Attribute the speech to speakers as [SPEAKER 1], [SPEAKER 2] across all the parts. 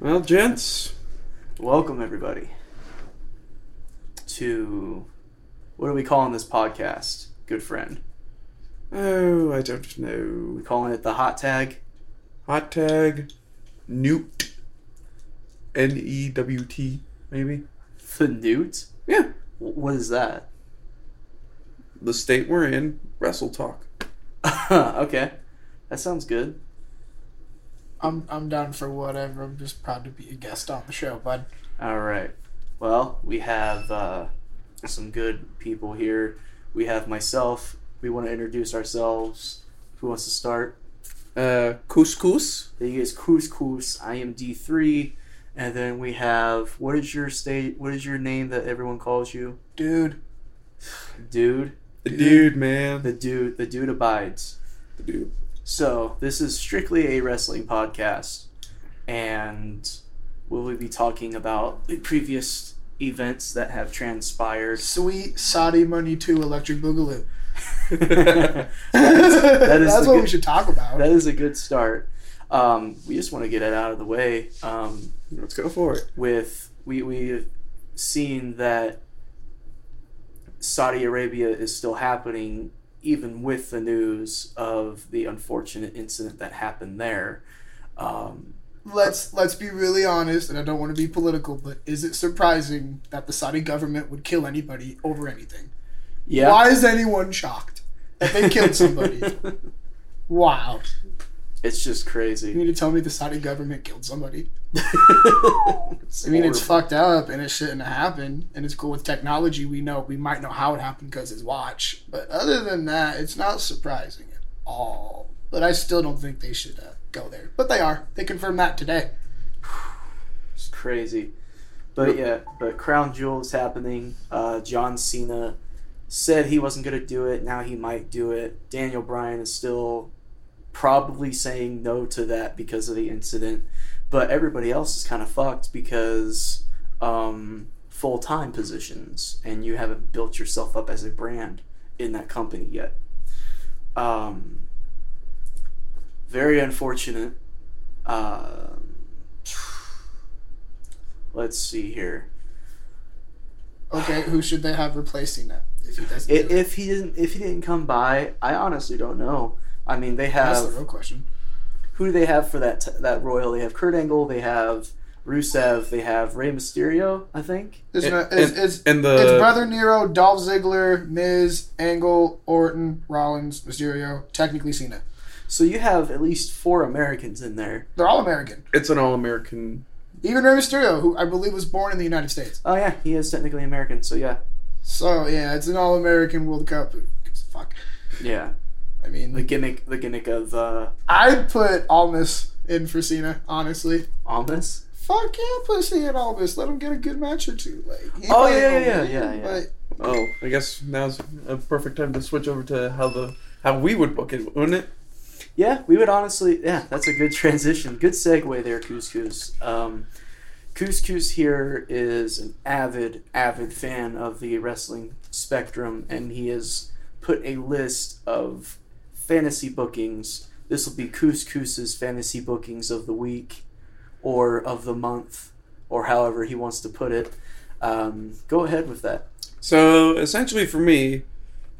[SPEAKER 1] Well, gents, welcome everybody to what are we calling this podcast, good friend?
[SPEAKER 2] Oh, I don't
[SPEAKER 1] We
[SPEAKER 2] know.
[SPEAKER 1] calling it the hot tag?
[SPEAKER 2] Hot tag Newt. N E W T, maybe?
[SPEAKER 1] The Newt?
[SPEAKER 2] Yeah.
[SPEAKER 1] Wh- What is that?
[SPEAKER 2] The state we're in, wrestle talk.
[SPEAKER 1] okay, that sounds good.
[SPEAKER 3] I'm I'm down for whatever. I'm just proud to be a guest on the show, bud.
[SPEAKER 1] All right. Well, we have uh, some good people here. We have myself. We want to introduce ourselves. Who wants to start?
[SPEAKER 2] Uh, couscous?
[SPEAKER 1] Then you guys couscous. I am D three, and then we have what is your state? What is your name that everyone calls you?
[SPEAKER 3] Dude,
[SPEAKER 1] Dude,
[SPEAKER 2] The dude, man.
[SPEAKER 1] the dude, the dude abides.
[SPEAKER 2] The dude.
[SPEAKER 1] So this is strictly a wrestling podcast, and we will be talking about the previous events that have transpired.
[SPEAKER 3] sweet Saudi money two electric boogaloo.
[SPEAKER 1] that
[SPEAKER 3] That
[SPEAKER 1] is
[SPEAKER 3] is That's
[SPEAKER 1] the
[SPEAKER 3] what
[SPEAKER 1] good-
[SPEAKER 3] we should talk about.
[SPEAKER 1] is a good start. Um, we just want to get it out of the way. Um,
[SPEAKER 2] Let's go for it.
[SPEAKER 1] with we we've seen that Saudi Arabia is still happening even with the news of the unfortunate incident that happened there. Um,
[SPEAKER 3] let's let's be really honest, and I don't want to be political, but is it surprising that the Saudi government would kill anybody over anything?
[SPEAKER 1] yeah,
[SPEAKER 3] Why is anyone shocked that they killed somebody? wow,
[SPEAKER 1] it's just
[SPEAKER 3] you
[SPEAKER 1] crazy.
[SPEAKER 3] mean to tell me the Saudi government killed somebody?
[SPEAKER 1] It's
[SPEAKER 3] I mean, it's
[SPEAKER 1] horrible.
[SPEAKER 3] fucked up and it shouldn't happen. And it's cool with technology. We know we might know how it happened because it's watch. But other than that, it's not surprising at all. But I still don't think they should uh, go there. But they are. They confirmed that today.
[SPEAKER 1] It's crazy. But yeah, but Crown Jewel is happening. Uh, John Cena said he wasn't going to do it. Now he might do it. Daniel Bryan is still probably saying no to that because of the incident. But everybody else is kind of fucked because um, full time positions, and you haven't built yourself up as a brand in that company yet. Um, very unfortunate. Um let's see here.
[SPEAKER 3] Okay, who should they have replacing that if he doesn't?
[SPEAKER 1] If,
[SPEAKER 3] do it?
[SPEAKER 1] if he didn't, if he didn't come by, I honestly don't know. I mean, they
[SPEAKER 3] That's the
[SPEAKER 1] have
[SPEAKER 3] real question.
[SPEAKER 1] who do they have for that t- that royal? They have Kurt Angle, they have Rusev, they have Rey Mysterio, I think.
[SPEAKER 3] It's,
[SPEAKER 2] And-
[SPEAKER 3] no, it's,
[SPEAKER 2] and-
[SPEAKER 3] it's,
[SPEAKER 2] and
[SPEAKER 1] uh,
[SPEAKER 2] the-
[SPEAKER 3] it's brother Nero, Dolph Ziggler, Miz, Angle, Orton, Rollins, Mysterio, technically Cena.
[SPEAKER 1] So you have at least four Americans in there.
[SPEAKER 3] They're all American.
[SPEAKER 2] It's an all American.
[SPEAKER 3] Even Rey Mysterio, who I believe was born in the United States.
[SPEAKER 1] Oh yeah, he is technically American. So yeah,
[SPEAKER 3] So yeah, it's an all American World Cup. Who gives a Fuck.
[SPEAKER 1] yeah.
[SPEAKER 3] I
[SPEAKER 1] The
[SPEAKER 3] mean,
[SPEAKER 1] gimmick, the gimmick of uh,
[SPEAKER 3] I'd put Almas in for Cena, honestly.
[SPEAKER 1] Almas.
[SPEAKER 3] Fuck yeah, put Cena in Almas. Let him get a good match or two. Like, he
[SPEAKER 1] Oh,
[SPEAKER 3] might
[SPEAKER 1] yeah,
[SPEAKER 3] go
[SPEAKER 1] yeah,
[SPEAKER 3] win,
[SPEAKER 1] yeah, yeah, yeah.
[SPEAKER 3] But
[SPEAKER 2] Oh, I guess now's a perfect time to switch over to how the how we would book it, wouldn't it?
[SPEAKER 1] Yeah, we would honestly. Yeah, that's a good transition. Good segue there, Couscous. Um, Couscous here is an avid, avid fan of the wrestling spectrum, and he has put a list of fantasy bookings. This will be Couscous's fantasy bookings of the week, or of the month, or however he wants to put it. Um, go ahead with that.
[SPEAKER 2] So essentially, for me,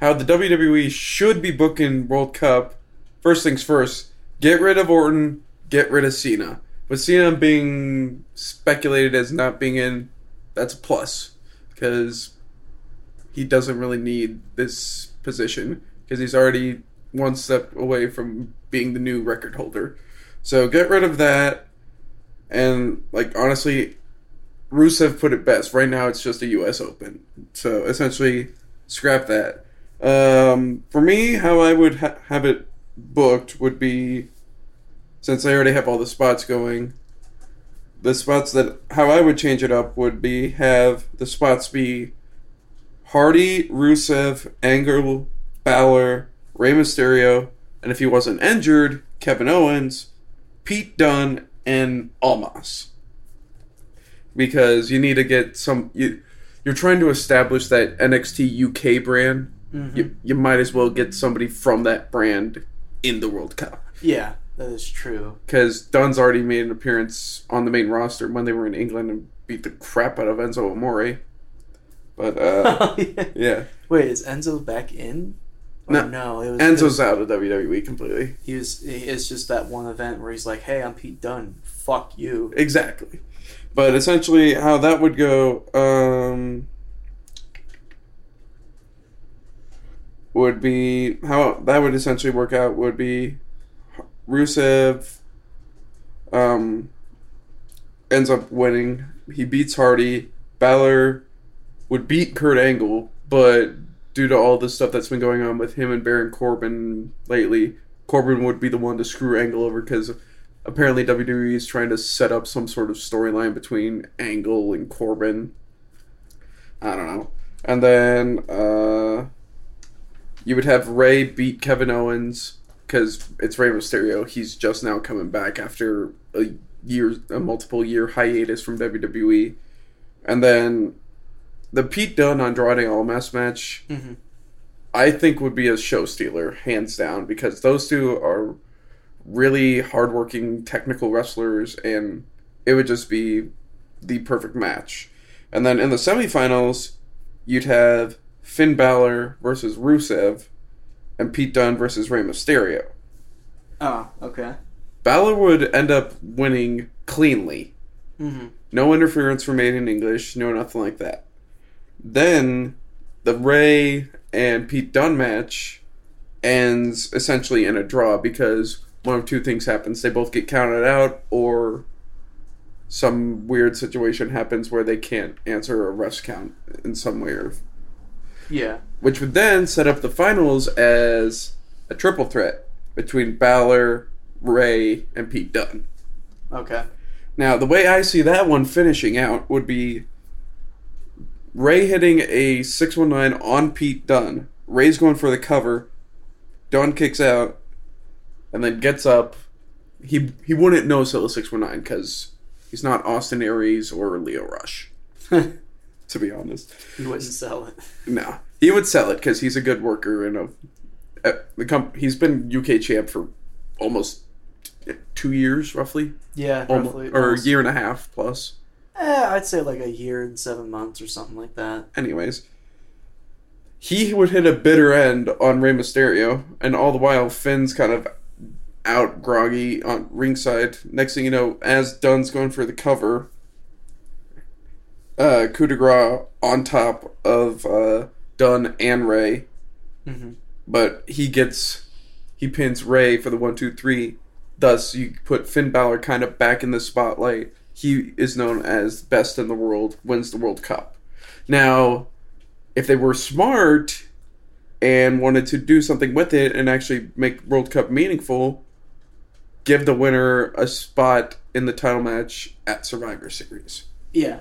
[SPEAKER 2] how the WWE should be booking World Cup. First things first, get rid of Orton, get rid of Cena. With Cena being speculated as not being in, that's a plus because he doesn't really need this position because he's already one step away from being the new record holder. So get rid of that, and like honestly, Rusev put it best. Right now, it's just a U.S. Open. So essentially, scrap that. Um, for me, how I would ha- have it booked would be since I already have all the spots going. The spots that how I would change it up would be have the spots be Hardy, Rusev, Angle, Balor, Rey Mysterio, and if he wasn't injured, Kevin Owens, Pete Dunne, and Almas because you need to get some you you're trying to establish that NXT UK brand. You, you might as well get somebody from that brand in the World Cup.
[SPEAKER 1] Yeah, That is true.
[SPEAKER 2] because Dunn's already made an appearance on the main roster when they were in England and beat the crap out of Enzo Amore. But uh, yeah,
[SPEAKER 1] Wait, is Enzo back in? Or
[SPEAKER 2] No.
[SPEAKER 1] no, it was
[SPEAKER 2] Enzo's out of WWE completely.
[SPEAKER 1] He was. It's just that one event where he's like, "Hey, I'm Pete Dunne. Fuck you."
[SPEAKER 2] Exactly. But essentially, how that would go um, would be how that would essentially work out would be Rusev um, ends up winning. He beats Hardy. Balor would beat Kurt Angle, but due to all the stuff that's been going on with him and Baron Corbin lately, Corbin would be the one to screw Angle over because apparently WWE is trying to set up some sort of storyline between Angle and Corbin. I don't know. And then uh, you would have Ray beat Kevin Owens because it's Ray Mysterio. He's just now coming back after a year, a multiple year hiatus from WWE. And then the Pete Dunne Andrade All Mass match,
[SPEAKER 1] Mhm.
[SPEAKER 2] I think would be a show stealer, hands down, because those two are really hardworking technical wrestlers, and it would just be the perfect match. And then in the semifinals, you'd have Finn Balor versus Rusev, and Pete Dunne versus Rey Mysterio. Ah,
[SPEAKER 1] Oh, okay.
[SPEAKER 2] Balor would end up winning cleanly.
[SPEAKER 1] Mm-hmm.
[SPEAKER 2] No interference were made in English, no nothing like that. Then the Ray and Pete Dunne match ends essentially in a draw because one of two things happens. They both get counted out or some weird situation happens where they can't answer a ref's count in some way or
[SPEAKER 1] Yeah.
[SPEAKER 2] which would then set up the finals as a triple threat between Balor, Ray, and Pete Dunne.
[SPEAKER 1] Okay.
[SPEAKER 2] Now, the way I see that one finishing out would be Ray hitting a 619 on Pete Dunn. Ray's going for the cover. Dunn kicks out and then gets up. He he wouldn't know Silla 619 because he's not Austin Aries or Leo Rush,
[SPEAKER 1] he
[SPEAKER 2] to be honest.
[SPEAKER 1] wouldn't sell it.
[SPEAKER 2] No, he would sell it because he's a good worker and a, uh, the comp- he's been UK champ for almost t- two years, roughly,
[SPEAKER 1] Yeah,
[SPEAKER 2] Almo-
[SPEAKER 1] roughly.
[SPEAKER 2] or a
[SPEAKER 1] almost.
[SPEAKER 2] year and a half plus.
[SPEAKER 1] Eh, I'd say like a year and seven months or something like that.
[SPEAKER 2] Anyways, he would hit a bitter end on Rey Mysterio, and all the while Finn's kind of out groggy on ringside. Next thing you know, as Dunn's going for the cover, uh, coup de grace on top of uh, Dunn and Ray.
[SPEAKER 1] Mm-hmm.
[SPEAKER 2] but he gets he pins Ray for the one two three. Thus, you put Finn Balor kind of back in the spotlight. He is known as best in the world, wins the World Cup. Now, if they were smart and wanted to do something with it and actually make World Cup meaningful, give the winner a spot in the title match at Survivor Series.
[SPEAKER 1] Yeah.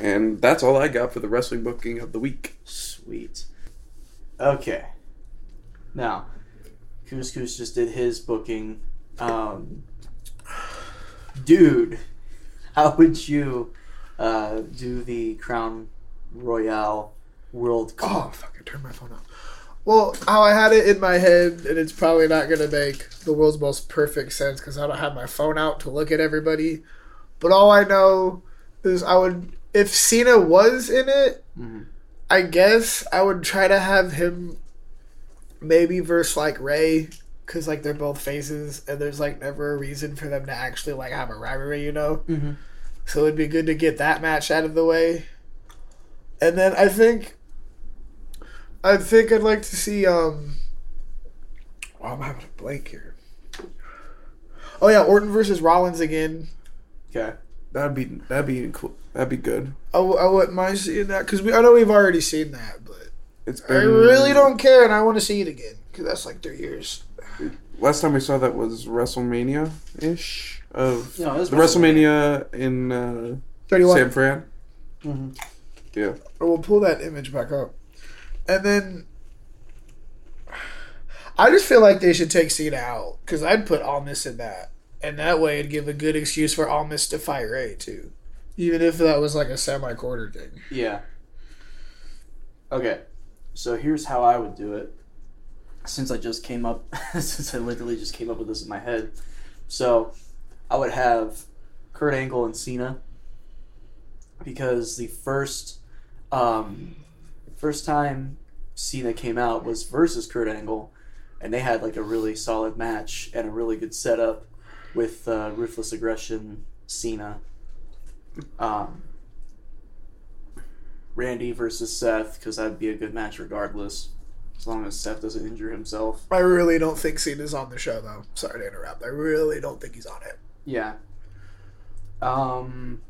[SPEAKER 2] And that's all I got for the wrestling booking of the week.
[SPEAKER 1] Sweet. Okay. Now, Couscous just did his booking. Um, dude, how would you uh, do the Crown Royale World
[SPEAKER 3] Oh,
[SPEAKER 1] Cup?
[SPEAKER 3] fucking turn my phone off. Well, how I had it in my head, and it's probably not going to make the world's most perfect sense because I don't have my phone out to look at everybody. But all I know is I would, if Cena was in it,
[SPEAKER 1] Mhm.
[SPEAKER 3] I guess I would try to have him maybe verse like Ray because like they're both faces and there's like never a reason for them to actually like have a rivalry, you know.
[SPEAKER 1] Mm-hmm.
[SPEAKER 3] So it'd be good to get that match out of the way. And then I think I think I'd like to see um oh, I'm having a blank here. Oh yeah, Orton versus Rollins again.
[SPEAKER 1] Okay.
[SPEAKER 2] That'd be that'd be cool. That'd be good.
[SPEAKER 3] I, w- I wouldn't mind seeing that because I know we've already seen that, but
[SPEAKER 2] It's
[SPEAKER 3] I really don't care and I want to see it again because that's like three years.
[SPEAKER 2] Last time we saw that was WrestleMania ish of
[SPEAKER 1] No, it was
[SPEAKER 2] the WrestleMania in uh,
[SPEAKER 3] Thirty-one.
[SPEAKER 2] San Fran.
[SPEAKER 1] Mm-hmm.
[SPEAKER 2] Yeah,
[SPEAKER 3] Or we'll pull that image back up. And then I just feel like they should take Cena out because I'd put Almas in that. And that way it'd give a good excuse for Almas to fight Ray too. Even if that was like a semi quarter thing.
[SPEAKER 1] Yeah. Okay. So here's how I would do it. since I just came up, since I literally just came up with this in my head. So I would have Kurt Angle and Cena because the first um, first time Cena came out was versus Kurt Angle, and they had like a really solid match and a really good setup with uh, ruthless aggression Cena. Um, Randy versus Seth because that'd be a good match regardless, as long as Seth doesn't injure himself.
[SPEAKER 3] I really don't think Cena's on the show though. Sorry to interrupt. I really don't think he's on it.
[SPEAKER 1] Yeah. Um.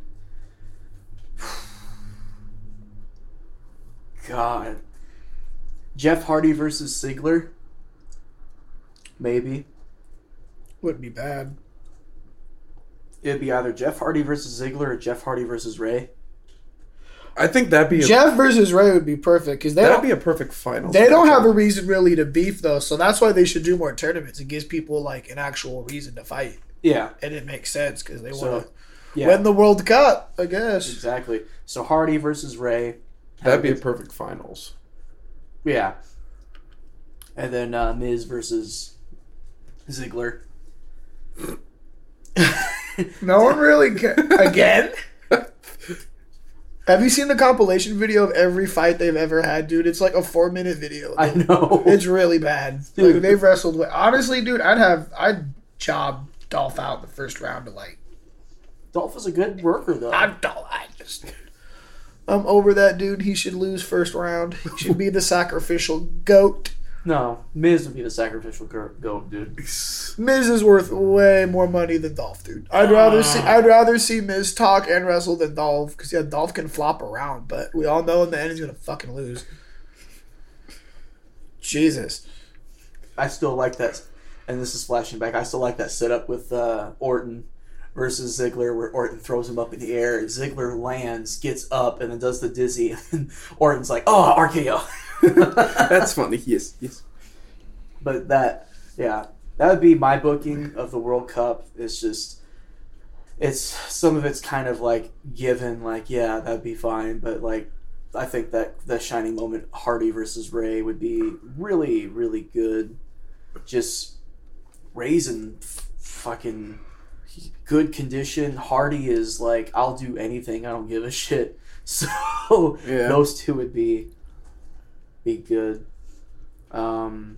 [SPEAKER 1] God. Jeff Hardy versus Ziggler. Maybe
[SPEAKER 3] Wouldn't be bad.
[SPEAKER 1] it'd be either Jeff Hardy versus Ziggler or Jeff Hardy versus Ray.
[SPEAKER 2] I think that'd be a,
[SPEAKER 3] Jeff versus Ray would be perfect because they
[SPEAKER 2] that'd
[SPEAKER 3] don't,
[SPEAKER 2] be a perfect final.
[SPEAKER 3] they don't have a reason really to beef though. So that's why they should do more tournaments. It gives people like an actual reason to fight,
[SPEAKER 1] Yeah.
[SPEAKER 3] and it makes sense because they
[SPEAKER 1] So,
[SPEAKER 3] want to
[SPEAKER 1] Yeah.
[SPEAKER 3] win the World Cup. I guess.
[SPEAKER 1] exactly. So Hardy versus Ray.
[SPEAKER 2] that'd be a perfect finals.
[SPEAKER 1] Yeah. And then uh, Miz versus Ziggler.
[SPEAKER 3] No one really ca- again. Have you seen the compilation video of every fight they've ever had, dude? It's like a four minute video.
[SPEAKER 1] I know.
[SPEAKER 3] It's really bad. Like
[SPEAKER 1] Dude.
[SPEAKER 3] they've wrestled with. Honestly, dude, I'd have I'd job Dolph out in the first round to like.
[SPEAKER 1] Dolph is a good worker though.
[SPEAKER 3] I'm Dolph. I just. I'm over that dude. He should lose first round. He should be the sacrificial goat.
[SPEAKER 1] No, Miz would be the sacrificial go- goat, dude.
[SPEAKER 3] Miz is worth way more money than Dolph, dude. I'd rather see I'd rather see Miz talk and wrestle than Dolph because yeah, Dolph can flop around, but we all know in the end he's gonna fucking lose. Jesus,
[SPEAKER 1] I still like that, and this is flashing back. I still like that setup with uh, Orton versus Ziggler, where Orton throws him up in the air. Ziggler lands, gets up, and then does the dizzy. And Orton's like, "Oh, RKO."
[SPEAKER 2] That's funny. Yes, yes.
[SPEAKER 1] but that yeah that would be my booking of the world cup it's just it's some of it's kind of like given like yeah that'd be fine but like i think that the shining moment hardy versus ray would be really really good just raising f- fucking good condition hardy is like i'll do anything i don't give a shit so
[SPEAKER 2] Yeah.
[SPEAKER 1] those two would be be good um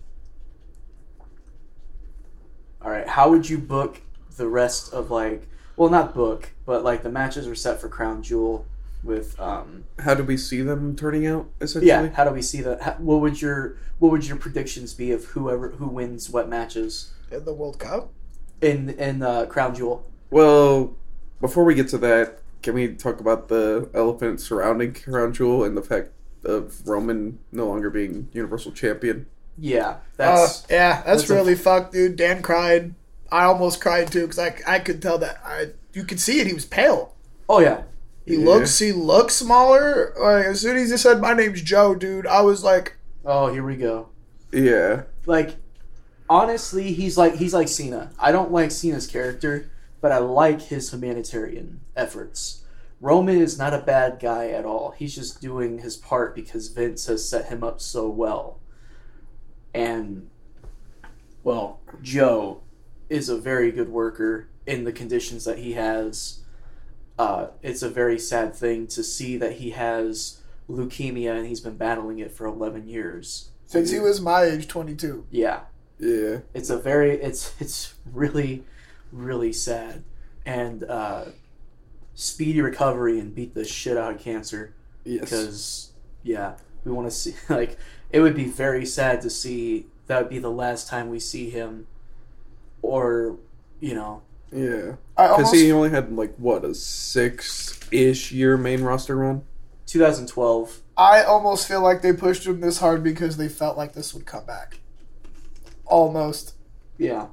[SPEAKER 1] all right. How would you book the rest of like? Well, not book, but like the matches were set for Crown Jewel. With um,
[SPEAKER 2] How do we see them turning out? Essentially,
[SPEAKER 1] yeah. How do we see that? How, what would your what would your predictions be of whoever who wins what matches
[SPEAKER 3] in the World Cup,
[SPEAKER 1] in in uh, Crown Jewel?
[SPEAKER 2] Well, before we get to that, can we talk about the elephant surrounding Crown Jewel and the fact of Roman no longer being Universal Champion?
[SPEAKER 1] Yeah, that's
[SPEAKER 3] that's Uh, yeah, that's,
[SPEAKER 1] that's a-
[SPEAKER 3] really fucked, dude. Dan cried. I almost cried too because I I could tell that I you could see it. He was pale.
[SPEAKER 1] oh yeah,
[SPEAKER 3] He
[SPEAKER 2] Yeah.
[SPEAKER 3] looks he looks smaller. Like as soon as he said my name's Joe, dude, I was like,
[SPEAKER 1] oh here we go.
[SPEAKER 2] Yeah,
[SPEAKER 1] Like honestly, he's like he's like Cena. I don't like Cena's character, but I like his humanitarian efforts. Roman is not a bad guy at all. He's just doing his part because Vince has set him up so well. And, well, Joe is a very good worker in the conditions that he has. Uh, it's a very sad thing to see that he has leukemia and he's been battling it for 11 years.
[SPEAKER 3] since he was my age, twenty two.
[SPEAKER 1] Yeah
[SPEAKER 2] yeah.
[SPEAKER 1] it's a very it's it's really really sad and uh speedy recovery and beat the shit out of cancer
[SPEAKER 2] Yes.
[SPEAKER 1] because yeah we want to see like it would be very sad to see that would be the last time we see him or you know
[SPEAKER 2] Yeah.
[SPEAKER 3] I
[SPEAKER 2] Because
[SPEAKER 3] almost
[SPEAKER 2] he only had, like, what, a six ish year main roster run?
[SPEAKER 1] 2012
[SPEAKER 3] I almost feel like they pushed him this hard because they felt like this would come back. Almost.
[SPEAKER 1] yeah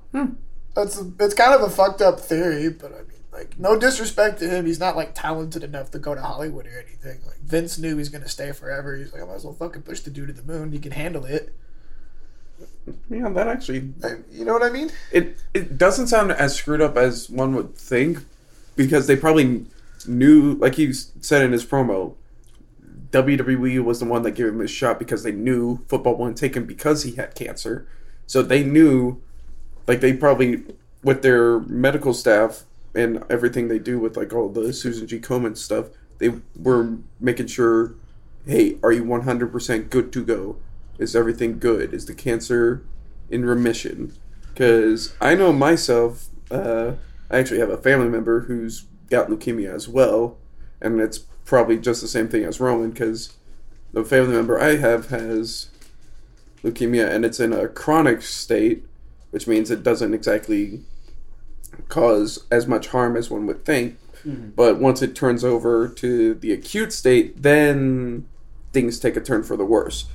[SPEAKER 3] That's a, it's kind of a fucked up theory, but I mean, like, no disrespect to him, he's not like talented enough to go to Hollywood or anything. Like Vince knew he's gonna stay forever. He's like, I might as well fucking push the dude to the moon. He can handle it.
[SPEAKER 2] Yeah, that actually.
[SPEAKER 3] Like, you know what I mean?
[SPEAKER 2] It, it doesn't sound as screwed up as one would think because they probably knew, like he s- said in his promo, WWE was the one that gave him his shot because they knew football wouldn't take him because he had cancer. So they knew, like they probably with their medical staff and everything they do with like all the Susan G. Komen stuff, they were making sure, hey, are you one hundred percent good to go? Is everything good? Is the cancer in remission? Because I know myself, uh, I actually have a family member who's got leukemia as well, and it's probably just the same thing as Roman because the family member I have has leukemia and it's in a chronic state, which means it doesn't exactly cause as much harm as one would think. But once it turns over to the acute state, then things take a turn for the worse.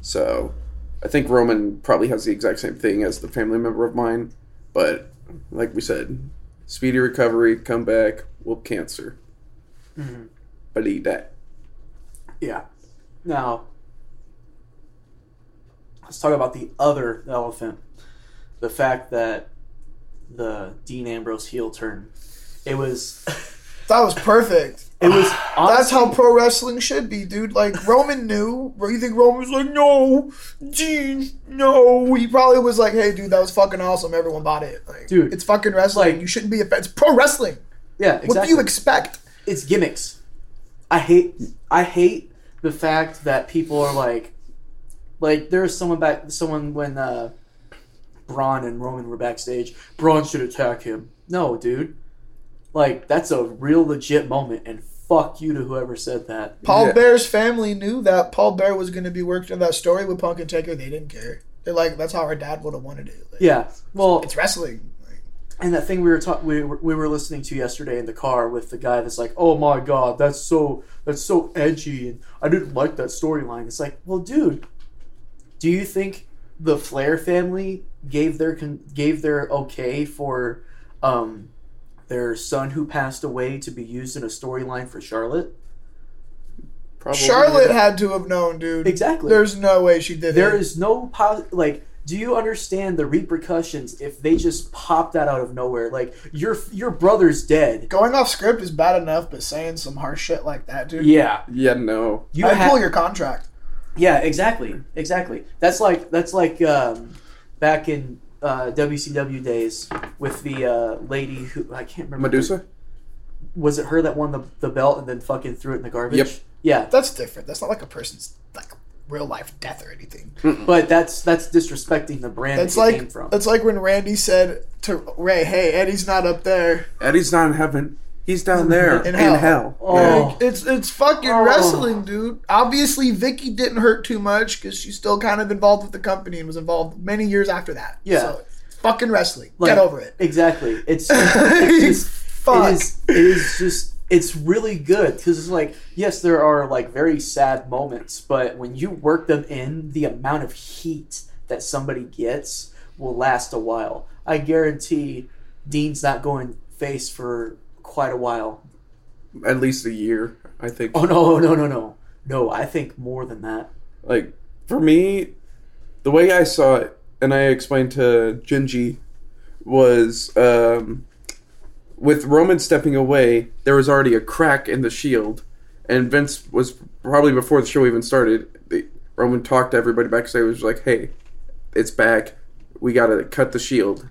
[SPEAKER 2] So I think Roman probably has the exact same thing as the family member of mine. But like we said, speedy recovery, come back, whoop cancer.
[SPEAKER 1] Mhm.
[SPEAKER 2] Believe that.
[SPEAKER 1] Yeah. Now, let's talk about the other elephant. The fact that the Dean Ambrose heel turn. It was.
[SPEAKER 3] That was perfect.
[SPEAKER 1] It was.
[SPEAKER 3] That's
[SPEAKER 1] honestly-
[SPEAKER 3] how pro wrestling should be, dude. Like Roman knew. Or You think Roman was like, no, Gene, no. He probably was like, hey, dude, that was fucking awesome. Everyone bought it. Like,
[SPEAKER 1] Dude,
[SPEAKER 3] it's fucking wrestling.
[SPEAKER 1] like-
[SPEAKER 3] you shouldn't be offended. It's pro wrestling.
[SPEAKER 1] Yeah, exactly.
[SPEAKER 3] What do you expect?
[SPEAKER 1] it's gimmicks. I hate I hate the fact that people are like like there was someone back someone when uh Braun and Roman were backstage, Braun should attack him. No, dude. Like that's a real legit moment and fuck you to whoever said that.
[SPEAKER 3] Paul
[SPEAKER 2] Yeah.
[SPEAKER 3] Bear's family knew that Paul Bear was going to be worked in that story with Punk and Taker. They didn't care. They're like, that's how our dad would have wanted it. Like,
[SPEAKER 1] Yeah. Well,
[SPEAKER 3] It's wrestling. Like,
[SPEAKER 1] and that thing we were talking we, were- we were listening to yesterday in the car with the guy that's like oh my god that's so that's so edgy and i didn't like that storyline it's like well dude do you think the flair family gave their con- gave their okay for um their son who passed away to be used in a storyline for charlotte
[SPEAKER 2] Probably
[SPEAKER 3] Charlotte had to have known, dude.
[SPEAKER 1] exactly
[SPEAKER 3] There's no way she did
[SPEAKER 1] there
[SPEAKER 3] it.
[SPEAKER 1] is no po- like do you understand the repercussions if they just pop that out of nowhere like your your brother's dead
[SPEAKER 3] Going off script is bad enough, but saying some harsh shit like that, dude.
[SPEAKER 1] yeah
[SPEAKER 2] Yeah, no.
[SPEAKER 1] you
[SPEAKER 3] I'd
[SPEAKER 1] ha-
[SPEAKER 3] pull your contract.
[SPEAKER 1] Yeah, exactly, exactly. That's like that's like um, back in uh, WCW days with the uh, lady who I can't remember.
[SPEAKER 2] Medusa?
[SPEAKER 1] was it her that won the, the belt and then fucking threw it in the garbage?
[SPEAKER 2] Yep.
[SPEAKER 1] Yeah,
[SPEAKER 3] That's different. That's not like a person's like real life death or anything.
[SPEAKER 1] but that's that's disrespecting the brand
[SPEAKER 3] That's
[SPEAKER 1] that it
[SPEAKER 3] like
[SPEAKER 1] Hmm. came from.
[SPEAKER 3] that's like when Randy said to Ray, "Hey, Eddie's not up there."
[SPEAKER 2] Eddie's not in heaven. He's down there in
[SPEAKER 3] In hell.
[SPEAKER 2] hell.
[SPEAKER 1] Oh.
[SPEAKER 2] Yeah.
[SPEAKER 3] Like, it's it's fucking
[SPEAKER 1] Oh.
[SPEAKER 3] wrestling, dude. Obviously, Vicky didn't hurt too much because she's still kind of involved with the company and was involved many years after that.
[SPEAKER 1] Yeah.
[SPEAKER 3] so, it's fucking wrestling.
[SPEAKER 1] Like-
[SPEAKER 3] Get over it.
[SPEAKER 1] Exactly. It's, it's just,
[SPEAKER 3] Fuck.
[SPEAKER 1] It is, it is just it's really good because it's like yes, there are like very sad moments, but when you work them in, the amount of heat that somebody gets will last a while. I guarantee Dean's not going face for quite a while.
[SPEAKER 2] At least a year, I think.
[SPEAKER 1] Oh no, no, no, no, no! I think more than that.
[SPEAKER 2] Like, for me, the way I saw it, and I explained to Jinji, was um, with Roman stepping away, there was already a crack in the shield, and Vince was probably before the show even started. The, Roman talked to everybody backstage, was like, hey, it's back. We got to cut the shield.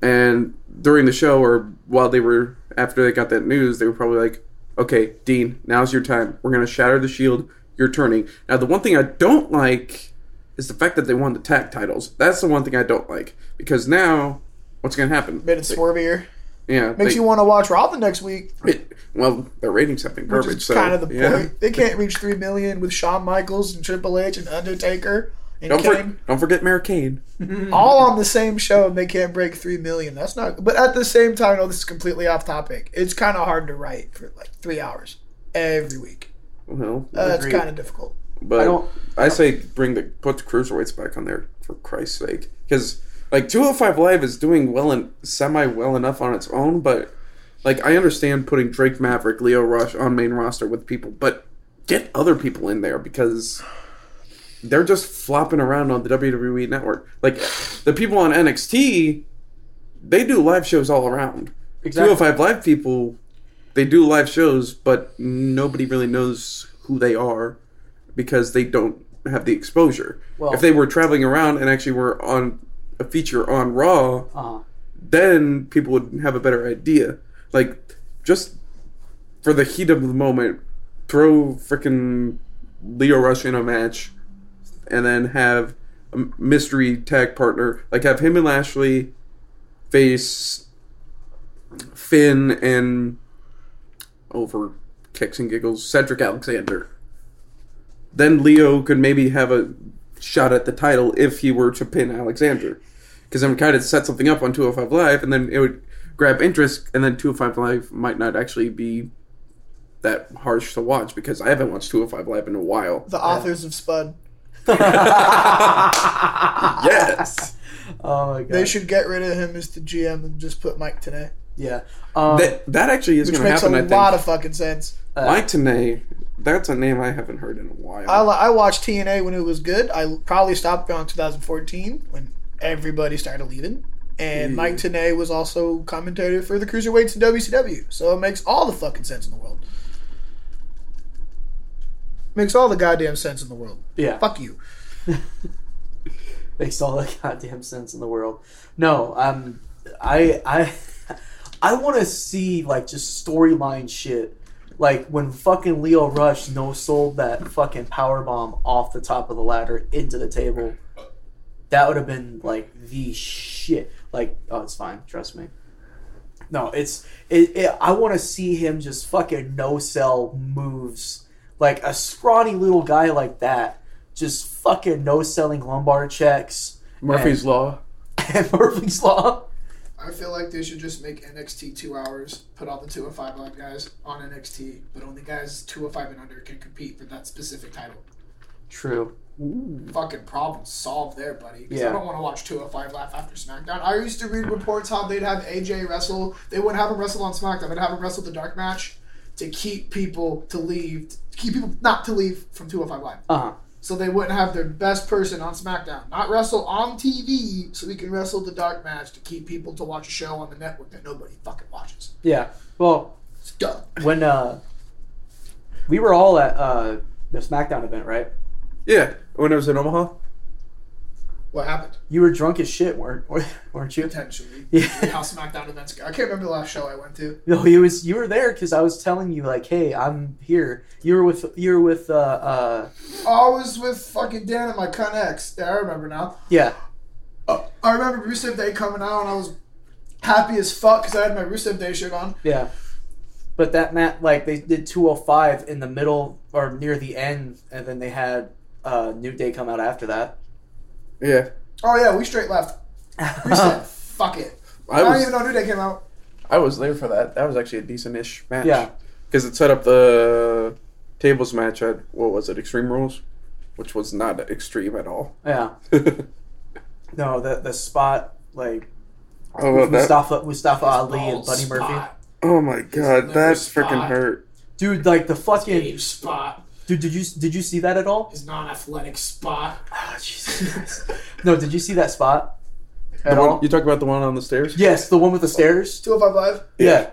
[SPEAKER 2] And during the show, or while they were after they got that news, they were probably like, "Okay, Dean, now's your time. We're gonna shatter the shield. You're turning." Now, the one thing I don't like is the fact that they won the tag titles. That's the one thing I don't like because now, what's gonna happen?
[SPEAKER 3] Made it swervier.
[SPEAKER 2] yeah,
[SPEAKER 3] Makes
[SPEAKER 2] they-
[SPEAKER 3] you want to watch Raw the next week,
[SPEAKER 2] it- well, their ratings have been
[SPEAKER 3] which
[SPEAKER 2] garbage.
[SPEAKER 3] is
[SPEAKER 2] so
[SPEAKER 3] kind of the
[SPEAKER 2] yeah.
[SPEAKER 3] point. They can't reach three million with Shawn Michaels and Triple H and Undertaker and
[SPEAKER 2] Don't, for-
[SPEAKER 3] Kane.
[SPEAKER 2] don't forget Mary Kane.
[SPEAKER 3] all
[SPEAKER 2] Mm-hmm.
[SPEAKER 3] on the same show and they can't break three million. That's not. But at the same time, no, this is completely off topic. It's kind of hard to write for like three hours every week.
[SPEAKER 2] Well,
[SPEAKER 3] Uh, that's
[SPEAKER 1] Agreed.
[SPEAKER 3] kind of difficult.
[SPEAKER 2] but
[SPEAKER 1] I don't.
[SPEAKER 2] I say bring the put the cruiserweights back on there for Christ's sake, because like 205 Live is doing well and semi well enough on its own, but like I understand putting Drake Maverick, Leo Rush on main roster with people, but get other people in there because they're just flopping around on the WWE network. Like the people on NXT, they do live shows all around.
[SPEAKER 1] Exactly.
[SPEAKER 2] 205 Live people, they do live shows, but nobody really knows who they are because they don't have the exposure.
[SPEAKER 1] Well-
[SPEAKER 2] if they were traveling around and actually were on a feature on Raw,
[SPEAKER 1] Uh-huh.
[SPEAKER 2] then people would have a better idea. Like, just for the heat of the moment, throw freaking Leo Rush in a match, and then have a m- mystery tag partner. Like, have him and Lashley face Finn and over kicks and giggles Cedric Alexander. Then Leo could maybe have a shot at the title if he were to pin Alexander because I'm kind of set something up on 205 Live, and then it would grab interest, and then 205 Live might not actually be that harsh to watch because I haven't watched 205 Live in a while.
[SPEAKER 4] The authors of Spud.
[SPEAKER 2] yes,
[SPEAKER 1] Oh my god.
[SPEAKER 4] They should get rid of him as the GM and just put Mike Tanay,
[SPEAKER 1] yeah. Um,
[SPEAKER 2] that that actually is
[SPEAKER 4] which
[SPEAKER 2] going to
[SPEAKER 4] makes
[SPEAKER 2] happen. I
[SPEAKER 4] a
[SPEAKER 2] think.
[SPEAKER 4] lot of fucking sense.
[SPEAKER 1] uh,
[SPEAKER 2] Mike Tenay, that's a name I haven't heard in a while.
[SPEAKER 4] I, li- I watched TNA when it was good. I probably stopped around 2014 when everybody started leaving.
[SPEAKER 3] Mm.
[SPEAKER 4] And Mike Tenay was also commentator for the cruiserweights in WCW, so it makes all the fucking sense in the world. Makes all the goddamn sense in the world.
[SPEAKER 1] yeah.
[SPEAKER 4] Fuck you.
[SPEAKER 1] makes all the goddamn sense in the world. No, um, I I I want to see like just storyline shit, like when fucking Leo Rush no sold that fucking power bomb off the top of the ladder into the table. That would have been like the shit. Like, oh, it's fine. Trust me. No, it's it. it I want to see him just fucking no sell moves like a scrawny little guy like that, just fucking no selling lumbar checks
[SPEAKER 2] Murphy's Law.
[SPEAKER 1] and Murphy's Law.
[SPEAKER 3] I feel like they should just make NXT two hours, put all the two oh five live guys on NXT, but only guys two oh five and under can compete for that specific title.
[SPEAKER 1] True.
[SPEAKER 3] Fucking problem solved there, buddy. 'Cause
[SPEAKER 1] Yeah.
[SPEAKER 3] I don't want to watch 205 Live after SmackDown. I used to read reports how they'd have AJ wrestle. They wouldn't have him wrestle on SmackDown. They'd have him wrestle the dark match to keep people to leave, to keep people not to leave from 205 Live.
[SPEAKER 1] Uh huh.
[SPEAKER 3] So they wouldn't have their best person on SmackDown. Not wrestle on TV so we can wrestle the dark match to keep people to watch a show on the network that nobody fucking watches.
[SPEAKER 1] Yeah. Well,
[SPEAKER 3] It's dumb.
[SPEAKER 1] when uh, we were all at uh the SmackDown event, right?
[SPEAKER 2] Yeah, when I was in Omaha.
[SPEAKER 3] What happened?
[SPEAKER 1] You were drunk as shit, weren't weren't you?
[SPEAKER 3] Potentially.
[SPEAKER 1] Yeah.
[SPEAKER 3] How SmackDown events go. I can't remember the last show I went to.
[SPEAKER 1] No, you was you were there because I was telling you like, hey, I'm here. You were with you were with uh uh
[SPEAKER 3] Oh, I was with fucking Dan and my cunt ex. Yeah, I remember now.
[SPEAKER 1] yeah
[SPEAKER 3] Oh, I remember Rusev Day coming out and I was happy as fuck because I had my Rusev Day shirt on.
[SPEAKER 1] yeah. But that mat like they did 205 in the middle or near the end, and then they had uh New Day come out after that.
[SPEAKER 2] Yeah,
[SPEAKER 3] Oh, yeah, we straight left. Rusev, fuck it. I,
[SPEAKER 2] I
[SPEAKER 3] don't
[SPEAKER 2] was
[SPEAKER 3] even know New Day came out.
[SPEAKER 2] I was there for that. That was actually a decent-ish match.
[SPEAKER 1] Yeah.
[SPEAKER 2] because it set up the tables match at what was it, Extreme Rules, which was not extreme at all.
[SPEAKER 1] Yeah. No, the the spot like
[SPEAKER 2] Oh, well, that-
[SPEAKER 1] Mustafa Mustafa Ali
[SPEAKER 3] Bald
[SPEAKER 1] and Buddy Murphy.
[SPEAKER 3] spot.
[SPEAKER 2] oh my god,
[SPEAKER 3] His
[SPEAKER 2] that
[SPEAKER 3] liver
[SPEAKER 2] freaking
[SPEAKER 3] spot.
[SPEAKER 2] hurt.
[SPEAKER 1] Dude, like the fucking
[SPEAKER 3] Dave spot.
[SPEAKER 1] dude. Did you did you see that at all?
[SPEAKER 3] His non-athletic spot.
[SPEAKER 1] Oh, Jesus Christ. no, did you see that spot at
[SPEAKER 2] The one-
[SPEAKER 1] all?
[SPEAKER 2] you talk about the one on the stairs?
[SPEAKER 1] Yes, the one with the stairs.
[SPEAKER 3] 205 Live.
[SPEAKER 1] Yeah.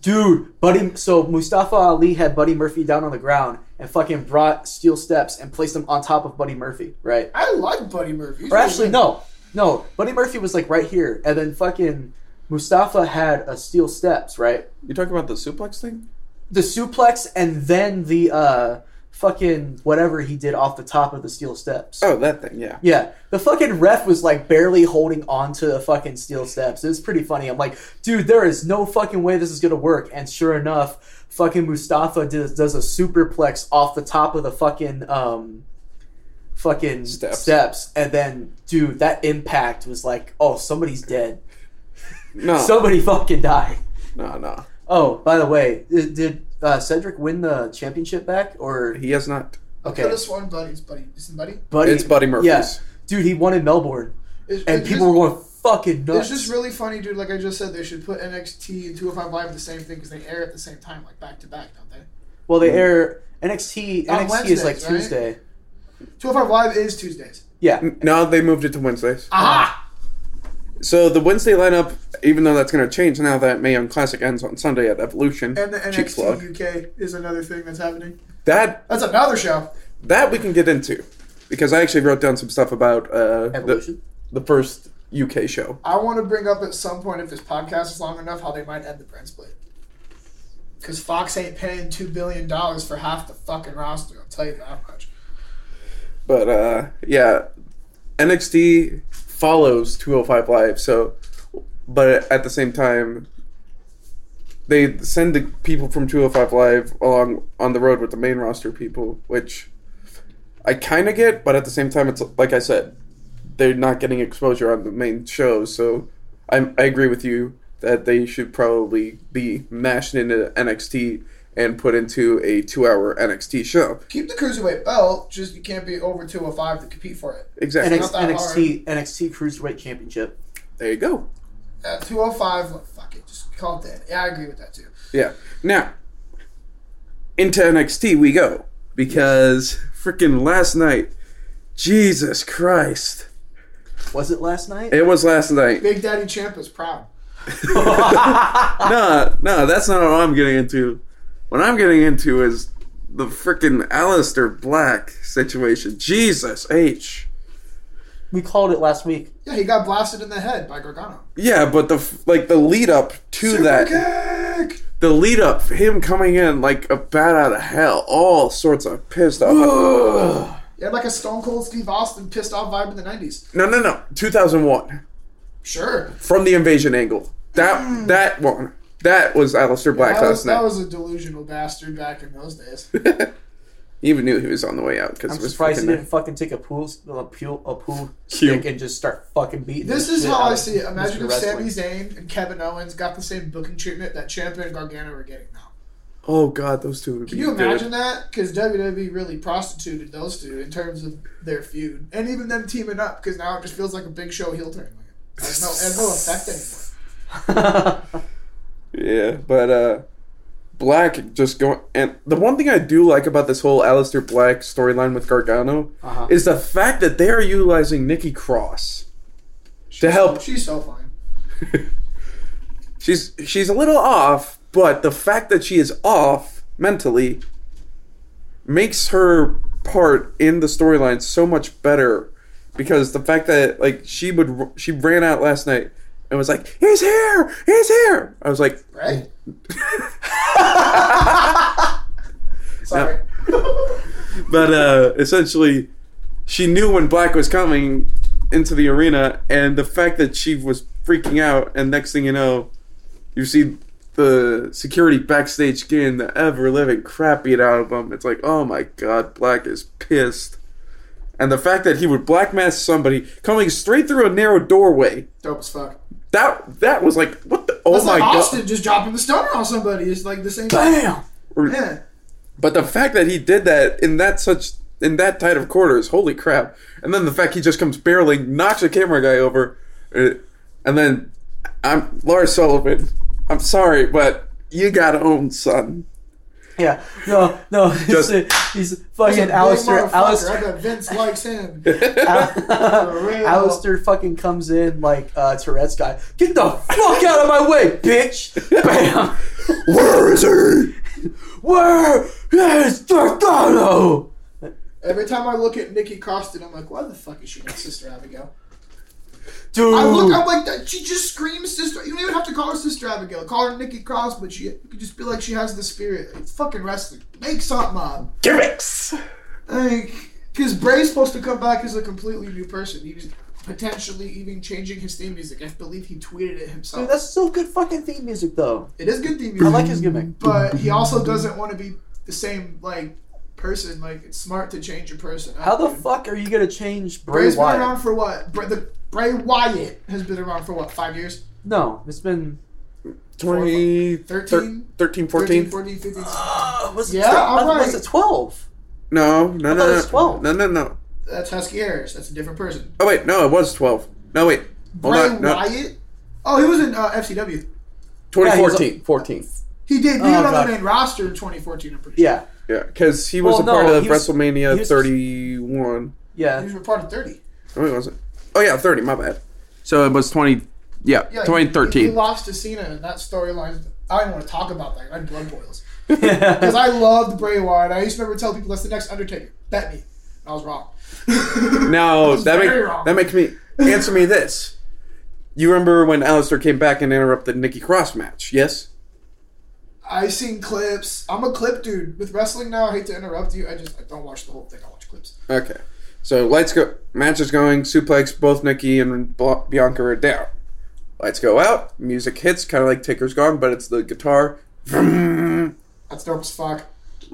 [SPEAKER 1] Dude, Buddy. So Mustafa Ali had Buddy Murphy down on the ground and fucking brought steel steps and placed him on top of Buddy Murphy. Right.
[SPEAKER 3] I like Buddy Murphy. He's
[SPEAKER 1] Or actually,
[SPEAKER 3] really
[SPEAKER 1] no, no. Buddy Murphy was like right here, and then fucking Mustafa had a steel steps right.
[SPEAKER 2] You talk about the suplex thing?
[SPEAKER 1] the suplex and then the uh fucking whatever he did off the top of the steel steps.
[SPEAKER 2] Oh, that thing, yeah.
[SPEAKER 1] Yeah, the fucking ref was like barely holding on to the fucking steel steps. It was pretty funny. I'm like, dude, there is no fucking way this is gonna work. And sure enough, fucking Mustafa does, does a superplex off the top of the fucking um, fucking
[SPEAKER 2] Steps.
[SPEAKER 1] steps. And then, dude, that impact was like, oh, somebody's dead.
[SPEAKER 2] No,
[SPEAKER 1] Somebody fucking died.
[SPEAKER 2] no, no.
[SPEAKER 1] Oh, by the way, did, did uh, Cedric win the championship back or
[SPEAKER 2] He has not.
[SPEAKER 3] Could
[SPEAKER 1] okay?
[SPEAKER 3] have sworn Buddy's Buddy. Isn't Buddy?
[SPEAKER 1] Buddy,
[SPEAKER 2] it's Buddy Murphy's.
[SPEAKER 1] Yeah, dude, he won in Melbourne,
[SPEAKER 3] It's,
[SPEAKER 1] and
[SPEAKER 3] it's
[SPEAKER 1] people
[SPEAKER 3] just,
[SPEAKER 1] were going fucking
[SPEAKER 3] It's
[SPEAKER 1] nuts.
[SPEAKER 3] just really funny, dude. Like I just said, they should put NXT and 205 Live the same thing because they air at the same time, like back to back, don't they?
[SPEAKER 1] well, they air NXT.
[SPEAKER 3] On
[SPEAKER 1] NXT is like
[SPEAKER 3] Wednesdays, right?
[SPEAKER 1] Tuesday.
[SPEAKER 3] 205 Live is Tuesdays.
[SPEAKER 1] Yeah,
[SPEAKER 2] No, they moved it to Wednesdays.
[SPEAKER 3] Aha!
[SPEAKER 2] So the Wednesday lineup, even though that's going to change now that Mae Young Classic ends on Sunday at Evolution.
[SPEAKER 3] And the
[SPEAKER 2] cheap plug.
[SPEAKER 3] NXT UK is another thing that's happening.
[SPEAKER 2] That
[SPEAKER 3] That's another show.
[SPEAKER 2] that we can get into because I actually wrote down some stuff about uh, the,
[SPEAKER 1] Evolution?
[SPEAKER 2] the first UK show.
[SPEAKER 3] I want to bring up at some point if this podcast is long enough how they might end the brand split. Because Fox ain't paying two billion dollars for half the fucking roster. I'll tell you that much.
[SPEAKER 2] But uh, yeah, NXT follows 205 Live. So, but at the same time, they send the people from 205 Live along on the road with the main roster people, which I kind of get. But at the same time, it's like I said, they're not getting exposure on the main show. So, I, I agree with you that they should probably be mashed into NXT and put into a two-hour NXT show.
[SPEAKER 3] Keep the cruiserweight belt, just you can't be over two or five to compete for it.
[SPEAKER 2] Exactly.
[SPEAKER 1] NXT,
[SPEAKER 3] that
[SPEAKER 1] NXT, NXT Cruiserweight Championship.
[SPEAKER 2] there you go.
[SPEAKER 3] Uh, 205, look, fuck it, just call it that. Yeah, I agree with that too.
[SPEAKER 2] Yeah. Now, into NXT we go because freaking last night, Jesus Christ,
[SPEAKER 1] Was it last night?
[SPEAKER 2] it was last night.
[SPEAKER 3] Big Daddy Champa's proud.
[SPEAKER 2] No, no, that's not what I'm getting into. What I'm getting into is the freaking Alistair Black situation. Jesus H.
[SPEAKER 1] we called it last week.
[SPEAKER 3] Yeah, he got blasted in the head by Gargano.
[SPEAKER 2] Yeah, but the f- like the lead up to that,
[SPEAKER 3] Superkick!
[SPEAKER 2] the lead up, him coming in like a bat out of hell, all sorts of pissed off.
[SPEAKER 3] He had like a Stone Cold Steve Austin pissed off vibe in the 90s.
[SPEAKER 2] No, no, no, 2001.
[SPEAKER 3] Sure.
[SPEAKER 2] from the invasion angle. That that one. That was Alistair Black
[SPEAKER 3] Mm. That was,
[SPEAKER 2] last
[SPEAKER 3] that
[SPEAKER 2] night.
[SPEAKER 3] was a delusional bastard back in those days.
[SPEAKER 2] He even knew he was on the way out because
[SPEAKER 1] I'm
[SPEAKER 2] it was
[SPEAKER 1] surprised he
[SPEAKER 2] freaking
[SPEAKER 1] didn't fucking take a pool, a pool, a pool
[SPEAKER 2] Cue.
[SPEAKER 1] stick and just start fucking beating.
[SPEAKER 3] This
[SPEAKER 1] the
[SPEAKER 3] is
[SPEAKER 1] shit
[SPEAKER 3] how
[SPEAKER 1] out
[SPEAKER 3] I
[SPEAKER 1] of
[SPEAKER 3] see it. Imagine
[SPEAKER 1] Mr.
[SPEAKER 3] if Sami
[SPEAKER 1] Wrestling.
[SPEAKER 3] Zayn and Kevin Owens got the same booking treatment that Champa and Gargano were getting now.
[SPEAKER 2] Oh god, those two would
[SPEAKER 3] Can
[SPEAKER 2] be
[SPEAKER 3] you imagine
[SPEAKER 2] good.
[SPEAKER 3] that? Because WWE E really prostituted those two in terms of their feud, and even them teaming up. Because now it just feels like a big show heel turn. Like, it has no, it has no effect anymore.
[SPEAKER 2] Yeah, but uh Black just going and the one thing I do like about this whole Alistair Black storyline with Gargano
[SPEAKER 1] Uh-huh.
[SPEAKER 2] is the fact that they are utilizing Nikki Cross. To help
[SPEAKER 3] She's so fine.
[SPEAKER 2] She's she's a little off, but the fact that she is off mentally makes her part in the storyline so much better because the fact that like she would she ran out last night and was like, "He's here! He's here!" I was like,
[SPEAKER 3] Right? Sorry.
[SPEAKER 2] but uh essentially she knew when Black was coming into the arena and the fact that she was freaking out and next thing you know you see the security backstage getting the ever living crap beat out of him. It's like, oh my god, Black is pissed. And the fact that he would black mask somebody coming straight through a narrow doorway,
[SPEAKER 3] Dope as fuck.
[SPEAKER 2] that that was like, what the? Oh
[SPEAKER 3] That's
[SPEAKER 2] my
[SPEAKER 3] like
[SPEAKER 2] god!
[SPEAKER 3] Austin just dropping the stunner on somebody. It's like the same.
[SPEAKER 1] Bam!
[SPEAKER 3] Yeah.
[SPEAKER 2] But the fact that he did that in that such in that tight of quarters, holy crap! And then the fact he just comes barreling, knocks a camera guy over, uh, and then I'm Lars Sullivan. I'm sorry, but you got owned, son.
[SPEAKER 1] Yeah, no, no,
[SPEAKER 2] Just-
[SPEAKER 1] he's, he's
[SPEAKER 3] He's a
[SPEAKER 1] fucking
[SPEAKER 3] big
[SPEAKER 1] Alistair.
[SPEAKER 3] motherfucker. I
[SPEAKER 1] Alistair,
[SPEAKER 3] bet Vince likes him.
[SPEAKER 1] Al-
[SPEAKER 3] For real.
[SPEAKER 1] Alistair fucking comes in like uh, Tourette's guy. Get the fuck out of my way, bitch! Bam!
[SPEAKER 2] Where is he?
[SPEAKER 1] Where is Gargano?
[SPEAKER 3] Every time I look at Nikki Costin, I'm like, why the fuck is she not Sister Abigail?
[SPEAKER 1] Dude,
[SPEAKER 3] I look, I'm like, that- she just screams Sister. You don't even have to call her Sister Abigail. Call her Nikki Cross, but she, you can just be like, she has the spirit. It's fucking wrestling. Make something up.
[SPEAKER 2] Gimmicks.
[SPEAKER 3] Like, because Bray's supposed to come back as a completely new person. He was potentially even changing his theme music. I believe he tweeted it himself.
[SPEAKER 1] Dude, that's still good fucking theme music though.
[SPEAKER 3] it is good theme music.
[SPEAKER 1] I like his gimmick.
[SPEAKER 3] But he also doesn't want to be the same, like, person. Like, it's smart to change your person. up,
[SPEAKER 1] How the
[SPEAKER 3] dude.
[SPEAKER 1] fuck are you gonna change Bray
[SPEAKER 3] Bray's
[SPEAKER 1] Wyatt?
[SPEAKER 3] been around for what? Bray, the, Bray Wyatt has been around for what? Five years?
[SPEAKER 1] No, it's been
[SPEAKER 2] 20,
[SPEAKER 3] 13?
[SPEAKER 2] 13,
[SPEAKER 3] 13,
[SPEAKER 2] 14?
[SPEAKER 3] 14, 15.
[SPEAKER 1] uh, was it
[SPEAKER 3] Yeah,
[SPEAKER 1] 12?
[SPEAKER 3] I'm
[SPEAKER 1] was
[SPEAKER 3] right.
[SPEAKER 1] it twelve?
[SPEAKER 2] No, no, no,
[SPEAKER 1] thought it
[SPEAKER 2] no,
[SPEAKER 1] was 12.
[SPEAKER 2] no, no, no.
[SPEAKER 3] That's Husky Harris. That's a different person.
[SPEAKER 2] Oh wait, no, it was twelve. No wait, hold
[SPEAKER 3] Bray
[SPEAKER 2] on, no,
[SPEAKER 3] Wyatt? Oh, he was in uh, FCW.
[SPEAKER 1] Yeah, he was
[SPEAKER 2] 2014, 14.
[SPEAKER 3] He did. He
[SPEAKER 1] Oh,
[SPEAKER 3] was on
[SPEAKER 1] God.
[SPEAKER 3] the main roster in 2014, I'm pretty sure.
[SPEAKER 1] Yeah,
[SPEAKER 2] Yeah, because he was
[SPEAKER 1] Well,
[SPEAKER 2] a part
[SPEAKER 1] no,
[SPEAKER 2] of
[SPEAKER 1] he was-
[SPEAKER 2] WrestleMania
[SPEAKER 1] he was-
[SPEAKER 2] 31.
[SPEAKER 1] yeah.
[SPEAKER 3] He was a part of 30.
[SPEAKER 2] No, it wasn't. Oh yeah, thirty. My bad. So it was twenty. Yeah,
[SPEAKER 3] Yeah, he-
[SPEAKER 2] twenty
[SPEAKER 3] He,
[SPEAKER 2] thirteen.
[SPEAKER 3] lost to Cena, and that storyline. I don't even want to talk about that. I'm blood boils because I loved Bray Wyatt. I used to remember telling people that's the next Undertaker. Bet me, And I was wrong. I
[SPEAKER 2] Now
[SPEAKER 3] was
[SPEAKER 2] that make,
[SPEAKER 3] very wrong.
[SPEAKER 2] that makes me answer me this. You remember when Alistair came back and interrupted Nikki Cross match? Yes.
[SPEAKER 3] I seen clips. I'm a clip dude with wrestling now. I hate to interrupt you. I just I don't watch the whole thing. I watch clips.
[SPEAKER 2] Okay. So lights go. Match is going. Suplex. Both Nikki and Bla- Bianca are down. Lights go out. Music hits. Kind of like Taker's Gone, but it's the guitar. Vroom.
[SPEAKER 3] That's dope as fuck.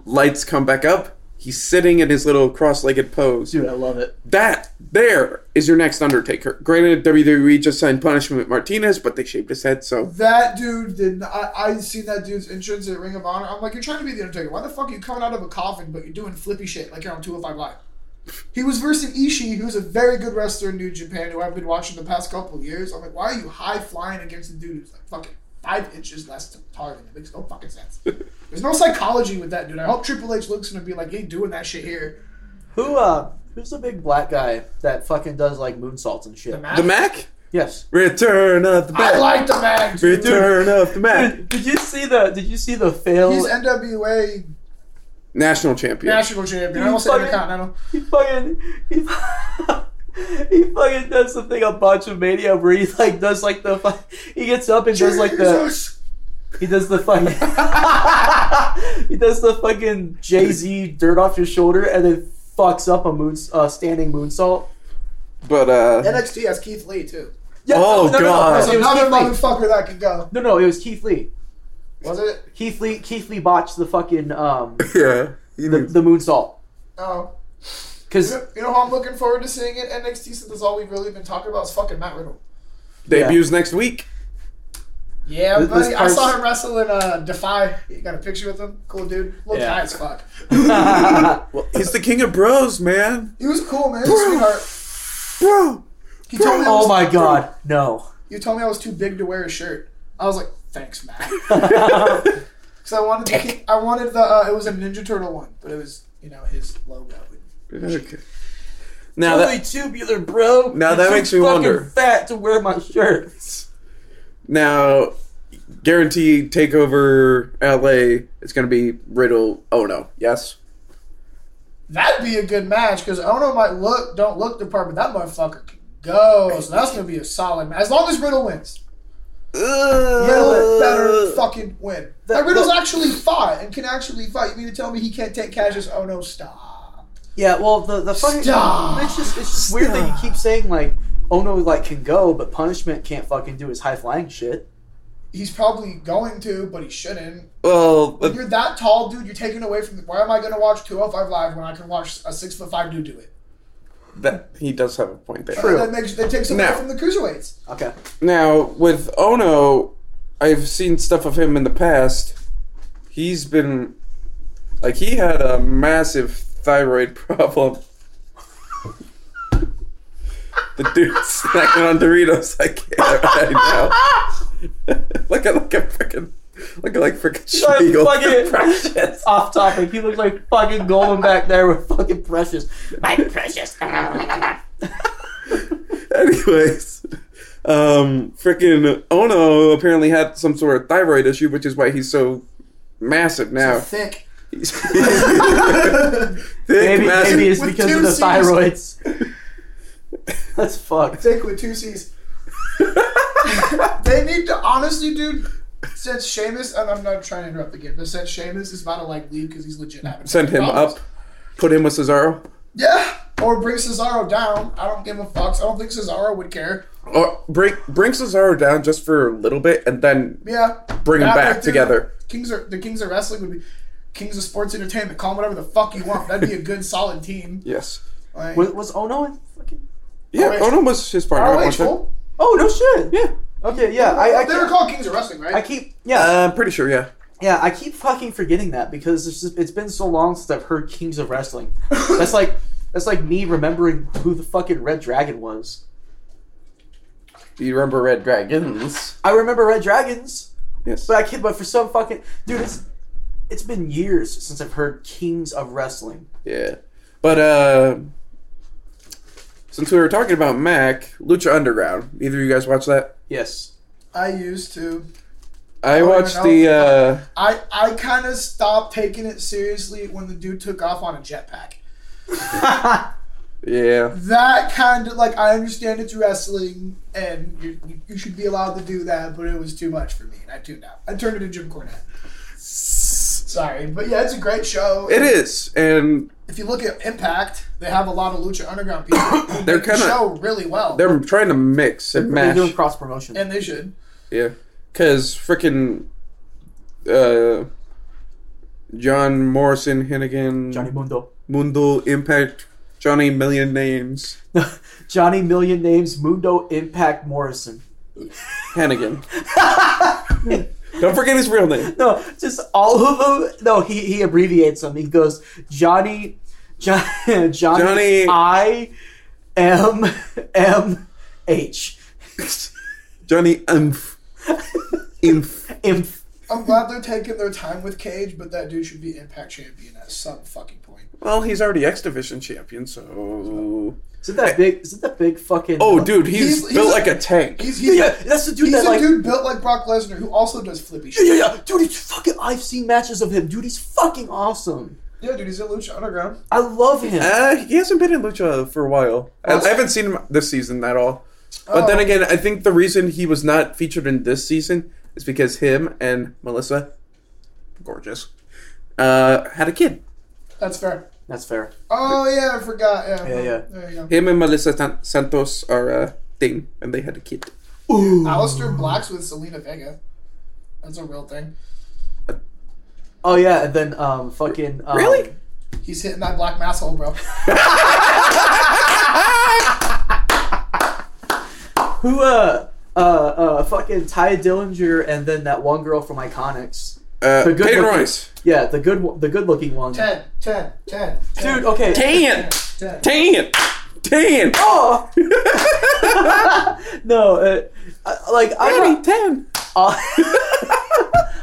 [SPEAKER 2] Lights come back up. He's sitting in his little cross-legged pose.
[SPEAKER 1] Dude, I love it.
[SPEAKER 2] That there is your next Undertaker. Granted, WWE just signed Punishment Martinez, but they shaved his head, so
[SPEAKER 3] That dude did. Not, I I seen that dude's entrance at Ring of Honor. I'm like, you're trying to be the Undertaker. Why the fuck are you coming out of a coffin, but you're doing flippy shit like you're on 205 Live? He was versus Ishii, who's a very good wrestler in New Japan, who I've been watching the past couple of years. I'm like, why are you high flying against a dude who's like fucking five inches less taller than you? It makes no fucking sense. There's no psychology with that dude. I hope Triple H looks at him and be like, you ain't doing that shit here.
[SPEAKER 1] Who uh who's the big black guy that fucking does like moonsaults and shit?
[SPEAKER 3] Mac.
[SPEAKER 2] the Mac.
[SPEAKER 1] Yes.
[SPEAKER 2] Return of the
[SPEAKER 3] I
[SPEAKER 2] Mac.
[SPEAKER 3] like the Mac. dude.
[SPEAKER 2] Return of the Mac.
[SPEAKER 1] Did, did you see the did you see the fail
[SPEAKER 3] He's NWA
[SPEAKER 2] National champion.
[SPEAKER 3] national champion. I almost said
[SPEAKER 1] fucking-
[SPEAKER 3] Intercontinental.
[SPEAKER 1] he fucking he, he fucking does the thing on Bunch of Mania where he like does like the fu- he gets up and does like the
[SPEAKER 3] Jesus.
[SPEAKER 1] he does the fucking he does the fucking Jay Z dirt off your shoulder and then fucks up a moon uh, standing moonsault.
[SPEAKER 2] But uh,
[SPEAKER 3] NXT has Keith Lee too.
[SPEAKER 1] Yeah,
[SPEAKER 2] Oh,
[SPEAKER 1] no, no, no,
[SPEAKER 2] God.
[SPEAKER 1] No, it was
[SPEAKER 3] Another
[SPEAKER 1] Keith Lee.
[SPEAKER 3] motherfucker that could go.
[SPEAKER 1] no, no, it was Keith Lee.
[SPEAKER 3] Was it?
[SPEAKER 1] Keith Lee Keith Lee botched the fucking um
[SPEAKER 2] yeah, he
[SPEAKER 1] the,
[SPEAKER 2] knew.
[SPEAKER 1] the moonsault
[SPEAKER 3] Oh.
[SPEAKER 1] because
[SPEAKER 3] You know, you know who I'm looking forward to seeing it NXT since that's all we've really been talking about is fucking Matt Riddle.
[SPEAKER 2] debuts next week.
[SPEAKER 3] Yeah,
[SPEAKER 1] This- this
[SPEAKER 3] buddy. I saw
[SPEAKER 1] part's-
[SPEAKER 3] him wrestle in uh, Defy. You got a picture with him? Cool dude. Looked
[SPEAKER 1] Yeah.
[SPEAKER 3] high as fuck.
[SPEAKER 1] well,
[SPEAKER 2] He's the king of bros, man.
[SPEAKER 3] He was cool, man. Sweetheart.
[SPEAKER 2] Bro.
[SPEAKER 3] He told me I
[SPEAKER 1] oh
[SPEAKER 3] was-
[SPEAKER 1] my god, no.
[SPEAKER 3] You told me I was too big to wear a shirt. I was like, thanks, Matt. Because I wanted the, King- I wanted the uh, it was a Ninja Turtle one, but it was you know his logo.
[SPEAKER 2] Okay. Now that
[SPEAKER 1] tubular, bro.
[SPEAKER 2] Now that
[SPEAKER 1] You're
[SPEAKER 2] makes
[SPEAKER 1] too
[SPEAKER 2] me
[SPEAKER 1] fucking
[SPEAKER 2] wonder.
[SPEAKER 1] Fat to wear my shirts.
[SPEAKER 2] now, guarantee takeover LA. It's gonna be Riddle. Oh no, yes.
[SPEAKER 3] That'd be a good match because Ono might look, don't look the part, but that motherfucker can go. So that's gonna be a solid match as long as Riddle wins. Riddle better fucking win. That,
[SPEAKER 1] That-
[SPEAKER 3] Riddle's
[SPEAKER 1] that-
[SPEAKER 3] actually fought and can actually fight. You mean to tell me he can't take Cassius Ono? Stop.
[SPEAKER 1] Yeah, well, the the fucking
[SPEAKER 3] Stop.
[SPEAKER 1] it's just it's just weird that you keep saying like, oh no, like can go, but punishment can't fucking do his high flying shit.
[SPEAKER 3] He's probably going to, but he shouldn't.
[SPEAKER 2] Well,
[SPEAKER 3] When
[SPEAKER 2] but
[SPEAKER 3] you're that tall, dude, you're taken away from. Why am I gonna watch 205 Live when I can watch a six foot five dude do it?
[SPEAKER 2] that, he does have a point there.
[SPEAKER 1] True.
[SPEAKER 3] That makes that takes away
[SPEAKER 2] No.
[SPEAKER 3] from the cruiserweights.
[SPEAKER 1] Okay,
[SPEAKER 2] Now with Ono, I've seen stuff of him in the past. He's been like he had a massive thyroid problem. the dude snacking on Doritos. I can't right now. look at like a freaking look at like freaking
[SPEAKER 1] up,
[SPEAKER 2] Spiegel.
[SPEAKER 1] fuck it.
[SPEAKER 2] Precious.
[SPEAKER 1] off topic. He looks like fucking Golden back there with fucking precious. My precious.
[SPEAKER 2] Anyways, um, freaking Ono apparently had some sort of thyroid issue, which is why he's so massive now.
[SPEAKER 3] Thick.
[SPEAKER 2] He's- Thick,
[SPEAKER 1] maybe
[SPEAKER 2] massive.
[SPEAKER 1] maybe it's
[SPEAKER 3] With
[SPEAKER 1] because
[SPEAKER 3] two
[SPEAKER 1] of the
[SPEAKER 3] Cs.
[SPEAKER 1] thyroids. That's fucked.
[SPEAKER 3] Thick with two C's. they need to honestly, dude. Since Sheamus, and I'm not trying to interrupt again, but since Sheamus is about to like leave because he's legit having
[SPEAKER 2] Send him
[SPEAKER 3] problems.
[SPEAKER 2] up. Put him with Cesaro.
[SPEAKER 3] yeah, or bring Cesaro down. I don't give a fuck. I don't think Cesaro would care.
[SPEAKER 2] Or bring bring Cesaro down just for a little bit and then
[SPEAKER 3] Yeah,
[SPEAKER 2] bring him
[SPEAKER 3] That
[SPEAKER 2] back
[SPEAKER 3] right there,
[SPEAKER 2] together.
[SPEAKER 3] Kings are the Kings of Wrestling would be Kings of Sports Entertainment. Call them whatever the fuck you want. That'd be a good solid team.
[SPEAKER 2] Yes.
[SPEAKER 3] Like,
[SPEAKER 1] Was, was Ono in fucking?
[SPEAKER 2] Yeah,
[SPEAKER 3] wait.
[SPEAKER 2] Ono was his partner. at
[SPEAKER 3] ROH,
[SPEAKER 2] one time.
[SPEAKER 3] cool.
[SPEAKER 1] Oh no shit.
[SPEAKER 2] Yeah.
[SPEAKER 1] Okay. Yeah. I I,
[SPEAKER 3] they were
[SPEAKER 1] keep-
[SPEAKER 3] called Kings of Wrestling,
[SPEAKER 1] I
[SPEAKER 3] right?
[SPEAKER 1] keep yeah.
[SPEAKER 2] Uh, I'm pretty sure, yeah.
[SPEAKER 1] Yeah, I keep fucking forgetting that because it's, just, it's been so long since I've heard Kings of Wrestling. That's like that's like me remembering who the fucking Red Dragon was.
[SPEAKER 2] Do you remember Red Dragons?
[SPEAKER 1] I remember Red Dragons,
[SPEAKER 2] Yes.
[SPEAKER 1] but I kid, but for some fucking dude, it's it's been years since I've heard Kings of Wrestling.
[SPEAKER 2] Yeah. But uh since we were talking about Mac, Lucha Underground. Either of you guys watch that?
[SPEAKER 1] Yes,
[SPEAKER 3] I used to.
[SPEAKER 2] I
[SPEAKER 3] don't
[SPEAKER 2] watched
[SPEAKER 3] even know.
[SPEAKER 2] the. uh
[SPEAKER 3] I, I kind of stopped taking it seriously when the dude took off on a jetpack.
[SPEAKER 2] Yeah.
[SPEAKER 3] That kind of like I understand it's wrestling and you, you- you should be allowed to do that, but it was too much for me and I tuned out. I turned into Jim Cornette. Sorry, but yeah, it's a great show.
[SPEAKER 2] It is, and
[SPEAKER 3] If you look at Impact, they have a lot of Lucha Underground people. who
[SPEAKER 2] They're
[SPEAKER 3] make the
[SPEAKER 2] kinda-
[SPEAKER 3] show really well,
[SPEAKER 2] they're trying to mix and
[SPEAKER 1] They're doing
[SPEAKER 2] mash.
[SPEAKER 1] cross promotion.
[SPEAKER 3] and they should.
[SPEAKER 2] Yeah, because freaking uh, John Morrison, Hennigan,
[SPEAKER 1] Johnny Mundo.
[SPEAKER 2] Mundo, Impact, Johnny Million Names,
[SPEAKER 1] Johnny Million Names, Mundo Impact Morrison.
[SPEAKER 2] Hennigan. Don't forget his real name.
[SPEAKER 1] No, just all of them. No, he, he abbreviates them. He goes Johnny, John, Johnny,
[SPEAKER 2] Johnny-
[SPEAKER 1] I M M H.
[SPEAKER 2] Johnny Inf. Inf.
[SPEAKER 1] Inf.
[SPEAKER 3] I'm glad they're taking their time with Cage, but that dude should be Impact champion at some fucking point.
[SPEAKER 2] Well, he's already X Division champion, so.
[SPEAKER 1] Isn't that big? Isn't that big fucking? uh,
[SPEAKER 2] Oh, dude, he's,
[SPEAKER 3] He's- he's
[SPEAKER 2] built
[SPEAKER 3] a-
[SPEAKER 2] like a tank.
[SPEAKER 3] He's, he's,
[SPEAKER 1] Yeah, that's the dude
[SPEAKER 3] he's
[SPEAKER 1] that
[SPEAKER 3] a
[SPEAKER 1] like.
[SPEAKER 3] dude built like Brock Lesnar who also does flippy
[SPEAKER 1] Yeah,
[SPEAKER 3] shit.
[SPEAKER 1] yeah, yeah, dude, he's fucking. I've seen matches of him, dude. He's fucking awesome.
[SPEAKER 3] Yeah, dude, he's in Lucha Underground.
[SPEAKER 1] I love him.
[SPEAKER 2] Uh, he hasn't been in Lucha for a while. I, I
[SPEAKER 3] Awesome.
[SPEAKER 2] haven't seen him this season at all. But then
[SPEAKER 3] Oh.
[SPEAKER 2] again, I think the reason he was not featured in this season is because him and Melissa, gorgeous, uh, had a kid.
[SPEAKER 3] That's fair.
[SPEAKER 1] That's fair.
[SPEAKER 3] Oh yeah, I forgot. Yeah,
[SPEAKER 1] Yeah, yeah.
[SPEAKER 3] There you go.
[SPEAKER 2] Him and Melissa San- Santos are a thing, and they had a kid.
[SPEAKER 1] Ooh.
[SPEAKER 3] Alistair Black's with Selena Vega. That's a real thing.
[SPEAKER 1] Oh yeah, and then um, fucking um,
[SPEAKER 2] Really?
[SPEAKER 3] He's hitting that black mass hole, bro.
[SPEAKER 1] Who uh uh uh fucking Ty Dillinger and then that one girl from Iconics.
[SPEAKER 2] Uh,
[SPEAKER 1] The good
[SPEAKER 2] Peyton
[SPEAKER 1] looking-
[SPEAKER 2] Royce.
[SPEAKER 1] Yeah, the good one- the good looking one.
[SPEAKER 3] Ten, ten, ten, ten,
[SPEAKER 1] Dude, oh, okay.
[SPEAKER 2] Tan!
[SPEAKER 3] ten.
[SPEAKER 2] Tan! Tan!
[SPEAKER 1] Oh! no, uh, I- like
[SPEAKER 2] Daddy,
[SPEAKER 1] I
[SPEAKER 2] Tan!
[SPEAKER 1] off,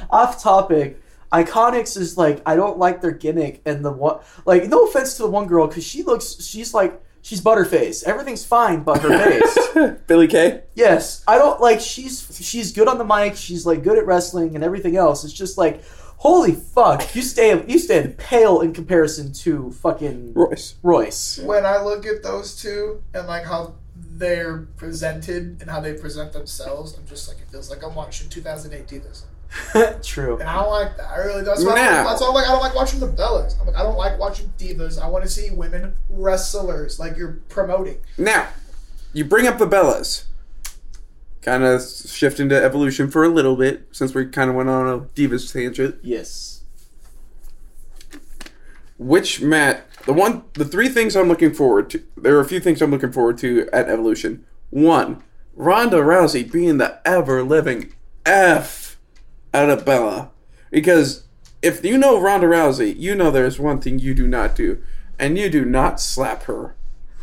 [SPEAKER 1] off topic. Iconics is like I don't like their gimmick and the one like no offense to the one girl because she looks she's like she's butterface everything's fine but her face
[SPEAKER 2] Billy Kay.
[SPEAKER 1] Yes, I don't like she's she's good on the mic. She's like good at wrestling and everything else. It's just like, holy fuck, you stand you stand pale in comparison to fucking
[SPEAKER 2] Royce.
[SPEAKER 1] Royce.
[SPEAKER 3] When I look at those two and like how they're presented and how they present themselves, I'm just like it feels like I'm watching 2008 do this.
[SPEAKER 1] True.
[SPEAKER 3] And I don't like that. I really that's why I
[SPEAKER 2] Now.
[SPEAKER 3] don't, that's why I'm like I don't like watching the Bellas. I'm like I don't like watching divas. I want to see women wrestlers like you're promoting.
[SPEAKER 2] Now, you bring up the Bellas. Kind of shifting to evolution for a little bit, since we kind of went on a Divas tangent.
[SPEAKER 1] Yes.
[SPEAKER 2] Which Matt? The one, the three things I'm looking forward to. There are a few things I'm looking forward to at Evolution. One, Ronda Rousey being the ever living f out of Bella, because if you know Ronda Rousey, you know there's one thing you do not do, and you do not slap her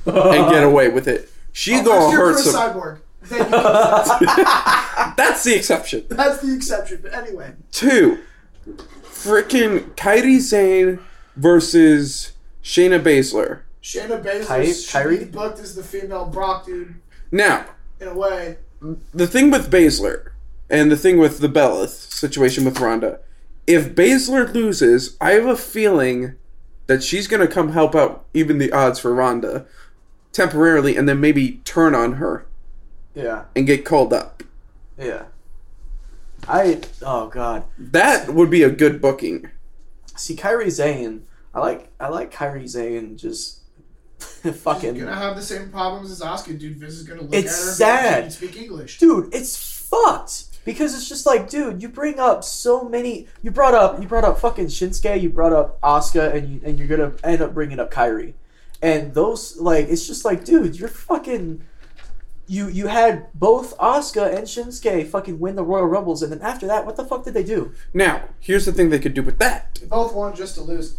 [SPEAKER 2] and get away with it. She
[SPEAKER 3] Unless
[SPEAKER 2] gonna
[SPEAKER 3] you're
[SPEAKER 2] hurt
[SPEAKER 3] Chris
[SPEAKER 2] some.
[SPEAKER 3] Cyborg. Then you can do that.
[SPEAKER 2] That's the exception.
[SPEAKER 3] that's the exception. But anyway,
[SPEAKER 2] Two, freaking Kairi Sane versus Shayna Baszler.
[SPEAKER 3] Shayna Baszler
[SPEAKER 1] Ky-
[SPEAKER 3] should
[SPEAKER 1] Kyrie?
[SPEAKER 3] be booked as the female Brock dude
[SPEAKER 2] Now,
[SPEAKER 3] in a way.
[SPEAKER 2] the thing with Baszler and the thing with the Bella situation with Ronda, if Baszler loses, I have a feeling that she's going to come help out even the odds for Ronda temporarily and then maybe turn on her
[SPEAKER 1] Yeah.
[SPEAKER 2] and get called up.
[SPEAKER 1] Yeah. I oh god.
[SPEAKER 2] That would be a good booking.
[SPEAKER 1] See Kyrie Zane. I like I like Kyrie Zane just
[SPEAKER 3] She's
[SPEAKER 1] fucking
[SPEAKER 3] gonna have the same problems as Asuka, dude. Vince is gonna look
[SPEAKER 1] It's
[SPEAKER 3] at her.
[SPEAKER 1] sad.
[SPEAKER 3] and she can Speak English.
[SPEAKER 1] dude it's fucked because it's just like dude you bring up so many you brought up you brought up fucking Shinsuke you brought up Asuka and you and you're gonna end up bringing up Kyrie and those like it's just like dude you're fucking you you had both Asuka and Shinsuke fucking win the Royal Rumbles and then after that what the fuck did they do
[SPEAKER 2] Now, here's the thing they could do with that.
[SPEAKER 3] They both want just to lose,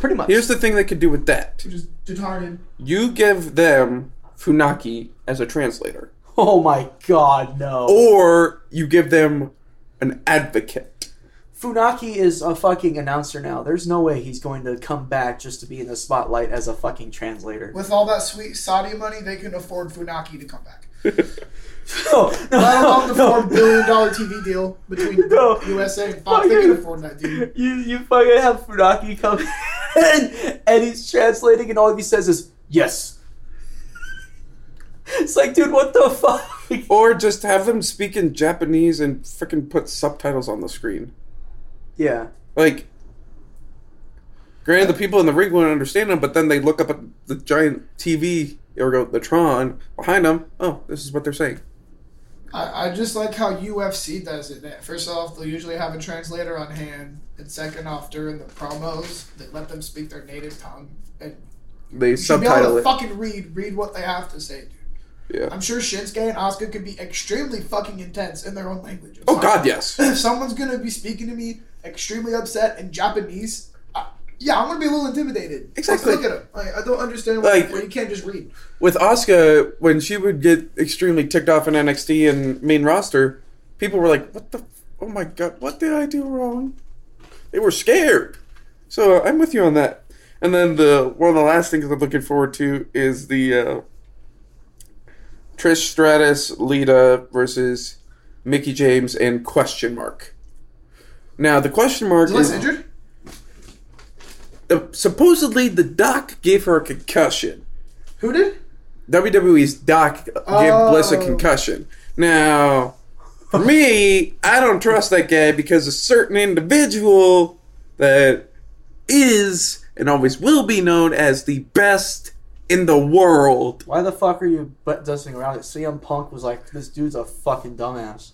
[SPEAKER 1] pretty much
[SPEAKER 2] Here's the thing they could do with that.
[SPEAKER 3] which is retarded.
[SPEAKER 2] You give them Funaki as a translator,
[SPEAKER 1] oh my god no
[SPEAKER 2] Oh, or you give them an advocate.
[SPEAKER 1] Funaki is a fucking announcer now there's no way he's going to come back just to be in the spotlight as a fucking translator
[SPEAKER 3] With all that sweet Saudi money, they can afford Funaki to come back.
[SPEAKER 1] No, no,
[SPEAKER 3] Let alone the
[SPEAKER 1] no.
[SPEAKER 3] four billion dollar TV deal between
[SPEAKER 1] No.
[SPEAKER 3] USA and Fox. They can afford that, dude.
[SPEAKER 1] You you fucking have Funaki come in and he's translating and all he says is yes. It's like, dude, what the fuck?
[SPEAKER 2] Or just have them speak in Japanese and freaking put subtitles on the screen.
[SPEAKER 1] Yeah.
[SPEAKER 2] Like, granted, the people in the ring wouldn't understand them, but then they look up at the giant TV or go the Tron behind them. Oh, this is what they're saying.
[SPEAKER 3] I, I just like how UFC does it. That first off, they'll usually have a translator on hand, and second off, during the promos, they let them speak their native tongue. And
[SPEAKER 2] They
[SPEAKER 3] you should be able
[SPEAKER 2] subtitle
[SPEAKER 3] to
[SPEAKER 2] it.
[SPEAKER 3] fucking read read what they have to say, dude.
[SPEAKER 2] yeah.
[SPEAKER 3] I'm sure Shinsuke and Oscar could be extremely fucking intense in their own language. I'm
[SPEAKER 2] Oh
[SPEAKER 3] sorry.
[SPEAKER 2] God, yes.
[SPEAKER 3] if someone's gonna be speaking to me extremely upset in Japanese, I, yeah, I'm gonna be a little intimidated.
[SPEAKER 2] Exactly.
[SPEAKER 3] Let's look at him. Like, I don't understand why,
[SPEAKER 2] Like-
[SPEAKER 3] why you can't just read.
[SPEAKER 2] With Asuka, when she would get extremely ticked off in NXT and main roster, people were like, "What the? f- Oh my God, what did I do wrong?" They were scared. So uh, I'm with you on that. And then the one of the last things I'm looking forward to is the uh, Trish Stratus, Lita versus Mickey James and question mark. Now the question mark
[SPEAKER 3] Is Les
[SPEAKER 2] is
[SPEAKER 3] injured?
[SPEAKER 2] uh, supposedly the doc gave her a concussion.
[SPEAKER 3] Who did?
[SPEAKER 2] WWE's E doc gave Bliss a
[SPEAKER 3] Oh.
[SPEAKER 2] concussion. Now, for me, I don't trust that guy because a certain individual that is and always will be known as the best in the world.
[SPEAKER 1] Why the fuck are you butt dusting around it? CM Punk was like, this dude's a fucking dumbass.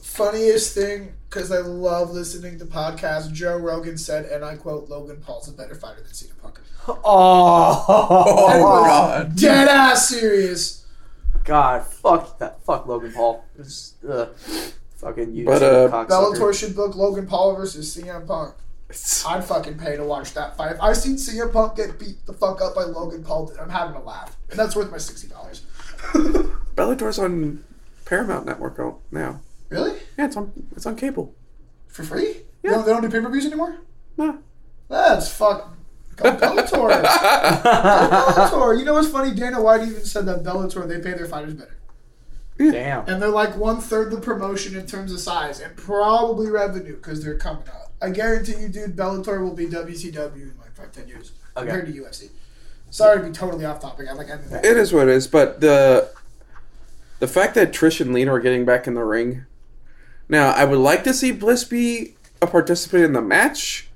[SPEAKER 3] Funniest thing, because I love listening to podcasts. Joe Rogan said, and I quote, "Logan Paul's a better fighter than Cena Punk."
[SPEAKER 2] Oh,
[SPEAKER 1] Oh,
[SPEAKER 2] God.
[SPEAKER 3] Dead ass serious.
[SPEAKER 1] God, fuck that. Fuck Logan Paul. It's, uh, fucking YouTube
[SPEAKER 2] But, uh,
[SPEAKER 1] cocksucker.
[SPEAKER 3] Bellator should book Logan Paul versus CM Punk. I'd fucking pay to watch that fight. If I've seen CM Punk get beat the fuck up by Logan Paul. I'm having a laugh, and that's worth my sixty dollars.
[SPEAKER 2] Bellator's on Paramount Network o- now.
[SPEAKER 3] really?
[SPEAKER 2] Yeah, it's on it's on cable.
[SPEAKER 3] For free? Yeah. They, don't, they don't do pay per views anymore?
[SPEAKER 2] No.
[SPEAKER 3] That's fuck. Go Bellator. Go Bellator. You know what's funny? Dana White even said that Bellator, they pay their fighters better.
[SPEAKER 1] Damn.
[SPEAKER 3] And they're like one third the promotion in terms of size and probably revenue because they're coming up. I guarantee you, dude, Bellator will be WCW in like five, ten years
[SPEAKER 1] Okay.
[SPEAKER 3] compared to UFC. Sorry to be totally off topic. I like ended that.
[SPEAKER 2] It is what it is, but the the fact that Trish and Lena are getting back in the ring. Now, I would like to see Bliss be a participant in the match.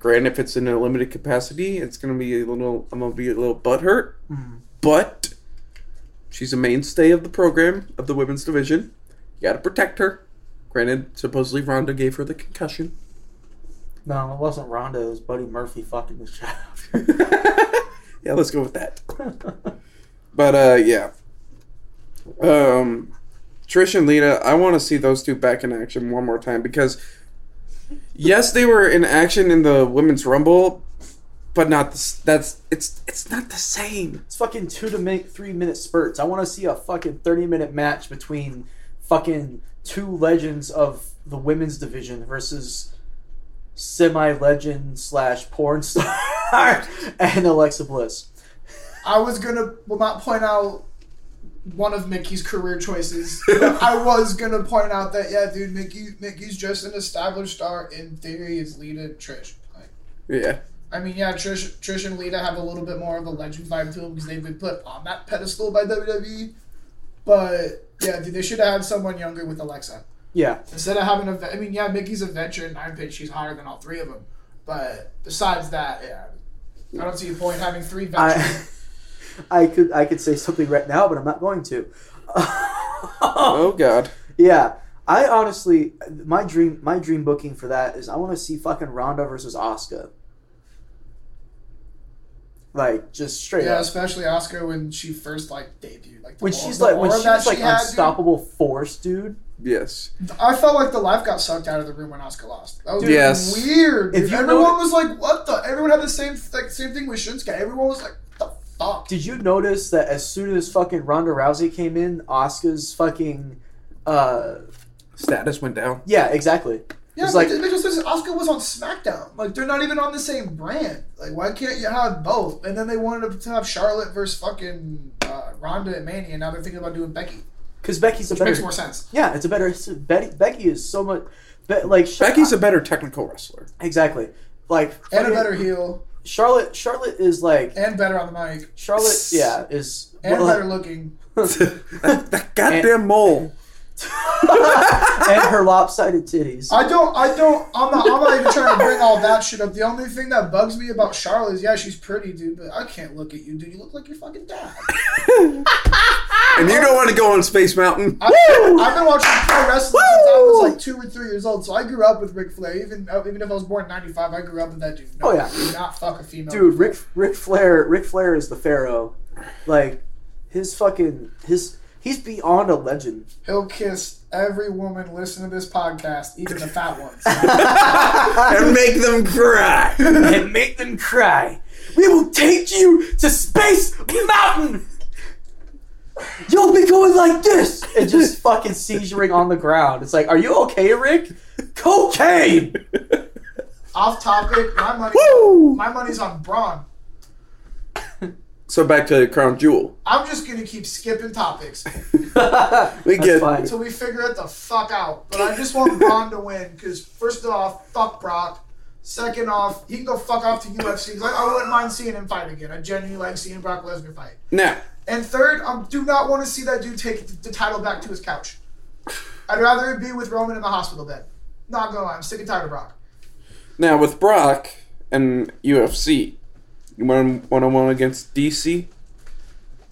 [SPEAKER 2] Granted, if it's in a limited capacity, it's gonna be a little. I'm gonna be a little butthurt, but she's a mainstay of the program of the women's division. You gotta protect her. Granted, supposedly Ronda gave her the concussion.
[SPEAKER 1] No, it wasn't Ronda. It was Buddy Murphy fucking the child.
[SPEAKER 2] yeah, let's go with that. But uh, yeah, um, Trish and Lita, I want to see those two back in action one more time because yes, they were in action in the women's rumble, but not the, s- that's it's it's not the same.
[SPEAKER 1] It's fucking two to make three minute spurts. I want to see a fucking thirty minute match between fucking two legends of the women's division versus semi legend slash porn star and Alexa Bliss.
[SPEAKER 3] I was gonna will not point out one of Mickey's career choices. but I was gonna point out that yeah, dude, Mickey Mickey's just an established star in theory is Lita and Trish. Like,
[SPEAKER 2] Yeah,
[SPEAKER 3] I mean, yeah, Trish Trish and Lita have a little bit more of a legend vibe to them because they've been put on that pedestal by WWE. But yeah, dude, they should have had someone younger with Alexa
[SPEAKER 1] Yeah,
[SPEAKER 3] instead of having a. ve- I mean, yeah, Mickey's a veteran. I bet she's higher than all three of them. But besides that, yeah, I don't see a point having three veterans.
[SPEAKER 1] I I could I could say something right now, but I'm not going to.
[SPEAKER 2] Oh God.
[SPEAKER 1] Yeah, I honestly my dream my dream booking for that is I want to see fucking Ronda versus Oscar. Like just straight
[SPEAKER 3] Yeah,
[SPEAKER 1] up.
[SPEAKER 3] especially Oscar when she first like debuted, like the
[SPEAKER 1] When
[SPEAKER 3] aura-
[SPEAKER 1] she's
[SPEAKER 3] the
[SPEAKER 1] like, when
[SPEAKER 3] aura
[SPEAKER 1] she's
[SPEAKER 3] that
[SPEAKER 1] like
[SPEAKER 3] she had, dude.
[SPEAKER 1] unstoppable force, dude.
[SPEAKER 2] Yes.
[SPEAKER 3] I felt like the life got sucked out of the room when Oscar lost. That was
[SPEAKER 2] Dude, Yes.
[SPEAKER 3] weird.
[SPEAKER 1] If
[SPEAKER 3] dude.
[SPEAKER 1] you
[SPEAKER 3] everyone
[SPEAKER 1] know-
[SPEAKER 3] was like, "What the?" Everyone had the same like same thing with Shinsuke. Everyone was like, "The fuck."
[SPEAKER 1] Did you notice that as soon as fucking Ronda Rousey came in, Oscar's fucking, uh,
[SPEAKER 2] Status went down.
[SPEAKER 1] yeah, exactly.
[SPEAKER 3] Yeah,
[SPEAKER 1] It's
[SPEAKER 3] but
[SPEAKER 1] like-
[SPEAKER 3] it makes no sense. Oscar was on SmackDown. Like they're not even on the same brand. Like why can't you have both? And then they wanted to have Charlotte versus fucking uh, Ronda and Mania. And now they're thinking about doing Becky,
[SPEAKER 1] because Becky's a
[SPEAKER 3] which makes
[SPEAKER 1] better.
[SPEAKER 3] more sense.
[SPEAKER 1] Yeah, it's a better. it's- Betty, Becky is so much. Be, like Sh-
[SPEAKER 2] Becky's a better technical wrestler.
[SPEAKER 1] exactly like
[SPEAKER 3] And a
[SPEAKER 1] fucking-
[SPEAKER 3] better heel,
[SPEAKER 1] Charlotte. Charlotte is like
[SPEAKER 3] and better on the mic,
[SPEAKER 1] Charlotte. Yeah, is
[SPEAKER 3] and
[SPEAKER 1] well,
[SPEAKER 3] better looking.
[SPEAKER 2] that, that goddamn mole.
[SPEAKER 1] and her lopsided titties.
[SPEAKER 3] I don't. I don't. I'm not. I'm not even trying to bring all that shit up. The only thing that bugs me about Charlotte is yeah, she's pretty, dude. But I can't look at you, dude. You look like your fucking dad.
[SPEAKER 2] And you don't want to go on Space Mountain.
[SPEAKER 3] I've, I've been watching pro wrestling since I was like two or three years old, so I grew up with Ric Flair. Even uh, even if I was born in '95, I grew up with that dude. No,
[SPEAKER 1] Oh, yeah.
[SPEAKER 3] do not fuck a female,
[SPEAKER 1] Dude, Rick Rick Flair. Rick Flair is the pharaoh. Like his fucking his. He's beyond a legend.
[SPEAKER 3] He'll kiss every woman listening to this podcast, even the fat ones.
[SPEAKER 2] and make them cry.
[SPEAKER 1] and make them cry. We will take you to Space Mountain. You'll be going like this and just fucking seizuring on the ground. It's like, are you okay, Rick? Cocaine.
[SPEAKER 3] Off topic. My money.
[SPEAKER 2] Woo!
[SPEAKER 3] My money's on Braun.
[SPEAKER 2] So back to Crown Jewel.
[SPEAKER 3] I'm just gonna keep skipping topics
[SPEAKER 2] We
[SPEAKER 1] That's
[SPEAKER 2] get-
[SPEAKER 1] fine.
[SPEAKER 3] until we figure it the fuck out. But I just want Braun to win because first off, fuck Brock. Second off, he can go fuck off to UFC. 'cause I, I wouldn't mind seeing him fight again. I genuinely like seeing Brock Lesnar fight.
[SPEAKER 2] Now,
[SPEAKER 3] And third, I do not want to see that dude take the title back to his couch. I'd rather it be with Roman in the hospital bed. Not gonna lie, I'm sick and tired of Brock.
[SPEAKER 2] now with Brock and UFC, you want one on one against DC?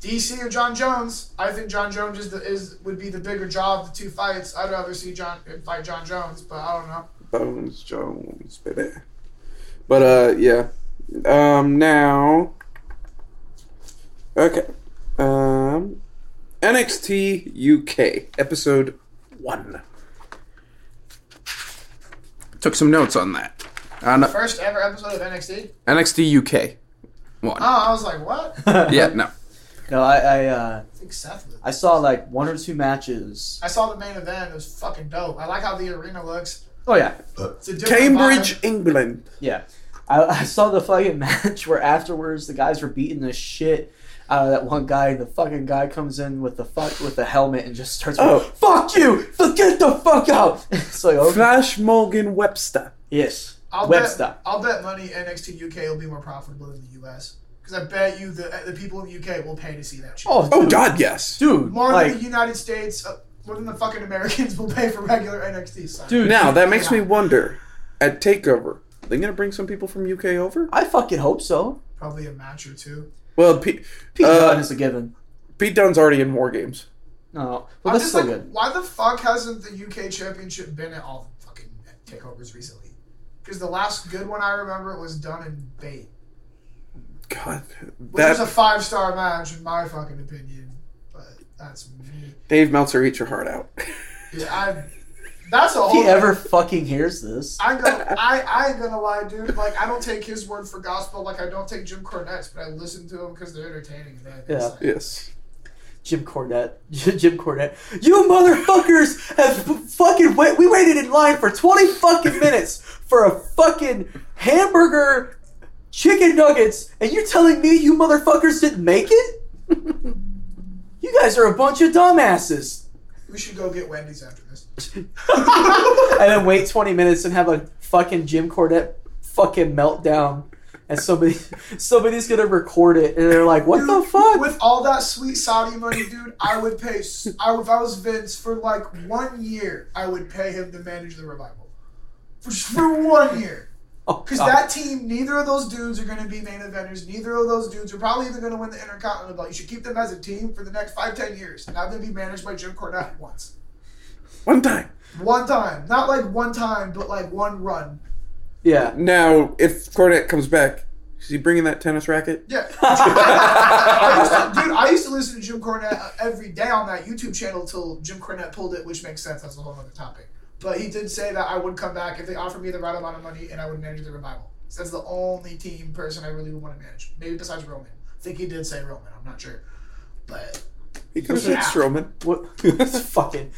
[SPEAKER 3] DC or John Jones? I think John Jones is the, is would be the bigger job of the two fights. I'd rather see John fight John Jones, but I don't know.
[SPEAKER 2] Bones Jones, baby. But uh, yeah. Um, now. Okay. Um, NXT UK episode one. Took some notes on that. Uh, On
[SPEAKER 3] First ever episode of NXT.
[SPEAKER 2] NXT UK one.
[SPEAKER 3] Oh, I was like, what? I
[SPEAKER 2] yeah, no.
[SPEAKER 1] No, I I, uh,
[SPEAKER 3] think Seth. Was.
[SPEAKER 1] I saw like one or two matches.
[SPEAKER 3] I saw the main event. It was fucking dope. I like how the arena looks.
[SPEAKER 1] Oh yeah,
[SPEAKER 3] It's a different
[SPEAKER 2] Cambridge,
[SPEAKER 3] vibe.
[SPEAKER 2] England.
[SPEAKER 1] yeah. I, I saw the fucking match where afterwards the guys were beating the shit out of that one guy. And the fucking guy comes in with the fuck with the helmet and just starts.
[SPEAKER 2] Oh.
[SPEAKER 1] fuck you! Get the fuck out! it's like okay.
[SPEAKER 2] Flash Morgan Webster.
[SPEAKER 1] Yes.
[SPEAKER 3] I'll
[SPEAKER 1] Webster.
[SPEAKER 3] bet. I'll bet money NXT UK will be more profitable than the US because I bet you the the people in the UK will pay to see that shit.
[SPEAKER 1] Oh,
[SPEAKER 2] Oh
[SPEAKER 1] dude.
[SPEAKER 2] God, yes.
[SPEAKER 1] dude
[SPEAKER 3] more
[SPEAKER 1] like,
[SPEAKER 3] than the United States. Uh, more than the fucking Americans will pay for regular NXT. Son.
[SPEAKER 1] dude.
[SPEAKER 2] Now that makes me wonder. At Takeover, they gonna bring some people from UK over?
[SPEAKER 1] I fucking hope so.
[SPEAKER 3] Probably a match or two.
[SPEAKER 2] Well, P-
[SPEAKER 1] Pete
[SPEAKER 2] Uh,
[SPEAKER 1] Dunne is a given.
[SPEAKER 2] Pete Dunne's already in War Games.
[SPEAKER 1] No,
[SPEAKER 3] I'm
[SPEAKER 1] well, that's
[SPEAKER 3] just
[SPEAKER 1] still
[SPEAKER 3] like,
[SPEAKER 1] good.
[SPEAKER 3] why the fuck hasn't the UK Championship been at all the fucking takeovers recently? Because the last good one I remember was done in Bait,
[SPEAKER 2] God,
[SPEAKER 3] which was a
[SPEAKER 2] that
[SPEAKER 3] five star match in my fucking opinion. But that's me.
[SPEAKER 2] Dave Meltzer eats your heart out.
[SPEAKER 3] Yeah, I. That's a
[SPEAKER 1] If
[SPEAKER 3] whole.
[SPEAKER 1] he ever fucking hears this,
[SPEAKER 3] I go. I I ain't gonna lie, dude. Like I don't take his word for gospel. Like I don't take Jim Cornette's, but I listen to him because they're entertaining. And I- it's
[SPEAKER 1] Yeah.
[SPEAKER 3] like-
[SPEAKER 2] yes,
[SPEAKER 1] Jim Cornette, Jim Cornette, you motherfuckers have f- fucking wait. We waited in line for twenty fucking minutes for a fucking hamburger, chicken nuggets, and you're telling me you motherfuckers didn't make it? you guys are a bunch of dumbasses.
[SPEAKER 3] We should go get Wendy's after this.
[SPEAKER 1] and then wait 20 minutes and have a fucking Jim Cornette fucking meltdown. And somebody, somebody's gonna record it, and they're like, "What the
[SPEAKER 3] Dude,
[SPEAKER 1] fuck?"
[SPEAKER 3] With all that sweet Saudi money, dude, I would pay. s- I, if I was Vince for like one year, I would pay him to manage the revival for just for one year.
[SPEAKER 1] Oh,
[SPEAKER 3] Because
[SPEAKER 1] God.
[SPEAKER 3] that team, neither of those dudes are going to be main eventers. Neither of those dudes are probably even going to win the Intercontinental Belt. You should keep them as a team for the next five, ten years. Not them be managed by Jim Cornette once,
[SPEAKER 2] one time.
[SPEAKER 3] one time, not like one time, but like one run.
[SPEAKER 1] yeah,
[SPEAKER 2] Now, if Cornette comes back, is he bringing that tennis racket?
[SPEAKER 3] Yeah. I used to, dude, I used to listen to Jim Cornette uh, every day on that YouTube channel till Jim Cornette pulled it, which makes sense. That's a whole other topic. But he did say that I would come back if they offered me the right amount of money and I would manage the revival. So that's the only team person I really would want to manage, maybe besides Roman. I think he did say Roman. I'm not sure, but
[SPEAKER 2] He could have said Strowman.
[SPEAKER 1] What? fucking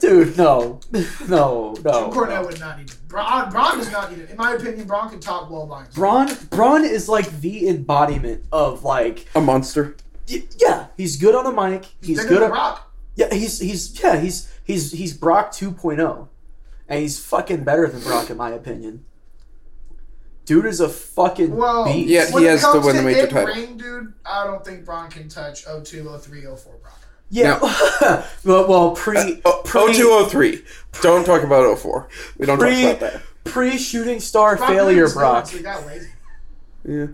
[SPEAKER 1] dude, no,
[SPEAKER 2] Oh,
[SPEAKER 1] no,
[SPEAKER 3] Jim
[SPEAKER 1] no.
[SPEAKER 3] Cornette
[SPEAKER 1] no.
[SPEAKER 3] would not need it. Braun, Braun does not need it. In my opinion, Braun can top blow lines.
[SPEAKER 1] Braun Braun is like the embodiment of like
[SPEAKER 2] A monster.
[SPEAKER 1] y- yeah, he's good on a mic. He's
[SPEAKER 3] Bigger
[SPEAKER 1] good
[SPEAKER 3] than
[SPEAKER 1] on
[SPEAKER 3] Rock.
[SPEAKER 1] yeah. He's he's yeah. He's he's he's Brock 2.0, and he's fucking better than Brock in my opinion. Dude is a fucking
[SPEAKER 3] Well,
[SPEAKER 1] beast.
[SPEAKER 2] Yeah,
[SPEAKER 3] when
[SPEAKER 2] he
[SPEAKER 3] it
[SPEAKER 2] has to
[SPEAKER 3] comes
[SPEAKER 2] win the
[SPEAKER 3] to
[SPEAKER 2] major
[SPEAKER 3] in
[SPEAKER 2] title.
[SPEAKER 3] Ring, dude, I don't think Braun can touch 02, 03, 04 Brock.
[SPEAKER 1] Yeah. well, well, pre
[SPEAKER 2] Oh,
[SPEAKER 1] pre
[SPEAKER 2] 0203. Don't talk about 04. We don't
[SPEAKER 1] Pre-
[SPEAKER 2] talk about that.
[SPEAKER 1] pre shooting star
[SPEAKER 3] Brock
[SPEAKER 1] failure,
[SPEAKER 3] Lesnar's leaving,
[SPEAKER 1] Brock.
[SPEAKER 3] so he got lazy.
[SPEAKER 2] Yeah.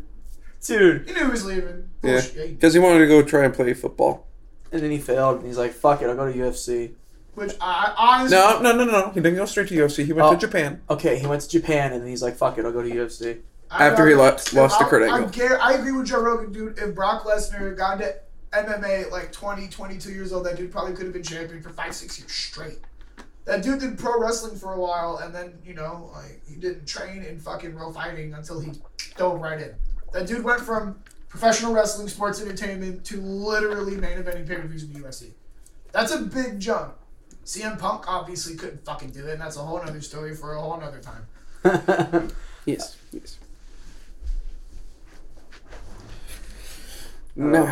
[SPEAKER 1] Dude,
[SPEAKER 3] He knew he was leaving.
[SPEAKER 2] Yeah.
[SPEAKER 3] Bullshit. Yeah, he did.
[SPEAKER 2] Because he wanted to go try and play football.
[SPEAKER 1] and then he failed, and he's like, "Fuck it, I'll go to UFC."
[SPEAKER 3] Which I I honestly,
[SPEAKER 2] No, no, no, no. He didn't go straight to UFC. He went
[SPEAKER 1] Oh.
[SPEAKER 2] to Japan.
[SPEAKER 1] Okay, he went to Japan, and then he's like, "Fuck it, I'll go to UFC."
[SPEAKER 3] I
[SPEAKER 2] after he
[SPEAKER 3] don't-
[SPEAKER 2] lost-
[SPEAKER 3] if
[SPEAKER 2] lost to
[SPEAKER 3] I-
[SPEAKER 2] Kurt
[SPEAKER 3] I,
[SPEAKER 2] Angle.
[SPEAKER 3] gar- I agree with Joe Rogan, dude. If Brock Lesnar had gone to MMA at like 20, 22 years old, that dude probably could have been champion for five, six years straight. That dude did pro wrestling for a while, and then you know, like he didn't train in fucking real fighting until he dove right in. That dude went from professional wrestling, sports entertainment to literally main eventing pay per views in the UFC. That's a big jump. CM Punk obviously couldn't fucking do it, and that's a whole nother story for a whole nother time.
[SPEAKER 2] Yes. Yes. No.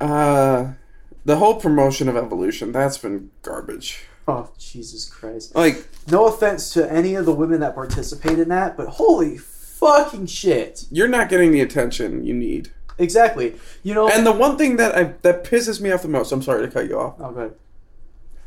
[SPEAKER 2] Uh, the whole promotion of Evolution, that's been garbage.
[SPEAKER 1] Oh Jesus Christ!
[SPEAKER 2] Like,
[SPEAKER 1] No offense to any of the women that participated in that, but holy fucking shit!
[SPEAKER 2] you're not getting the attention you need.
[SPEAKER 1] Exactly. You know.
[SPEAKER 2] And the one thing that I that pisses me off the most, I'm sorry to cut you off.
[SPEAKER 1] oh, go ahead.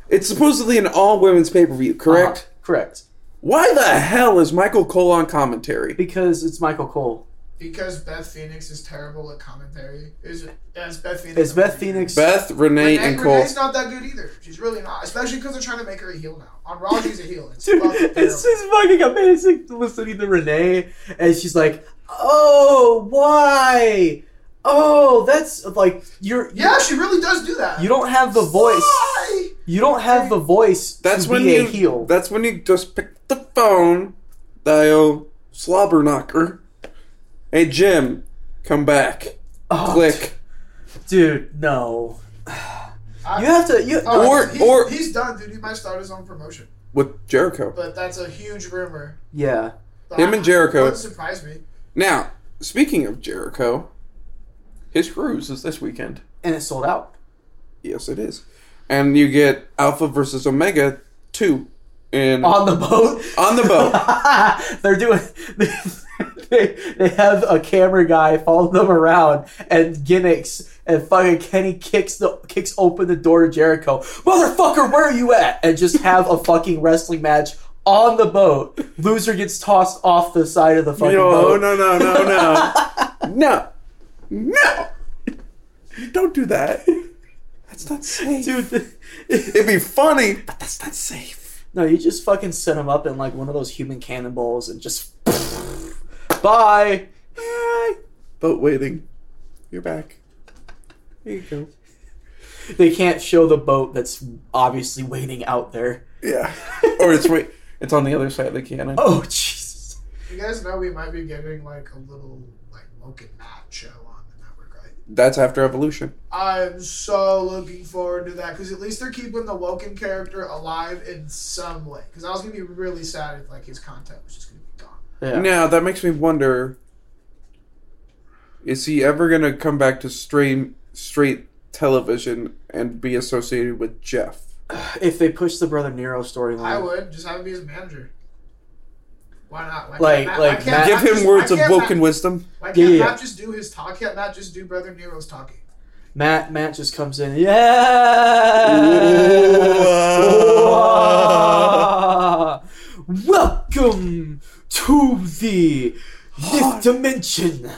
[SPEAKER 2] It's supposedly an all women's pay per view, correct?
[SPEAKER 1] Uh-huh, correct.
[SPEAKER 2] Why the hell is Michael Cole on commentary?
[SPEAKER 1] Because it's Michael Cole.
[SPEAKER 3] Because Beth Phoenix is terrible at commentary. Is it? Yeah, it's Beth Phoenix.
[SPEAKER 1] It's Beth Phoenix.
[SPEAKER 2] Beth, Renee,
[SPEAKER 3] Renee,
[SPEAKER 2] and Cole.
[SPEAKER 3] Renee's not that good either. She's really not. Especially because they're trying to make her a heel now. On Raw, she's a heel. It's
[SPEAKER 1] Dude,
[SPEAKER 3] fucking
[SPEAKER 1] it's
[SPEAKER 3] terrible.
[SPEAKER 1] just fucking amazing listening to Renee, and she's like, "Oh, why? Oh, that's like you're
[SPEAKER 3] Yeah, she really does do that.
[SPEAKER 1] you don't have the voice.
[SPEAKER 3] Why?
[SPEAKER 1] You don't have the voice
[SPEAKER 2] That's
[SPEAKER 1] to
[SPEAKER 2] when
[SPEAKER 1] be
[SPEAKER 2] you.
[SPEAKER 1] a heel.
[SPEAKER 2] That's when you just pick the phone, dial slobber knocker. Hey Jim, come back.
[SPEAKER 1] Oh,
[SPEAKER 2] Click.
[SPEAKER 1] dude. No,
[SPEAKER 3] I-
[SPEAKER 1] you have to. You
[SPEAKER 3] Oh,
[SPEAKER 2] Or-
[SPEAKER 3] he's,
[SPEAKER 2] or-
[SPEAKER 3] he's done, dude. He might start his own promotion,
[SPEAKER 2] With Jericho.
[SPEAKER 3] but that's a huge rumor.
[SPEAKER 1] yeah.
[SPEAKER 3] But
[SPEAKER 2] Him
[SPEAKER 3] I-
[SPEAKER 2] and Jericho.
[SPEAKER 3] Wouldn't surprise me.
[SPEAKER 2] Now, speaking of Jericho, his cruise is this weekend.
[SPEAKER 1] and it sold out.
[SPEAKER 2] Yes, it is. And you get Alpha versus Omega 2 in
[SPEAKER 1] on the boat.
[SPEAKER 2] on the boat.
[SPEAKER 1] They're doing. They, they have a camera guy follow them around and gimmicks and fucking Kenny kicks the kicks open the door to Jericho. Motherfucker, where are you at? And just have a fucking wrestling match on the boat. Loser gets tossed off the side of the fucking
[SPEAKER 2] no,
[SPEAKER 1] boat.
[SPEAKER 2] no, no, no, no. No. No. Don't do that. That's not safe.
[SPEAKER 1] Dude,
[SPEAKER 2] It'd be funny, but that's not safe.
[SPEAKER 1] no, you just fucking set him up in like one of those human cannonballs and just bye.
[SPEAKER 2] Hi. Boat waiting. You're back. There you go.
[SPEAKER 1] They can't show the boat that's obviously waiting out there.
[SPEAKER 2] Yeah. Or it's wait. It's on the other side of the cannon.
[SPEAKER 1] Oh Jesus.
[SPEAKER 3] You guys know we might be getting like a little like Loke and Matt show on the network, right?
[SPEAKER 2] That's after evolution.
[SPEAKER 3] I'm so looking forward to that because at least they're keeping the Woken character alive in some way. Because I was gonna be really sad if like his content was just gonna be gone.
[SPEAKER 1] Yeah.
[SPEAKER 2] Now that makes me wonder: Is he ever gonna come back to straight straight television and be associated with Jeff?
[SPEAKER 1] if they push the brother Nero
[SPEAKER 2] Mm.
[SPEAKER 3] I
[SPEAKER 1] storyline.
[SPEAKER 3] would just have him be his manager. Why not? Why
[SPEAKER 1] Like-
[SPEAKER 3] can't Matt,
[SPEAKER 1] like
[SPEAKER 3] why can't
[SPEAKER 1] Matt-
[SPEAKER 2] Give
[SPEAKER 3] Matt
[SPEAKER 2] him
[SPEAKER 3] just-
[SPEAKER 2] words
[SPEAKER 3] why
[SPEAKER 2] of
[SPEAKER 3] can't
[SPEAKER 2] Vulcan
[SPEAKER 3] Matt,
[SPEAKER 2] wisdom.
[SPEAKER 3] Why can't
[SPEAKER 1] Yeah, yeah.
[SPEAKER 3] Matt just do his talk? Can't Matt just do Brother Nero's talking?
[SPEAKER 1] Matt Matt just comes in. Yeah. Welcome to the fifth dimension.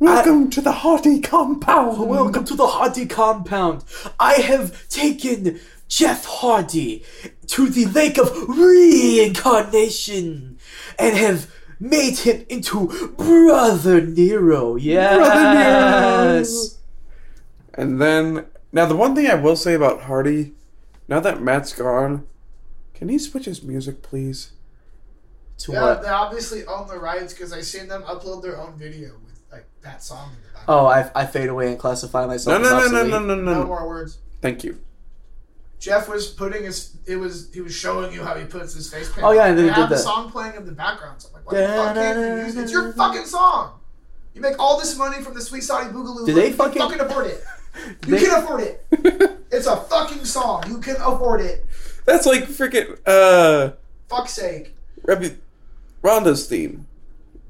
[SPEAKER 2] Welcome to the Hardy compound.
[SPEAKER 1] Welcome to the Hardy compound. I have taken Jeff Hardy to the lake of reincarnation and have made him into Brother Nero. Yes.
[SPEAKER 2] And then, now the one thing I will say about Hardy, now that Matt's gone, can he switch his music, please?
[SPEAKER 1] To
[SPEAKER 3] Yeah,
[SPEAKER 1] what?
[SPEAKER 3] they obviously own the rights because I seen them upload their own video with like that song in the
[SPEAKER 2] Uh,
[SPEAKER 1] Oh,
[SPEAKER 3] background.
[SPEAKER 1] I, I fade away and classify
[SPEAKER 2] No,
[SPEAKER 1] myself.
[SPEAKER 2] no,
[SPEAKER 1] as
[SPEAKER 2] no, no,
[SPEAKER 1] obsolete.
[SPEAKER 2] no, no, no,
[SPEAKER 3] no
[SPEAKER 2] no.
[SPEAKER 3] more words.
[SPEAKER 2] Thank you.
[SPEAKER 3] Jeff was putting his. It was he was showing you how he puts his face paint.
[SPEAKER 1] Oh, yeah, and then he
[SPEAKER 3] I have
[SPEAKER 1] did
[SPEAKER 3] the
[SPEAKER 1] that.
[SPEAKER 3] song playing in the background. So I'm like, why the fuck can't you use it? It's your fucking song. You make all this money from the Sweet Saudi Boogaloo.
[SPEAKER 1] Do they
[SPEAKER 3] you
[SPEAKER 1] fucking-
[SPEAKER 3] fucking afford it? You
[SPEAKER 1] They-
[SPEAKER 3] can afford it. It's a fucking song. You can afford it.
[SPEAKER 2] That's like freaking uh,
[SPEAKER 3] Fuck's sake.
[SPEAKER 2] Rebbe Rondo's theme.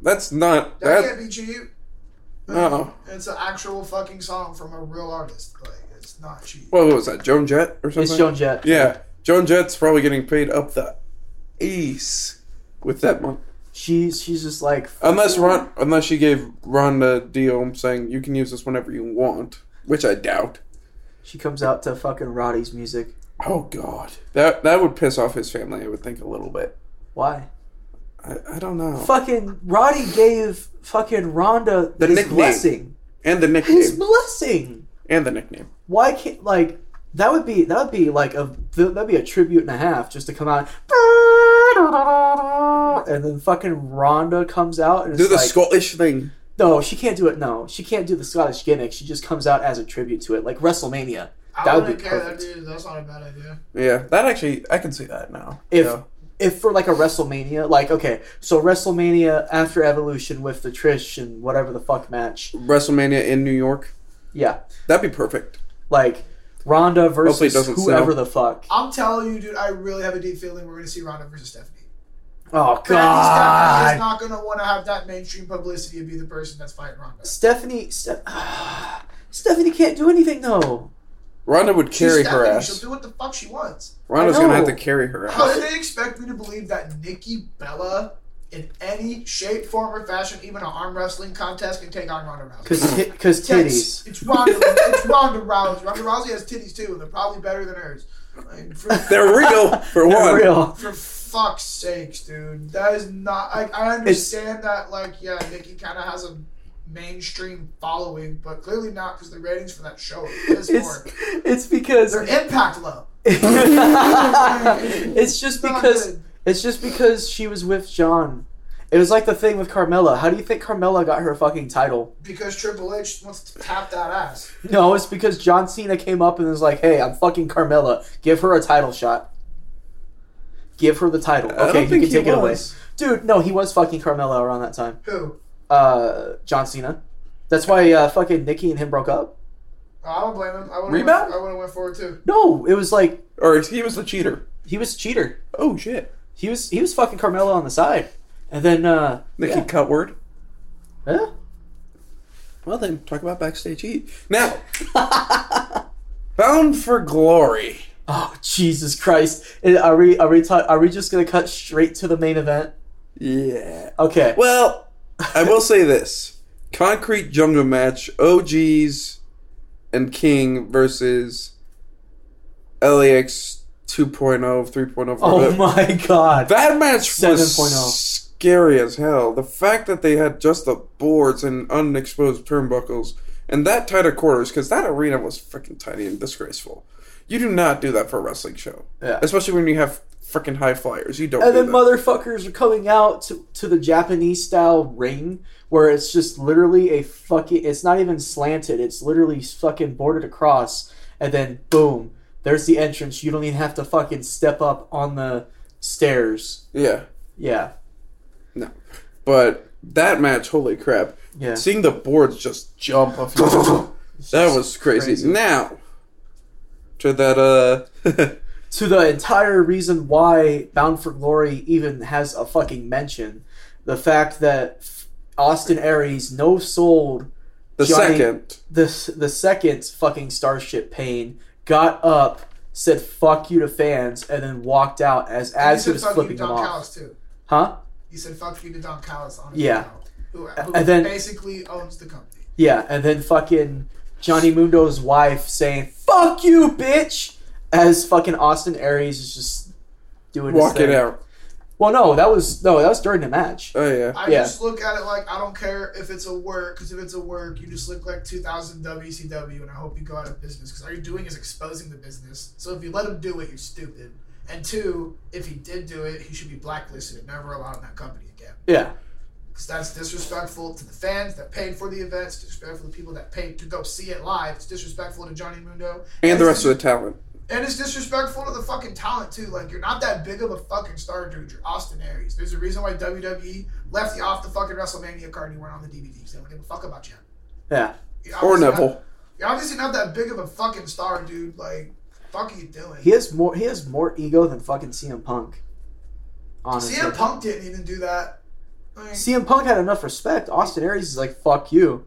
[SPEAKER 2] That's not
[SPEAKER 3] That
[SPEAKER 2] that.
[SPEAKER 3] can't be cheap.
[SPEAKER 2] No.
[SPEAKER 3] It's an actual fucking song from a real artist. Like it's not cheap.
[SPEAKER 2] What was that? Joan Jett or something?
[SPEAKER 1] It's Joan Jett.
[SPEAKER 2] Yeah, Joan Jett's probably getting paid up the ace with that money.
[SPEAKER 1] She's she's just like
[SPEAKER 2] Unless Ron, unless she gave Rhonda a deal saying you can use this whenever you want, which I doubt.
[SPEAKER 1] she comes out to fucking Roddy's music.
[SPEAKER 2] Oh God, that that would piss off his family. I would think a little bit.
[SPEAKER 1] Why?
[SPEAKER 2] I, I don't know.
[SPEAKER 1] Fucking Roddy gave fucking Rhonda
[SPEAKER 2] The
[SPEAKER 1] his
[SPEAKER 2] nickname.
[SPEAKER 1] blessing.
[SPEAKER 2] and the
[SPEAKER 1] His
[SPEAKER 2] nickname.
[SPEAKER 1] blessing.
[SPEAKER 2] and the nickname.
[SPEAKER 1] Why can't like that would be that would be like a that'd be a tribute and a half just to come out and then fucking Rhonda comes out and it's
[SPEAKER 2] Do the
[SPEAKER 1] like
[SPEAKER 2] Scottish thing.
[SPEAKER 1] no she can't do it no she can't do the Scottish gimmick she just comes out as a tribute to it like WrestleMania
[SPEAKER 3] I
[SPEAKER 1] that would
[SPEAKER 3] wouldn't
[SPEAKER 1] be
[SPEAKER 3] care. That
[SPEAKER 1] perfect
[SPEAKER 3] dude, that's not a bad idea.
[SPEAKER 2] Yeah, that actually I can see that now.
[SPEAKER 1] if
[SPEAKER 2] Yeah.
[SPEAKER 1] if for like a WrestleMania like okay so WrestleMania after Evolution with the Trish and whatever the fuck match
[SPEAKER 2] WrestleMania in New York,
[SPEAKER 1] yeah
[SPEAKER 2] that'd be perfect.
[SPEAKER 1] like Ronda
[SPEAKER 2] Hopefully it
[SPEAKER 1] versus
[SPEAKER 2] doesn't
[SPEAKER 1] whoever
[SPEAKER 2] sell.
[SPEAKER 1] the fuck.
[SPEAKER 3] I'm telling you, dude. I really have a deep feeling we're gonna see Ronda versus Stephanie.
[SPEAKER 1] Oh
[SPEAKER 3] Stephanie is
[SPEAKER 1] god.
[SPEAKER 3] not gonna want to have that mainstream publicity and be the person that's fighting Ronda.
[SPEAKER 1] Stephanie Ste- Stephanie can't do anything though.
[SPEAKER 2] Rhonda would
[SPEAKER 3] She's
[SPEAKER 2] carry her
[SPEAKER 3] Stephanie,
[SPEAKER 2] ass.
[SPEAKER 3] She'll do what the fuck she wants.
[SPEAKER 2] Rhonda's
[SPEAKER 1] I
[SPEAKER 2] gonna have
[SPEAKER 1] know.
[SPEAKER 2] to carry her
[SPEAKER 3] How
[SPEAKER 2] ass.
[SPEAKER 3] did they expect me to believe that Nikki Bella, in any shape, form, or fashion, even an arm wrestling contest, can take on Ronda Rousey?
[SPEAKER 1] Cuz cuz
[SPEAKER 3] Yes,
[SPEAKER 1] titties.
[SPEAKER 3] It's Ronda. it's Ronda Rousey. Ronda Rousey has titties too, and they're probably better than hers. Like, for,
[SPEAKER 2] They're real for
[SPEAKER 1] They're
[SPEAKER 2] one.
[SPEAKER 1] real.
[SPEAKER 3] for fuck's sakes, dude. That is not. Like, I understand that. Like, yeah, Nikki kind of has a mainstream following, but clearly not because the ratings for that show are piss
[SPEAKER 1] It's
[SPEAKER 3] poor.
[SPEAKER 1] it's because
[SPEAKER 3] Their impact low.
[SPEAKER 1] it's just
[SPEAKER 3] Not
[SPEAKER 1] because
[SPEAKER 3] good.
[SPEAKER 1] it's just because she was with John. It was like the thing with Carmella. How do you think Carmella got her fucking title?
[SPEAKER 3] because Triple H wants to tap that ass.
[SPEAKER 1] No, it's because John Cena came up and was like, "Hey, I'm fucking Carmella. Give her a title shot. Give her the title.
[SPEAKER 2] I don't
[SPEAKER 1] Okay, you can
[SPEAKER 2] think he
[SPEAKER 1] take it away."
[SPEAKER 2] was.
[SPEAKER 1] Dude, no, he was fucking Carmella around that time.
[SPEAKER 3] Who?
[SPEAKER 1] Uh, John Cena. That's why uh, fucking Nikki and him broke up.
[SPEAKER 3] I don't blame him. I would have.
[SPEAKER 2] Rebound?
[SPEAKER 3] I would have went forward too.
[SPEAKER 1] No, it was like
[SPEAKER 2] Or he was the cheater.
[SPEAKER 1] he was a cheater.
[SPEAKER 2] Oh shit.
[SPEAKER 1] He was he was fucking Carmella on the side, and then uh,
[SPEAKER 2] Nikki
[SPEAKER 1] yeah.
[SPEAKER 2] Cutward.
[SPEAKER 1] Huh?
[SPEAKER 2] Well then, talk about backstage heat. Now Bound for Glory.
[SPEAKER 1] Oh Jesus Christ! And Are we are we ta- are we just gonna cut straight to the main event?
[SPEAKER 2] Yeah.
[SPEAKER 1] Okay.
[SPEAKER 2] Well, I will say this: Concrete Jungle match, OGs and King versus LAX 2.0, 3.0.
[SPEAKER 1] oh
[SPEAKER 2] whatever.
[SPEAKER 1] my oh. God!
[SPEAKER 2] That match
[SPEAKER 1] 7.0.
[SPEAKER 2] was scary as hell. The fact that they had just the boards and unexposed turnbuckles and that tight of quarters, because that arena was freaking tiny and disgraceful. You do not do that for a wrestling show,
[SPEAKER 1] Yeah.
[SPEAKER 2] especially when you have freaking high flyers. You don't.
[SPEAKER 1] and
[SPEAKER 2] do
[SPEAKER 1] then
[SPEAKER 2] that.
[SPEAKER 1] motherfuckers are coming out to, to the Japanese style ring where it's just literally a fucking it's not even slanted, it's literally fucking boarded across and then boom, there's the entrance. You don't even have to fucking step up on the stairs.
[SPEAKER 2] yeah.
[SPEAKER 1] Yeah.
[SPEAKER 2] No. But that match, holy crap.
[SPEAKER 1] Yeah.
[SPEAKER 2] Seeing the boards just jump off your That was crazy.
[SPEAKER 1] crazy.
[SPEAKER 2] Now to that uh
[SPEAKER 1] to the entire reason why Bound for Glory even has a fucking mention. The fact that Austin Aries no sold
[SPEAKER 2] the
[SPEAKER 1] Johnny-
[SPEAKER 2] second.
[SPEAKER 1] the the second fucking starship pain got up said fuck you to fans and then walked out as as he
[SPEAKER 3] said
[SPEAKER 1] was
[SPEAKER 3] fuck
[SPEAKER 1] flipping
[SPEAKER 3] you,
[SPEAKER 1] them
[SPEAKER 3] Don
[SPEAKER 1] off
[SPEAKER 3] Callis too.
[SPEAKER 1] huh
[SPEAKER 3] He said fuck you to Don Callis on his
[SPEAKER 1] Yeah.
[SPEAKER 3] account, Who, who
[SPEAKER 1] and then-
[SPEAKER 3] basically owns the company.
[SPEAKER 1] yeah and then fucking johnny mundo's wife saying fuck you bitch as fucking austin aries is just doing his
[SPEAKER 2] Walk it
[SPEAKER 1] thing.
[SPEAKER 2] out.
[SPEAKER 1] well no that was no that was during the match
[SPEAKER 2] Oh yeah.
[SPEAKER 3] I
[SPEAKER 1] Yeah.
[SPEAKER 3] just look at it like I don't care if it's a work because if it's a work, you just look like 2000 WCW, and I hope you go out of business because all you're doing is exposing the business. So if you let him do it, you're stupid. And two, if he did do it, he should be blacklisted and never allowed in that company again.
[SPEAKER 1] yeah
[SPEAKER 3] Because that's disrespectful to the fans that paid for the event. It's disrespectful to people that paid to go see it live. It's disrespectful to Johnny Mundo.
[SPEAKER 2] and the
[SPEAKER 3] it's
[SPEAKER 2] rest of the talent.
[SPEAKER 3] and it's disrespectful to the fucking talent too. Like you're not that big of a fucking star, dude. You're Austin Aries. There's a reason why WWE left you off the fucking WrestleMania card and you weren't on the DVD because they don't give a fuck about you.
[SPEAKER 1] Yeah.
[SPEAKER 3] You're
[SPEAKER 2] Or
[SPEAKER 3] obviously not-
[SPEAKER 2] Neville.
[SPEAKER 3] you're obviously not that big of a fucking star, dude. Like, fuck are you doing?
[SPEAKER 1] He has more he has more ego than fucking CM Punk. Honestly.
[SPEAKER 3] CM Punk didn't even do that. I, mean,
[SPEAKER 1] CM Punk had enough respect. Austin Aries is like, fuck you.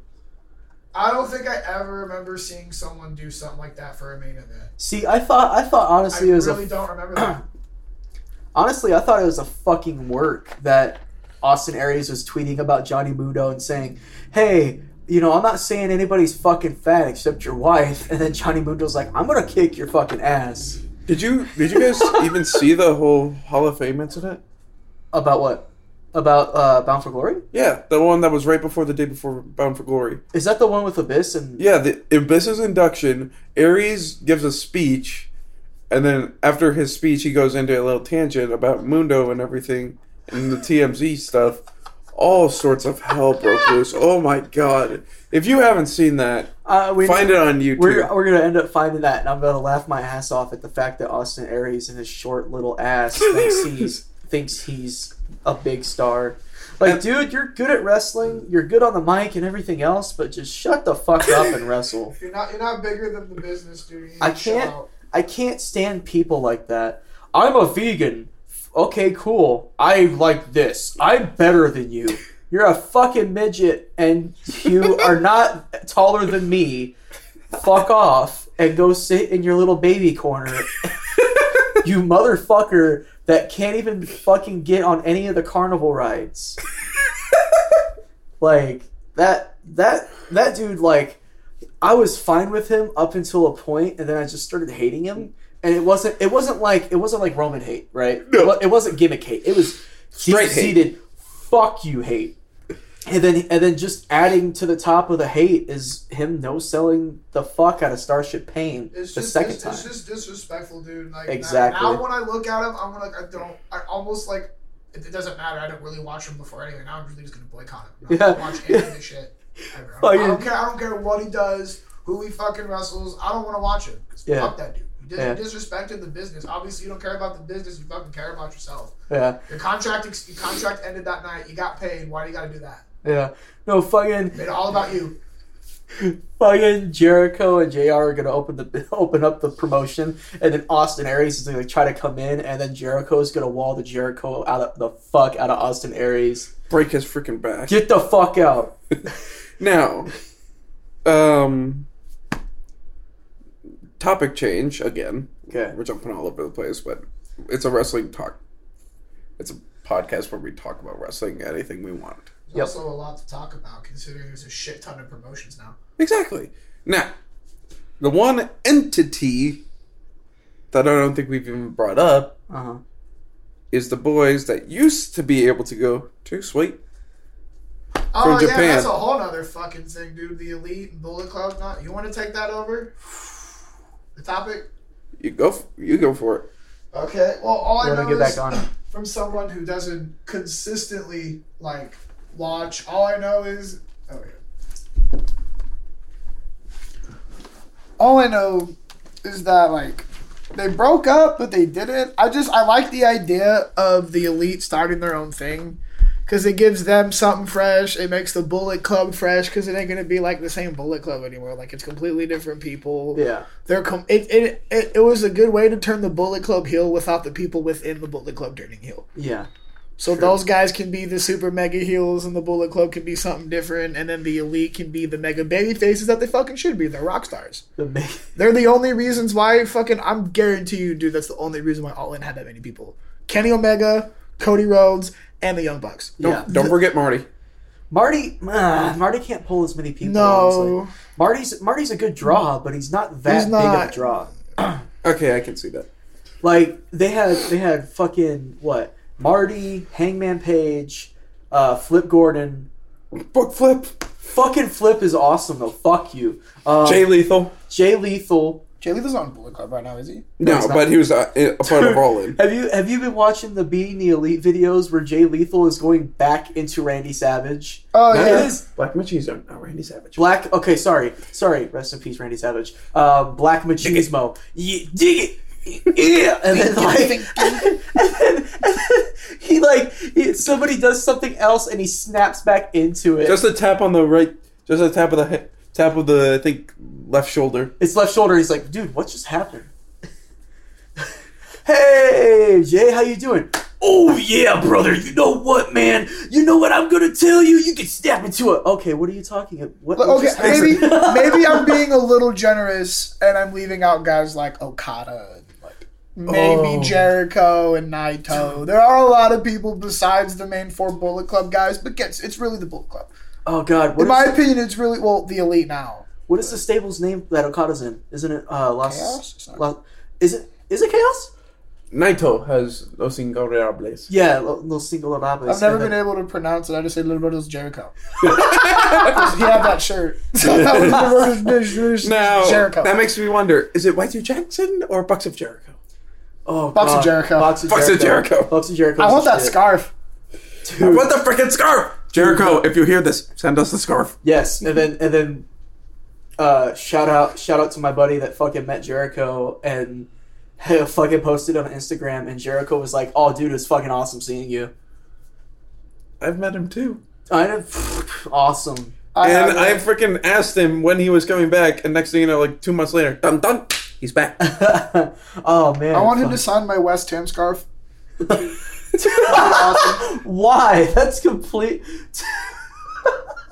[SPEAKER 3] I don't think I ever remember seeing someone do something like that for a main event.
[SPEAKER 1] See, I thought I thought
[SPEAKER 3] I
[SPEAKER 1] honestly it was a
[SPEAKER 3] really don't remember that.
[SPEAKER 1] Honestly, I thought it was a fucking work that Austin Aries was tweeting about Johnny Mundo and saying, "Hey, you know, I'm not saying anybody's fucking fat except your wife." And then Johnny Mundo's like, "I'm gonna kick your fucking ass."
[SPEAKER 2] Did you did you guys even see the whole Hall of Fame incident?
[SPEAKER 1] About what? About uh, Bound for Glory?
[SPEAKER 2] Yeah, the one that was right before the day before Bound for Glory.
[SPEAKER 1] Is that the one with Abyss and?
[SPEAKER 2] Yeah, the Abyss's induction, Aries gives a speech, and then after his speech, he goes into a little tangent about Mundo and everything and the TMZ stuff. All sorts of hell broke loose. Oh my god! If you haven't seen that,
[SPEAKER 1] Uh, we
[SPEAKER 2] find it on YouTube.
[SPEAKER 1] We're, we're gonna end up finding that, and I'm gonna laugh my ass off at the fact that Austin Aries and his short little ass thinks he's thinks he's a big star. Like,
[SPEAKER 2] And-
[SPEAKER 1] dude, you're good at wrestling, you're good on the mic and everything else, but just shut the fuck up and wrestle.
[SPEAKER 3] You're not. You're not bigger than the business, dude. You
[SPEAKER 1] I
[SPEAKER 3] need to chill
[SPEAKER 1] can't-
[SPEAKER 3] out.
[SPEAKER 1] I can't stand people like that. I'm a vegan. F- Okay, cool. I like this. I'm better than you. You're a fucking midget, and you are not taller than me. Fuck off and go sit in your little baby corner. you motherfucker that can't even fucking get on any of the carnival rides. like that that that dude like I was fine with him up until a point, and then I just started hating him. And it wasn't it wasn't like it wasn't like Roman hate, right?
[SPEAKER 2] No.
[SPEAKER 1] It, wa- it wasn't gimmick hate. It was
[SPEAKER 2] Straight hate.
[SPEAKER 1] deep-seated fuck you hate. And then and then just adding to the top of the hate is him no selling the fuck out of Starship Pain
[SPEAKER 3] It's
[SPEAKER 1] the
[SPEAKER 3] just,
[SPEAKER 1] second
[SPEAKER 3] it's,
[SPEAKER 1] time.
[SPEAKER 3] it's just disrespectful, dude. Like now-
[SPEAKER 1] Exactly.
[SPEAKER 3] Now, when I look at him, I'm like, I don't. I almost like it, it doesn't matter. I don't really watch him before anyway. Now I'm really just gonna boycott him. I'm not
[SPEAKER 1] Yeah.
[SPEAKER 3] gonna watch any of this shit. Ever. I,
[SPEAKER 1] Fucking-
[SPEAKER 3] don't, I don't care. I don't care what he does, who he fucking wrestles. I don't want to watch him. 'Cause
[SPEAKER 1] Yeah.
[SPEAKER 3] Fuck that dude. You dis-
[SPEAKER 1] Yeah.
[SPEAKER 3] disrespected the business. Obviously, you don't care about the business. You fucking care about yourself.
[SPEAKER 1] yeah.
[SPEAKER 3] Your contract, ex- your contract ended that night. You got paid. Why do you got to do that?
[SPEAKER 1] Yeah. No, fucking
[SPEAKER 3] Made it all about you.
[SPEAKER 1] fucking Jericho and JR are gonna open the open up the promotion and then Austin Aries is gonna try to come in and then Jericho's gonna wall the Jericho out of the fuck out of Austin Aries.
[SPEAKER 2] Break his freaking back.
[SPEAKER 1] Get the fuck out.
[SPEAKER 2] Now, um, topic change again.
[SPEAKER 1] Okay.
[SPEAKER 2] We're jumping all over the place, but it's a wrestling talk. It's a podcast where we talk about wrestling, anything we want.
[SPEAKER 3] There's
[SPEAKER 1] Yep.
[SPEAKER 3] also a lot to talk about considering there's a shit ton of promotions now.
[SPEAKER 2] Exactly. Now, the one entity that I don't think we've even brought up
[SPEAKER 1] Uh-huh.
[SPEAKER 2] is the boys that used to be able to go to sweet.
[SPEAKER 3] Oh
[SPEAKER 2] from
[SPEAKER 3] yeah,
[SPEAKER 2] Japan.
[SPEAKER 3] that's a whole other fucking thing, dude. The elite and Bullet Club. Not you want to take that over? The topic.
[SPEAKER 2] You go. f- You go for it.
[SPEAKER 3] Okay. Well, all
[SPEAKER 1] We're
[SPEAKER 3] I
[SPEAKER 1] gonna
[SPEAKER 3] know
[SPEAKER 1] get
[SPEAKER 3] is
[SPEAKER 1] back on it.
[SPEAKER 3] from someone who doesn't consistently like watch. All I know is. Oh, yeah.
[SPEAKER 5] all I know is that like they broke up, but they didn't. I just I like the idea of the elite starting their own thing because it gives them something fresh. It makes the Bullet Club fresh because it ain't gonna be like the same Bullet Club anymore. Like it's completely different people.
[SPEAKER 1] Yeah.
[SPEAKER 5] They're com- it, it it it was a good way to turn the Bullet Club heel without the people within the Bullet Club turning heel.
[SPEAKER 1] Yeah.
[SPEAKER 5] So those guys can be the super mega heels, and the Bullet Club can be something different, and then the elite can be the mega baby faces that they fucking should be. They're rock stars.
[SPEAKER 1] The ma-
[SPEAKER 5] They're the only reasons why fucking I'm guarantee you, dude, that's the only reason why All In had that many people. Kenny Omega, Cody Rhodes, and the Young Bucks.
[SPEAKER 2] Don't,
[SPEAKER 1] yeah.
[SPEAKER 2] don't forget Marty.
[SPEAKER 1] Marty ah, Marty can't pull as many people. honestly.
[SPEAKER 5] No.
[SPEAKER 1] Marty's Marty's a good draw, but he's not that
[SPEAKER 5] Mm-hmm. He's
[SPEAKER 1] big of
[SPEAKER 5] not-
[SPEAKER 1] a draw.
[SPEAKER 2] Okay, I can see that.
[SPEAKER 1] Like they had they had fucking what? Marty, Hangman Page, uh, Flip Gordon,
[SPEAKER 2] Book flip.
[SPEAKER 1] Fucking Flip is awesome though. Fuck you. Um,
[SPEAKER 2] Jay
[SPEAKER 1] Jay,
[SPEAKER 2] Lethal.
[SPEAKER 1] Lethal.
[SPEAKER 3] Jay Lethal's on Bullet Club right now, is he?
[SPEAKER 2] No,
[SPEAKER 1] it's not.
[SPEAKER 2] but he was uh, a part of All In.
[SPEAKER 1] Have you have you been watching the Beating the Elite videos where Jay Lethal is going back into Randy Savage?
[SPEAKER 3] Oh
[SPEAKER 2] No.
[SPEAKER 1] It
[SPEAKER 3] yeah.
[SPEAKER 1] is
[SPEAKER 2] Black Machismo, not Randy Savage.
[SPEAKER 1] Black. Okay, sorry, sorry. Rest in peace, Randy Savage. Uh, Black Machismo. Yeah, dig it. Yeah, and then like, and then, and then he like he, somebody does something else and he snaps back into it.
[SPEAKER 2] Just a tap on the right. Just a tap of the he- tap of the I think left shoulder.
[SPEAKER 1] It's left shoulder. He's like, dude, what just happened? hey, Jay, how you doing? Oh yeah, brother. You know what, man? You know what I'm gonna tell you? You can snap into it. Okay, what are you talking about? What, what
[SPEAKER 3] Okay,
[SPEAKER 1] just
[SPEAKER 3] maybe
[SPEAKER 1] happened?
[SPEAKER 3] maybe I'm being a little generous and I'm leaving out guys like Okada and like maybe
[SPEAKER 1] Oh.
[SPEAKER 3] Jericho and Naito. There are a lot of people besides the main four Bullet Club guys, but gets it's really the Bullet Club.
[SPEAKER 1] Oh god, what is,
[SPEAKER 3] In my opinion, it's really well the elite now.
[SPEAKER 1] what is the stable's name that Okada's in? Isn't it uh Los?
[SPEAKER 3] Chaos? It's not-
[SPEAKER 1] Los- is it is it Chaos?
[SPEAKER 2] Naito has Los Ingobernables.
[SPEAKER 1] Yeah, Lo- Los Single
[SPEAKER 3] I've never been able to pronounce it. I just say Liberto's Jericho. he had that shirt. So that was Liberto's- Liberto's
[SPEAKER 2] Now
[SPEAKER 3] Jericho.
[SPEAKER 2] that makes me wonder: is it Whitey Jackson or Bucks of Jericho?
[SPEAKER 1] Oh,
[SPEAKER 3] Bucks of
[SPEAKER 1] God.
[SPEAKER 3] Jericho.
[SPEAKER 1] Bucks of
[SPEAKER 2] Bucks
[SPEAKER 1] Jericho.
[SPEAKER 2] of Jericho.
[SPEAKER 1] Bucks of Jericho.
[SPEAKER 3] I
[SPEAKER 1] is
[SPEAKER 3] want
[SPEAKER 1] the
[SPEAKER 3] that
[SPEAKER 1] shit.
[SPEAKER 3] scarf.
[SPEAKER 2] I
[SPEAKER 1] Dude.
[SPEAKER 2] want the freaking scarf, Jericho. If you hear this, send us the scarf.
[SPEAKER 1] Yes,
[SPEAKER 3] Mm-hmm.
[SPEAKER 1] and then and then uh, shout out shout out to my buddy that fucking met Jericho and fucking posted on Instagram and Jericho was like, "Oh, dude, it's fucking awesome seeing you."
[SPEAKER 2] I've met him too.
[SPEAKER 1] I know, awesome.
[SPEAKER 3] I have
[SPEAKER 2] And
[SPEAKER 3] it.
[SPEAKER 2] I freaking asked him when he was coming back, and next thing you know, like two months later, dun dun, he's back.
[SPEAKER 1] oh man,
[SPEAKER 3] I want him to sign my West Ham scarf.
[SPEAKER 1] to. Why? That's complete.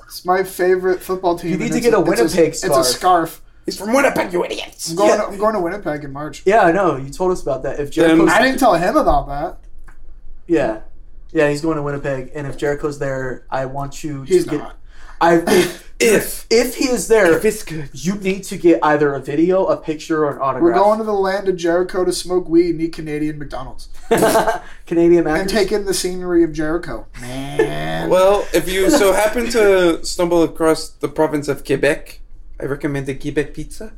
[SPEAKER 3] It's my favorite football team.
[SPEAKER 1] You need
[SPEAKER 3] and
[SPEAKER 1] to
[SPEAKER 3] it's
[SPEAKER 1] get a
[SPEAKER 3] it's
[SPEAKER 1] Winnipeg
[SPEAKER 3] it's
[SPEAKER 1] scarf.
[SPEAKER 3] a scarf.
[SPEAKER 2] He's from Winnipeg, you idiots.
[SPEAKER 3] I'm going,
[SPEAKER 1] Yeah.
[SPEAKER 3] to, I'm going to Winnipeg in March.
[SPEAKER 1] yeah, I know. You told us about that. If
[SPEAKER 2] Then-
[SPEAKER 1] Jericho's,
[SPEAKER 3] I didn't tell him about that.
[SPEAKER 1] yeah, yeah, he's going to Winnipeg, and if Jericho's there, I want you to
[SPEAKER 3] He's
[SPEAKER 1] get.
[SPEAKER 3] not.
[SPEAKER 1] I if,
[SPEAKER 2] If
[SPEAKER 1] if he is there,
[SPEAKER 2] it's good,
[SPEAKER 1] you need to get either a video, a picture, or an autograph.
[SPEAKER 3] We're going to the land of Jericho to smoke weed and eat Canadian McDonald's
[SPEAKER 1] Canadian
[SPEAKER 3] and
[SPEAKER 1] actors.
[SPEAKER 3] take in the scenery of Jericho. Man.
[SPEAKER 2] Well, if you so happen to stumble across the province of Quebec, I recommend the Quebec pizza.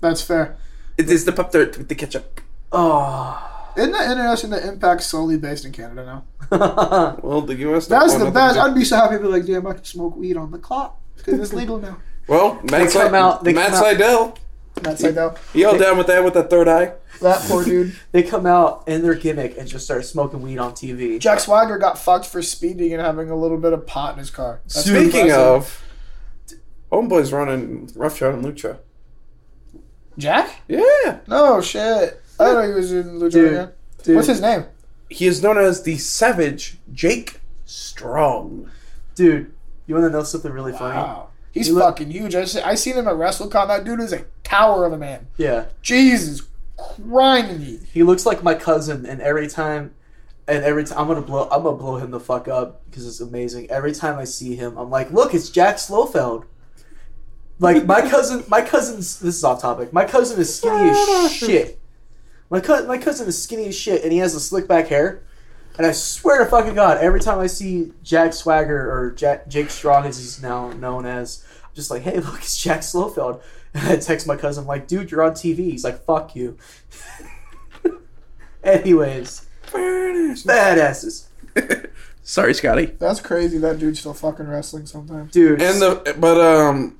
[SPEAKER 3] That's fair.
[SPEAKER 2] It is the pop tart with the ketchup.
[SPEAKER 1] oh.
[SPEAKER 3] Isn't that interesting that Impact's solely based in Canada now?
[SPEAKER 2] Well, the U.S.
[SPEAKER 3] That's
[SPEAKER 2] oh,
[SPEAKER 3] the
[SPEAKER 2] not
[SPEAKER 3] best.
[SPEAKER 2] Quebec.
[SPEAKER 3] I'd be so happy to be like, damn, I can smoke weed on the clock because it's legal now.
[SPEAKER 2] Well, Matt,
[SPEAKER 1] come
[SPEAKER 2] Sli-
[SPEAKER 1] out- they
[SPEAKER 2] Matt
[SPEAKER 1] come out-
[SPEAKER 2] Seidel,
[SPEAKER 3] That's like, though.
[SPEAKER 2] he all down with that with that third eye.
[SPEAKER 3] That poor dude.
[SPEAKER 1] they come out in their gimmick and just start smoking weed on TV.
[SPEAKER 3] Jack Swagger got fucked for speeding and having a little bit of pot in his car. That's
[SPEAKER 2] Speaking
[SPEAKER 3] impressive.
[SPEAKER 2] of, homeboy's running roughshod on Lucha.
[SPEAKER 3] Jack?
[SPEAKER 2] Yeah,
[SPEAKER 3] No shit. I didn't know he was in Lucha
[SPEAKER 1] Dude,
[SPEAKER 3] Underground.
[SPEAKER 1] dude.
[SPEAKER 3] What's his name?
[SPEAKER 2] he is known as the Savage Jake Strong.
[SPEAKER 1] Dude, you want to know something really funny?
[SPEAKER 3] Wow. He's
[SPEAKER 1] He look-
[SPEAKER 3] fucking huge. I, see, I seen him at WrestleCon. That dude is a tower of a man.
[SPEAKER 1] Yeah,
[SPEAKER 3] Jesus Christ.
[SPEAKER 1] he looks like my cousin, and every time, and every time I'm gonna blow, I'm gonna blow him the fuck up because it's amazing. Every time I see him, I'm like, look, it's Jack Slofeld. Like my cousin, my cousin's. This is off topic. My cousin is skinny as shit. My cousin, my cousin is skinny as shit, and he has the slick back hair. And I swear to fucking God, every time I see Jack Swagger or Jack Jake Strong, as he's now known as, I'm just like, hey, look, it's Jack Slofeld. And I text my cousin, like, dude, you're on TV. He's like, fuck you. Anyways, badasses,
[SPEAKER 2] Sorry, Scotty.
[SPEAKER 3] That's crazy. That dude's still fucking wrestling sometimes.
[SPEAKER 1] dude.
[SPEAKER 2] And the but um,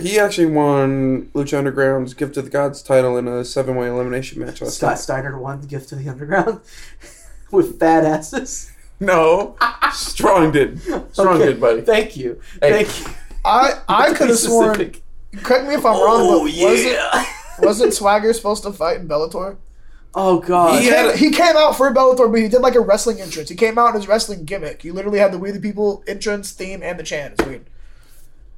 [SPEAKER 2] he actually won Lucha Underground's Gift of the Gods title in a seven way elimination match last
[SPEAKER 1] Scott Steiner won the gift to the underground with fat asses.
[SPEAKER 2] night. No, Strong did. Strong
[SPEAKER 1] Okay,
[SPEAKER 2] did, buddy.
[SPEAKER 1] Thank you.
[SPEAKER 2] Hey.
[SPEAKER 1] Thank you.
[SPEAKER 3] I, I
[SPEAKER 1] To
[SPEAKER 3] could
[SPEAKER 1] be
[SPEAKER 3] have sworn.
[SPEAKER 1] specific.
[SPEAKER 3] Correct me if I'm wrong,
[SPEAKER 1] Oh
[SPEAKER 3] but wasn't,
[SPEAKER 1] yeah.
[SPEAKER 3] wasn't Swagger supposed to fight in Bellator?
[SPEAKER 1] oh god.
[SPEAKER 2] He had-
[SPEAKER 3] Came- he came out for Bellator, but he did like a wrestling entrance. He came out in his wrestling gimmick. He literally had the We the People entrance theme and the chant. It's weird,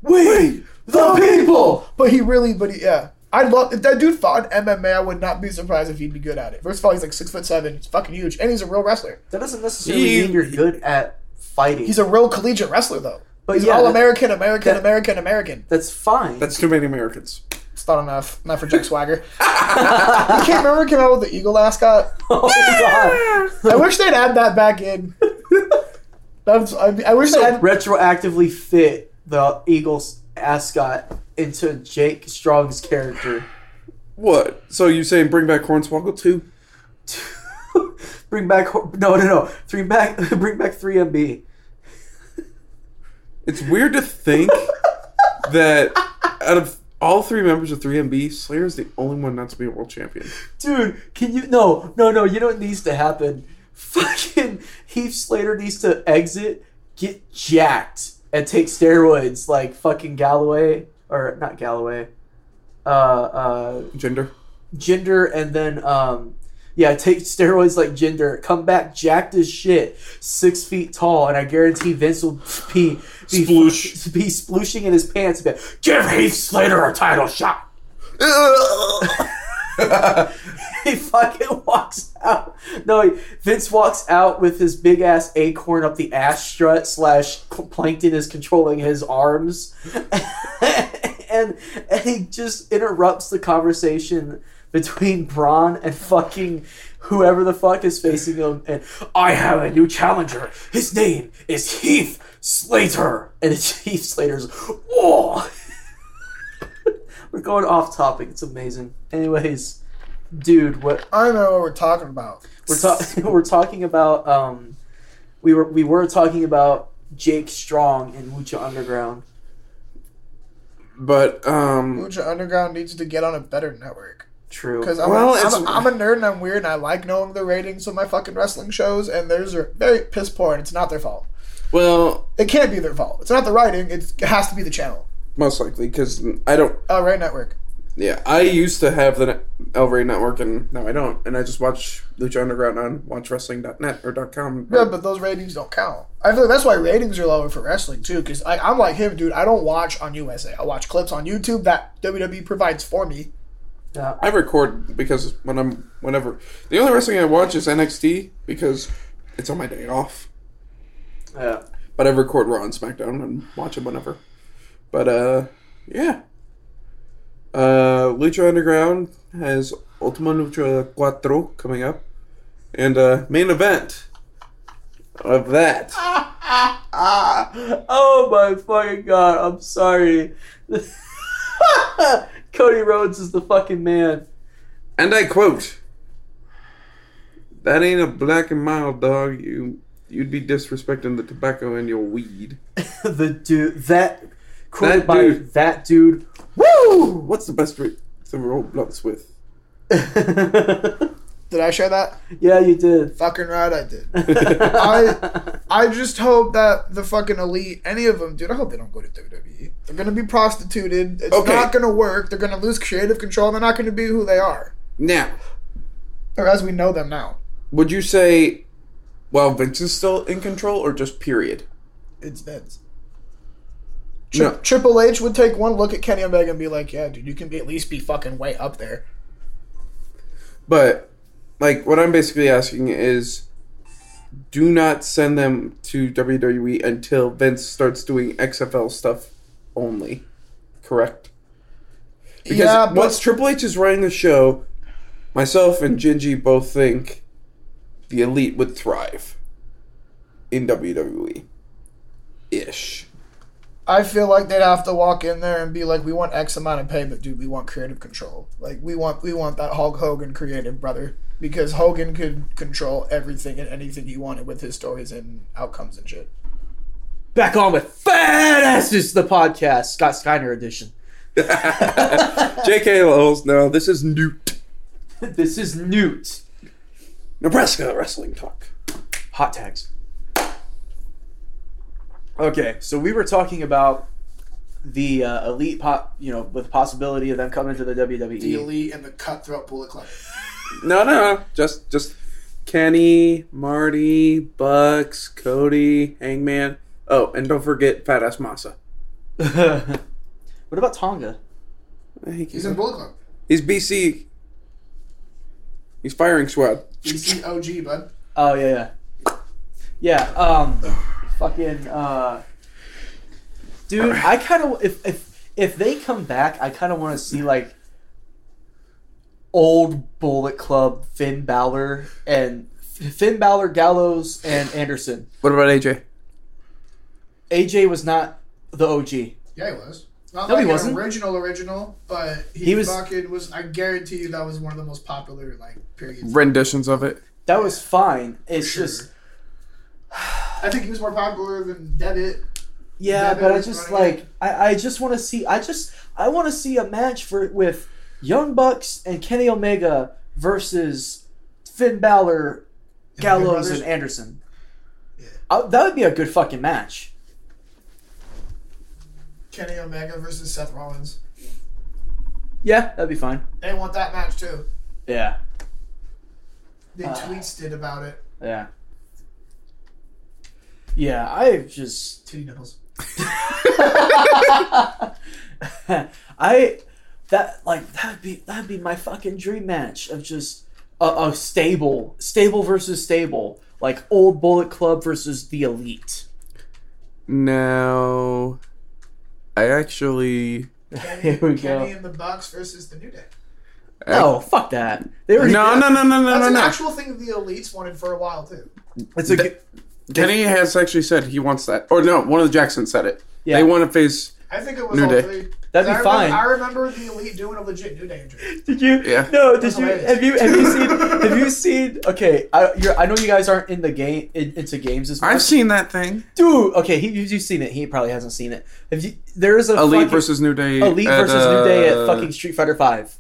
[SPEAKER 1] We the people.
[SPEAKER 3] but he really, but he, yeah, I love if that dude fought in MMA. I would not be surprised if he'd be good at it. First of all, he's like six foot seven. He's fucking huge, and he's a real wrestler.
[SPEAKER 1] That doesn't necessarily
[SPEAKER 2] He-
[SPEAKER 1] mean you're good at fighting.
[SPEAKER 3] He's a real collegiate wrestler, though.
[SPEAKER 1] But
[SPEAKER 3] he's
[SPEAKER 1] yeah,
[SPEAKER 3] all
[SPEAKER 1] that-
[SPEAKER 3] American, American,
[SPEAKER 1] that-
[SPEAKER 3] American, American.
[SPEAKER 1] That's fine.
[SPEAKER 2] That's too many Americans.
[SPEAKER 3] It's not enough. Not for Jack Swagger. you can't remember he came out with the eagle ascot.
[SPEAKER 1] oh god.
[SPEAKER 3] I wish they'd add that back in. That's, I, I wish they had.
[SPEAKER 1] Retroactively fit the Eagles ascot into Jake Strong's character.
[SPEAKER 2] What? So you saying bring back Hornswoggle too?
[SPEAKER 1] bring back Hor- no no no bring back bring back three MB.
[SPEAKER 2] It's weird to think that out of all three members of 3MB, Slayer is the only one not to be a world champion.
[SPEAKER 1] Dude, can you no no no? You know what needs to happen? Fucking Heath Slater needs to exit, get jacked, and take steroids like fucking Galloway or not Galloway, uh uh
[SPEAKER 2] Gender.
[SPEAKER 1] Gender, and then um yeah, take steroids like Gender. Come back jacked as shit, six feet tall, and I guarantee Vince will be be,
[SPEAKER 2] Sploosh.
[SPEAKER 1] be splooshing in his pants. and be like, Give Heath Slater a title shot. he fucking walks out. No, he- Vince walks out with his big ass acorn up the ass strut slash plankton is controlling his arms, and, and he just interrupts the conversation between Braun and fucking whoever the fuck is facing him. And I have a new challenger. His name is Heath Slater, and it's Heath Slater's. Whoa. We're going off topic. It's amazing. Anyways, dude, what
[SPEAKER 3] I know what we're talking about.
[SPEAKER 1] we're, ta- we're talking about um, we were we were talking about Jake Strong in Lucha Underground.
[SPEAKER 2] But, um,
[SPEAKER 3] Lucha Underground needs to get on a better network.
[SPEAKER 1] True.
[SPEAKER 3] Because I'm,
[SPEAKER 2] Well,
[SPEAKER 3] a,
[SPEAKER 2] it's-
[SPEAKER 3] I'm, a, I'm a nerd and I'm weird and I like knowing the ratings of my fucking wrestling shows, and theirs are very piss poor and it's not their fault.
[SPEAKER 2] well,
[SPEAKER 3] It can't be their fault. It's not the writing, it's, it has to be the channel.
[SPEAKER 2] most likely, because I don't.
[SPEAKER 3] Uh, Ray Network.
[SPEAKER 2] Yeah, I used to have the El Rey network, and now I don't. And I just watch Lucha Underground on watchwrestling.net or .com.
[SPEAKER 3] Yeah, but those ratings don't count. I feel like that's why ratings are lower for wrestling, too, because I'm like him, dude. I don't watch on USA. I watch clips on YouTube that WWE provides for me.
[SPEAKER 1] Yeah.
[SPEAKER 2] I record because when I'm whenever the only wrestling I watch is NXT because it's on my day off.
[SPEAKER 1] yeah.
[SPEAKER 2] But I record Raw and SmackDown and watch them whenever. But uh, yeah. Uh, Lucha Underground has Ultima Lucha Cuatro coming up, and uh, main event of that.
[SPEAKER 1] Oh my fucking god! I'm sorry. Cody Rhodes is the fucking man.
[SPEAKER 2] And I quote That ain't a black and mild dog, you you'd be disrespecting the tobacco in your weed.
[SPEAKER 1] the dude that quoted
[SPEAKER 2] That
[SPEAKER 1] by
[SPEAKER 2] dude.
[SPEAKER 1] that dude.
[SPEAKER 2] Woo! What's the best rate to roll blunts with?
[SPEAKER 3] Did I share that?
[SPEAKER 1] yeah, you did.
[SPEAKER 3] Fucking right, I did. I I just hope that the fucking elite, any of them, dude. I hope they don't go to WWE. They're gonna be prostituted. It's
[SPEAKER 2] Okay.
[SPEAKER 3] not gonna work. They're gonna lose creative control. They're not gonna be who they are,
[SPEAKER 2] Now,
[SPEAKER 3] or as we know them now.
[SPEAKER 2] would you say well Vince is still in control or just period?
[SPEAKER 3] It's Vince. Tri-
[SPEAKER 2] No.
[SPEAKER 3] Triple H would take one look at Kenny Omega and be like, "Yeah, dude, you can be at least be fucking way up there."
[SPEAKER 2] But like what I'm basically asking is do not send them to WWE until Vince starts doing XFL stuff only. Correct? Because
[SPEAKER 3] yeah, but
[SPEAKER 2] once Triple H is running the show, myself and Gingy both think the elite would thrive in WWE. Ish.
[SPEAKER 3] I feel like they'd have to walk in there and be like, "We want X amount of pay, but dude, we want creative control. Like, we want we want that Hulk Hogan creative, brother, because Hogan could control everything and anything he wanted with his stories and outcomes and shit."
[SPEAKER 1] Back on with Fat Asses, the podcast, Scott Skyner edition.
[SPEAKER 2] JK Lowell's no, this is Newt.
[SPEAKER 1] this is Newt.
[SPEAKER 2] Nebraska Wrestling Talk.
[SPEAKER 1] hot tags. Okay, so we were talking about the uh, elite pop, you know, with the possibility of them coming to the E. WWE.
[SPEAKER 5] The elite and the cutthroat bullet club.
[SPEAKER 2] No, no, just just Kenny, Marty, Bucks, Cody, Hangman. Oh, and don't forget Fat Ass Massa.
[SPEAKER 1] what about Tonga?
[SPEAKER 2] I think
[SPEAKER 5] He's
[SPEAKER 2] He's,
[SPEAKER 5] in bullet club.
[SPEAKER 2] he's BC. He's firing squad.
[SPEAKER 5] He's the OG, bud.
[SPEAKER 1] Oh yeah, yeah, yeah. Um, fucking uh, dude, I kind of if if if they come back, I kind of want to see like old Bullet Club Finn Balor and Finn Balor, Gallows, and Anderson.
[SPEAKER 2] What about AJ?
[SPEAKER 1] AJ was not the OG.
[SPEAKER 5] Yeah, he was. Not
[SPEAKER 1] No,
[SPEAKER 5] like
[SPEAKER 1] he
[SPEAKER 5] an
[SPEAKER 1] wasn't.
[SPEAKER 5] original original, but he,
[SPEAKER 1] He was-
[SPEAKER 5] fucking was. I guarantee you that was one of the most popular like periods.
[SPEAKER 2] renditions of it.
[SPEAKER 1] That was fine. It's
[SPEAKER 5] sure.
[SPEAKER 1] just
[SPEAKER 5] I think he was more popular than Devitt.
[SPEAKER 1] yeah,
[SPEAKER 5] Devin
[SPEAKER 1] but I
[SPEAKER 5] is
[SPEAKER 1] just
[SPEAKER 5] running
[SPEAKER 1] like I, I just want to see I just I want to see a match for with Young Bucks and Kenny Omega versus Finn Balor,
[SPEAKER 5] the Good
[SPEAKER 1] Gallows,
[SPEAKER 5] Brothers?
[SPEAKER 1] and Anderson.
[SPEAKER 5] Yeah.
[SPEAKER 1] I, that would be a good fucking match.
[SPEAKER 5] Kenny Omega versus Seth Rollins.
[SPEAKER 1] Yeah, that'd be fine.
[SPEAKER 5] They want that match too.
[SPEAKER 1] Yeah,
[SPEAKER 5] They
[SPEAKER 1] Uh.
[SPEAKER 5] tweets did about it.
[SPEAKER 1] yeah, yeah. I just
[SPEAKER 5] Titty nipples.
[SPEAKER 1] I that like that'd be that'd be my fucking dream match of just a, a stable stable versus stable like old Bullet Club versus the Elite.
[SPEAKER 2] Now, I actually
[SPEAKER 1] Here we
[SPEAKER 5] Kenny
[SPEAKER 1] go.
[SPEAKER 5] and the Bucks versus the New Day.
[SPEAKER 1] No, fuck that. They
[SPEAKER 2] no
[SPEAKER 1] already
[SPEAKER 2] no no no no
[SPEAKER 5] That's
[SPEAKER 2] no
[SPEAKER 5] an
[SPEAKER 2] no.
[SPEAKER 5] actual thing the elites wanted for a while too.
[SPEAKER 1] It's a good-
[SPEAKER 2] Kenny has actually said he wants that, or no, one of the Jacksons said it.
[SPEAKER 1] Yeah.
[SPEAKER 2] They want to face.
[SPEAKER 5] I think it was
[SPEAKER 2] New
[SPEAKER 5] all
[SPEAKER 2] Day.
[SPEAKER 5] three.
[SPEAKER 1] That'd be
[SPEAKER 5] I remember-
[SPEAKER 1] fine.
[SPEAKER 5] I remember the elite doing a legit New Day injury.
[SPEAKER 1] Did you?
[SPEAKER 2] Yeah.
[SPEAKER 1] No. Did
[SPEAKER 5] That's
[SPEAKER 1] you?
[SPEAKER 5] hilarious.
[SPEAKER 1] Have you? Have you seen? Have you seen? Okay. I you're, I know you guys aren't in the game in, into games as much.
[SPEAKER 2] I've seen that thing.
[SPEAKER 1] Dude. Okay. He, you've seen it. He probably hasn't seen it. Have you? There is a
[SPEAKER 2] Elite
[SPEAKER 1] fucking-
[SPEAKER 2] versus New Day.
[SPEAKER 1] Elite
[SPEAKER 2] at,
[SPEAKER 1] versus New Day at
[SPEAKER 2] uh,
[SPEAKER 1] fucking Street Fighter Five.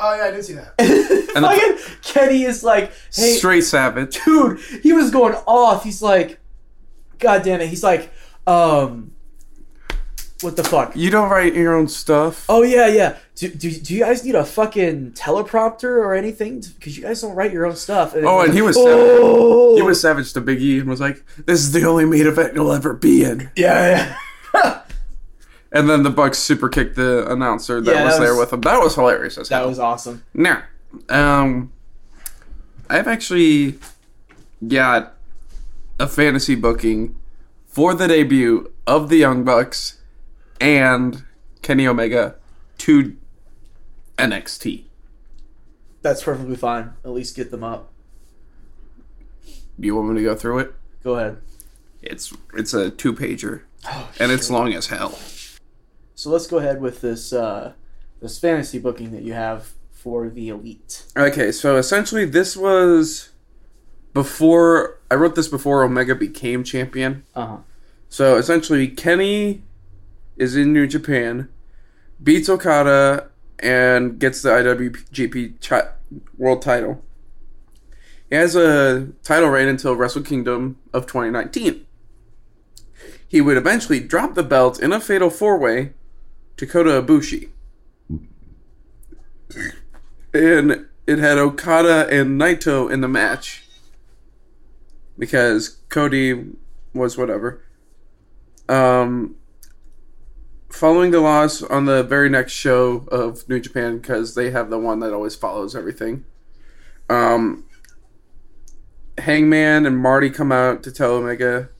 [SPEAKER 5] Oh yeah, I did see that.
[SPEAKER 2] And the-
[SPEAKER 1] fucking Kenny is like, hey,
[SPEAKER 2] Straight Savage.
[SPEAKER 1] dude, he was going off. He's like, God damn it. He's like, um, what the fuck?
[SPEAKER 2] You don't write your own stuff.
[SPEAKER 1] Oh yeah, yeah. Do, do, do you guys need a fucking teleprompter or anything? Because you guys don't write your own stuff. And
[SPEAKER 2] Oh, and he was savage.
[SPEAKER 1] Oh!
[SPEAKER 2] He was savage to Big E and was like, "This is the only main event you'll ever be in."
[SPEAKER 1] yeah, yeah.
[SPEAKER 2] And then the Bucks super kicked the announcer that
[SPEAKER 1] Yeah,
[SPEAKER 2] was
[SPEAKER 1] that
[SPEAKER 2] there
[SPEAKER 1] was-
[SPEAKER 2] with him. That was hilarious. As
[SPEAKER 1] that
[SPEAKER 2] hell.
[SPEAKER 1] was awesome.
[SPEAKER 2] Now, um, I've actually got a fantasy booking for the debut of the Young Bucks and Kenny Omega to NXT.
[SPEAKER 1] That's perfectly fine. At least get them up.
[SPEAKER 2] Do you want me to go through it?
[SPEAKER 1] Go ahead.
[SPEAKER 2] It's it's a two pager,
[SPEAKER 1] Oh,
[SPEAKER 2] and it's long as hell.
[SPEAKER 1] So let's go ahead with this uh, this fantasy booking that you have for the elite.
[SPEAKER 2] Okay, so essentially this was before I wrote this before Omega became champion.
[SPEAKER 1] Uh huh.
[SPEAKER 2] So essentially, Kenny is in New Japan, beats Okada, and gets the IWGP chi- World Title. He has a title reign until Wrestle Kingdom of 2019. He would eventually drop the belt in a fatal four way to Kota Ibushi. And it had Okada and Naito in the match because Cody was whatever. Um, following the loss on the very next show of New Japan, because they have the one that always follows everything. Um, Hangman and Marty come out to tell Omega,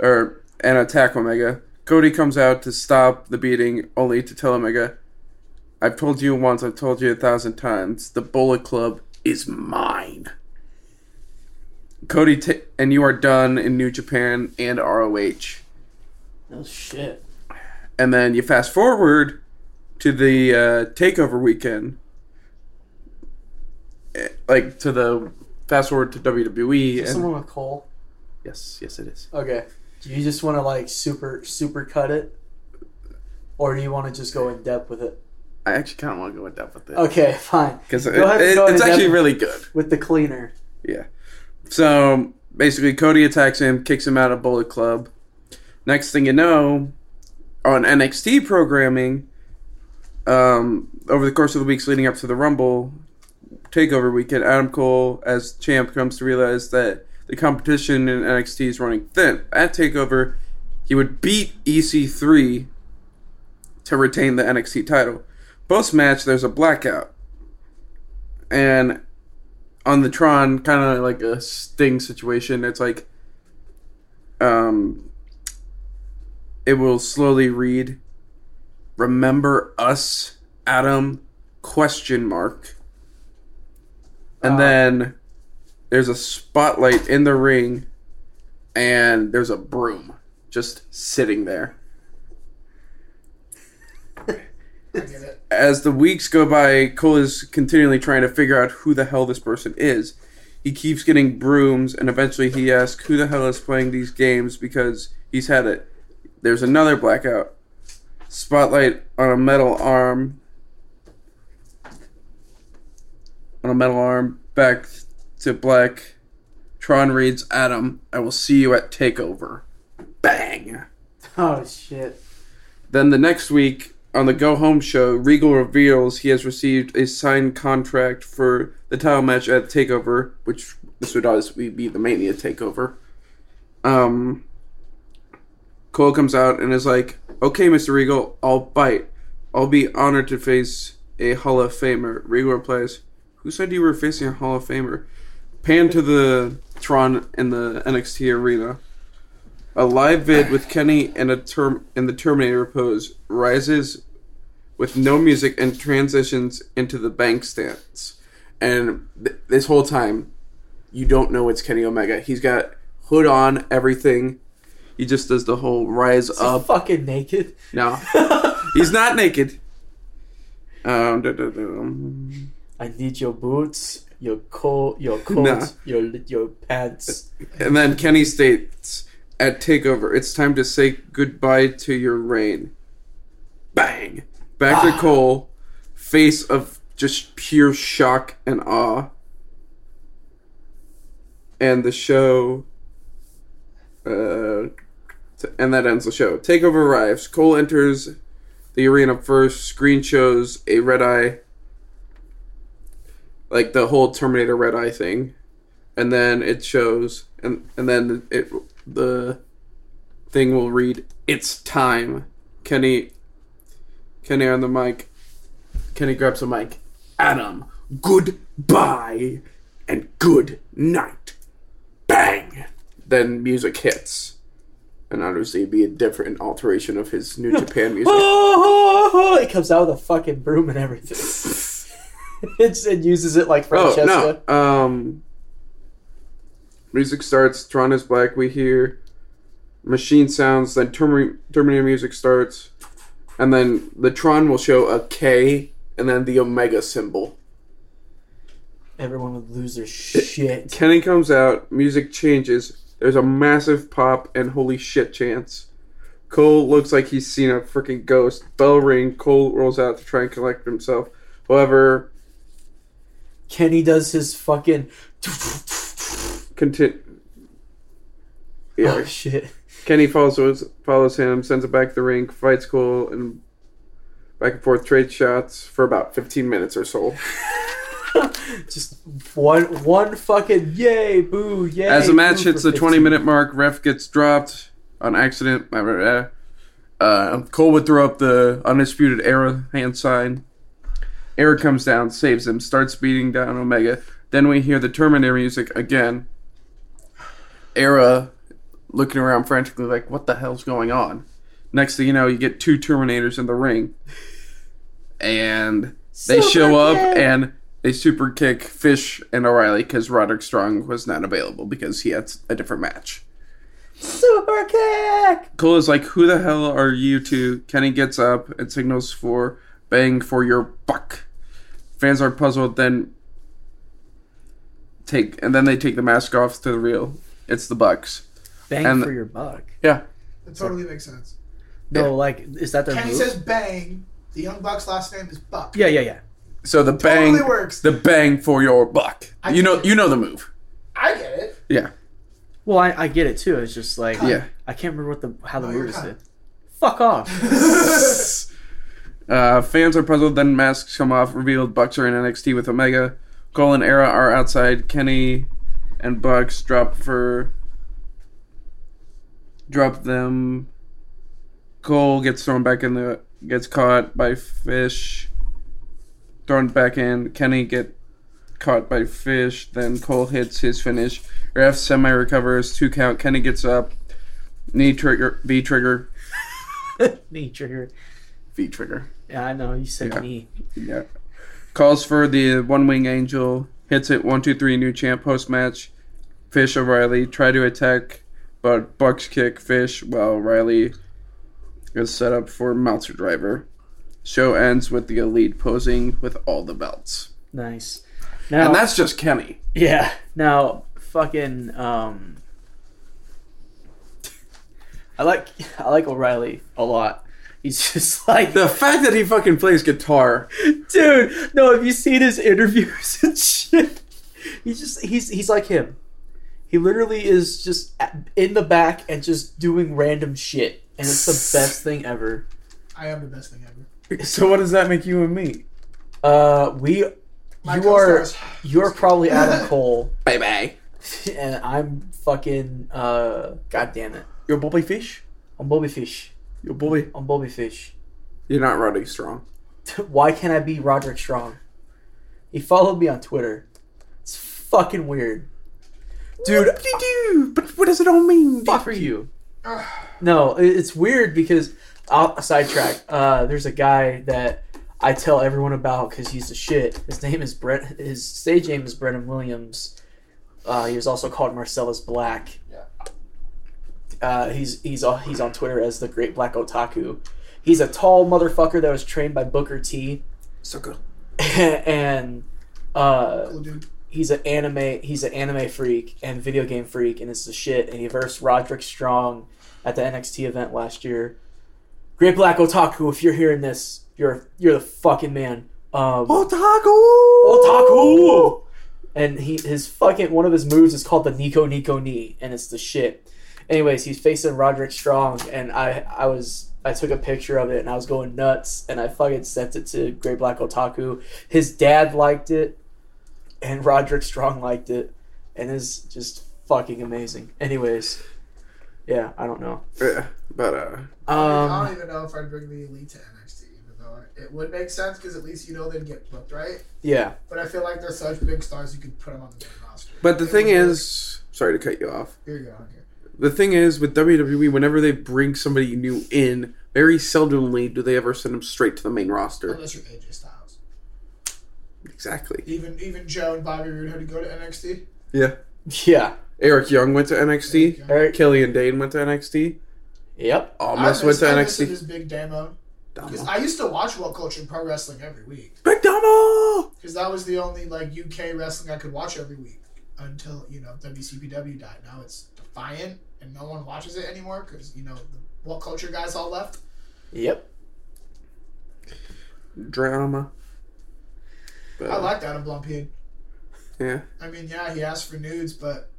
[SPEAKER 2] or and attack Omega. Cody comes out to stop the beating, only to tell Omega, "I've told you once, I've told you a thousand times. The Bullet Club is mine." Cody t- and you are done in New Japan and ROH.
[SPEAKER 1] Oh shit.
[SPEAKER 2] And then you fast forward to the uh, takeover weekend, Eh, like to the fast forward to WWE. And,
[SPEAKER 1] Someone with Cole.
[SPEAKER 2] yes, yes, it is.
[SPEAKER 1] Okay. Do you just want to like super super cut it, or do you want to just go in depth with it?
[SPEAKER 2] I actually kind of want to go in depth with it
[SPEAKER 1] Okay, fine.
[SPEAKER 2] because
[SPEAKER 1] Go ahead and go
[SPEAKER 2] it's
[SPEAKER 1] in
[SPEAKER 2] actually
[SPEAKER 1] depth.
[SPEAKER 2] really good.
[SPEAKER 1] With the cleaner.
[SPEAKER 2] Yeah. So basically, Cody attacks him, kicks him out of Bullet Club. Next thing you know, on NXT programming, um, over the course of the weeks leading up to the Rumble Takeover weekend, Adam Cole, as champ, comes to realize that the competition in NXT is running thin. At Takeover, he would beat EC3 to retain the NXT title. Post match, there's a blackout. And on the Tron, kind of like a sting situation. It's like, um, it will slowly read, "Remember us, Adam?" Question mark. And
[SPEAKER 1] Uh.
[SPEAKER 2] then there's a spotlight in the ring, and there's a broom just sitting there.
[SPEAKER 5] I get it.
[SPEAKER 2] as the weeks go by, Cole is continually trying to figure out who the hell this person is. He keeps getting brooms, and eventually he asks who the hell is playing these games because he's had it. There's another blackout. Spotlight on a metal arm. On a metal arm, back to black. Tron reads Adam, I will see you at Takeover. Bang!
[SPEAKER 1] Oh shit.
[SPEAKER 2] Then the next week on the Go Home show, Regal reveals he has received a signed contract for the title match at Takeover, which this would obviously be the Mania Takeover. Um, Cole comes out and is like, "Okay, Mr. Regal, I'll bite. I'll be honored to face a Hall of Famer." Regal replies, "Who said you were facing a Hall of Famer?" Pan to the Tron in the NXT arena. A live vid with Kenny and a term in the Terminator pose rises with no music and transitions into the bank stance. And th- this whole time, you don't know it's Kenny Omega. He's got hood on, everything. He just does the whole rise
[SPEAKER 1] Uh,
[SPEAKER 2] up.
[SPEAKER 1] fucking naked.
[SPEAKER 2] No,
[SPEAKER 1] I
[SPEAKER 2] he's not naked. Um, da- da- da- um,
[SPEAKER 1] need your boots, your coat, your coat,
[SPEAKER 2] Nah.
[SPEAKER 1] your your pants.
[SPEAKER 2] And then Kenny states at Takeover, it's time to say goodbye to your reign. Bang! Back to Cole, face of just pure shock and awe. And the show. Uh, t- and that ends the show. Takeover arrives. Cole enters the arena first. Screen shows a red eye. Like the whole Terminator red eye thing and then it shows and and then it the thing will read it's time kenny kenny on the mic kenny grabs the mic adam goodbye and good night bang then music hits and obviously it'd be a different alteration of his new japan music
[SPEAKER 1] Oh, it comes out with a fucking broom and everything. it's, it uses it like
[SPEAKER 2] Oh
[SPEAKER 1] Francesca.
[SPEAKER 2] no. Um, music starts. Tron is black. We hear machine sounds. Then Termi- Terminator music starts, and then the Tron will show a K, and then the Omega symbol.
[SPEAKER 1] Everyone would lose their shit.
[SPEAKER 2] Kenny comes out. Music changes. There's a massive pop and holy shit chance. Cole looks like he's seen a freaking ghost. Bell ring. Cole rolls out to try and collect himself. However,
[SPEAKER 1] Kenny does his fucking
[SPEAKER 2] continue. Yeah,
[SPEAKER 1] oh shit.
[SPEAKER 2] Kenny follows follows him, sends it back to the ring, fights Cole, and back and forth trade shots for about 15 minutes or so.
[SPEAKER 1] Just one one fucking yay boo yay.
[SPEAKER 2] As the match
[SPEAKER 1] boo
[SPEAKER 2] hits
[SPEAKER 1] for
[SPEAKER 2] the 20
[SPEAKER 1] 15.
[SPEAKER 2] minute mark, ref gets dropped on accident. blah, blah, blah. Uh, Cole would throw up the undisputed era hand sign. Era comes down, saves him, starts beating down Omega. Then we hear the Terminator music again. Era looking around frantically, like, what the hell's going on? Next thing you know, you get two Terminators in the ring. And they
[SPEAKER 1] Super
[SPEAKER 2] show up
[SPEAKER 1] kick.
[SPEAKER 2] and they super kick Fish and O'Reilly because Roderick Strong was not available because he had a different match.
[SPEAKER 1] Super kick.
[SPEAKER 2] Cole is like, "Who the hell are you two? Kenny gets up and signals for "Bang for your buck." Fans are puzzled. Then take and then they take the mask off to the real. It's the Bucks.
[SPEAKER 1] Bang
[SPEAKER 2] And-
[SPEAKER 1] for your buck.
[SPEAKER 2] Yeah,
[SPEAKER 3] It totally makes sense.
[SPEAKER 1] No, like is that their
[SPEAKER 3] Kenny
[SPEAKER 1] move?
[SPEAKER 3] says bang. The Young Buck's last name is Buck.
[SPEAKER 1] yeah, yeah, yeah.
[SPEAKER 2] so the
[SPEAKER 3] Totally
[SPEAKER 2] bang,
[SPEAKER 3] works.
[SPEAKER 2] the bang for your buck. you know, you know the move.
[SPEAKER 3] I get it.
[SPEAKER 2] Yeah,
[SPEAKER 1] Well, I, I get it too. It's just like
[SPEAKER 2] yeah.
[SPEAKER 1] I can't remember what the how the
[SPEAKER 3] No,
[SPEAKER 1] move
[SPEAKER 3] you're
[SPEAKER 1] is.
[SPEAKER 3] not.
[SPEAKER 1] said. Fuck off.
[SPEAKER 2] Uh, fans are puzzled. Then masks come off. Revealed Bucks are in NXT with Omega. Cole and Era are outside. Kenny and Bucks drop for drop them. Cole gets thrown back in the gets caught by Fish. Thrown back in. Kenny get caught by Fish. Then Cole hits his finish. Ref semi recovers. Two count. Kenny gets up. Knee trigger. B trigger.
[SPEAKER 1] knee trigger.
[SPEAKER 2] V trigger.
[SPEAKER 1] Yeah, I know you said
[SPEAKER 2] Yeah.
[SPEAKER 1] knee.
[SPEAKER 2] Yeah. Calls for the one wing angel, hits it one, two, three, new champ post match. Fish O'Reilly try to attack, but Bucks kick Fish while Riley is set up for Meltzer driver. Show ends with the elite posing with all the belts.
[SPEAKER 1] Nice. Now,
[SPEAKER 2] And that's just Kenny.
[SPEAKER 1] yeah. Now, fucking. Um, I like I like O'Reilly a lot. He's just like
[SPEAKER 2] The fact that he fucking plays guitar.
[SPEAKER 1] dude no have you seen his interviews and shit he's just he's he's like him he literally is just at- in the back and just doing random shit and it's the best thing ever
[SPEAKER 3] I am the best thing ever.
[SPEAKER 2] So what does that make you and me?
[SPEAKER 1] uh we
[SPEAKER 3] My
[SPEAKER 1] you are
[SPEAKER 3] co-stars.
[SPEAKER 1] you're probably adam cole
[SPEAKER 2] Bye bye.
[SPEAKER 1] and i'm fucking uh god damn it
[SPEAKER 2] You're Bobby Fish.
[SPEAKER 1] i'm bobby fish
[SPEAKER 2] You're Bobby.
[SPEAKER 1] i'm bobby fish
[SPEAKER 2] You're not Roddy Strong.
[SPEAKER 1] why can't i be roderick strong he followed me on twitter it's fucking weird dude
[SPEAKER 2] do? But what does it all mean?
[SPEAKER 1] fuck you. no, it- it's weird because I'll sidetrack. Uh, there's a guy that I tell everyone about because he's the shit. His name is Brent. His stage name is Brennan Williams. Uh, he was also called Marcellus Black.
[SPEAKER 3] Yeah.
[SPEAKER 1] Uh, he's he's on he's on Twitter as the Great Black Otaku. He's a tall motherfucker that was trained by Booker T.
[SPEAKER 3] Sucker.
[SPEAKER 1] and uh,
[SPEAKER 3] Cool dude.
[SPEAKER 1] he's an anime he's an anime freak and video game freak and it's the shit and he versed Roderick Strong at the NXT event last year. Great Black Otaku, if you're hearing this, you're you're the fucking man. Um,
[SPEAKER 2] Otaku.
[SPEAKER 1] Otaku. And he his fucking one of his moves is called the Nico Nico Knee, and it's the shit. Anyways, he's facing Roderick Strong, and I I was I took a picture of it, and I was going nuts, and I fucking sent it to Great Black Otaku. His dad liked it, and Roderick Strong liked it, and it's just fucking amazing. Anyways, yeah, I don't know.
[SPEAKER 2] Yeah, but uh,
[SPEAKER 3] I
[SPEAKER 1] Um,
[SPEAKER 3] don't even know if I'd bring the elite to NXT, even though it would make sense because at least you know they'd get booked, right?
[SPEAKER 1] yeah,
[SPEAKER 3] But I feel like they're such big stars, you could put them on the main roster.
[SPEAKER 2] but the
[SPEAKER 3] It
[SPEAKER 2] thing
[SPEAKER 3] would work.
[SPEAKER 2] is, sorry to cut you off.
[SPEAKER 3] here you go. Okay.
[SPEAKER 2] The thing is with WWE, whenever they bring somebody new in, very seldomly do they ever send them straight to the main roster.
[SPEAKER 3] Unless you're AJ Styles,
[SPEAKER 2] Exactly.
[SPEAKER 3] even even Joe and Bobby Roode had to go to NXT.
[SPEAKER 2] Yeah.
[SPEAKER 1] yeah,
[SPEAKER 2] Eric Young went to NXT.
[SPEAKER 3] Eric
[SPEAKER 1] Eric.
[SPEAKER 2] Killian Dane went to NXT.
[SPEAKER 1] Yep.
[SPEAKER 3] I
[SPEAKER 2] Almas went
[SPEAKER 3] miss,
[SPEAKER 2] to
[SPEAKER 3] I miss
[SPEAKER 2] NXT.
[SPEAKER 3] This big demo. 'Cause
[SPEAKER 2] Damo.
[SPEAKER 3] I used to watch World Culture and Pro Wrestling every week
[SPEAKER 2] Big Damo.
[SPEAKER 3] because that was the only like UK wrestling I could watch every week until you know WCPW died. Now it's Defiant and no one watches it anymore because you know the World Culture guys all left.
[SPEAKER 1] Yep.
[SPEAKER 2] Drama. But,
[SPEAKER 3] I liked Adam Blumpian.
[SPEAKER 2] yeah.
[SPEAKER 3] I mean, yeah, he asked for nudes, but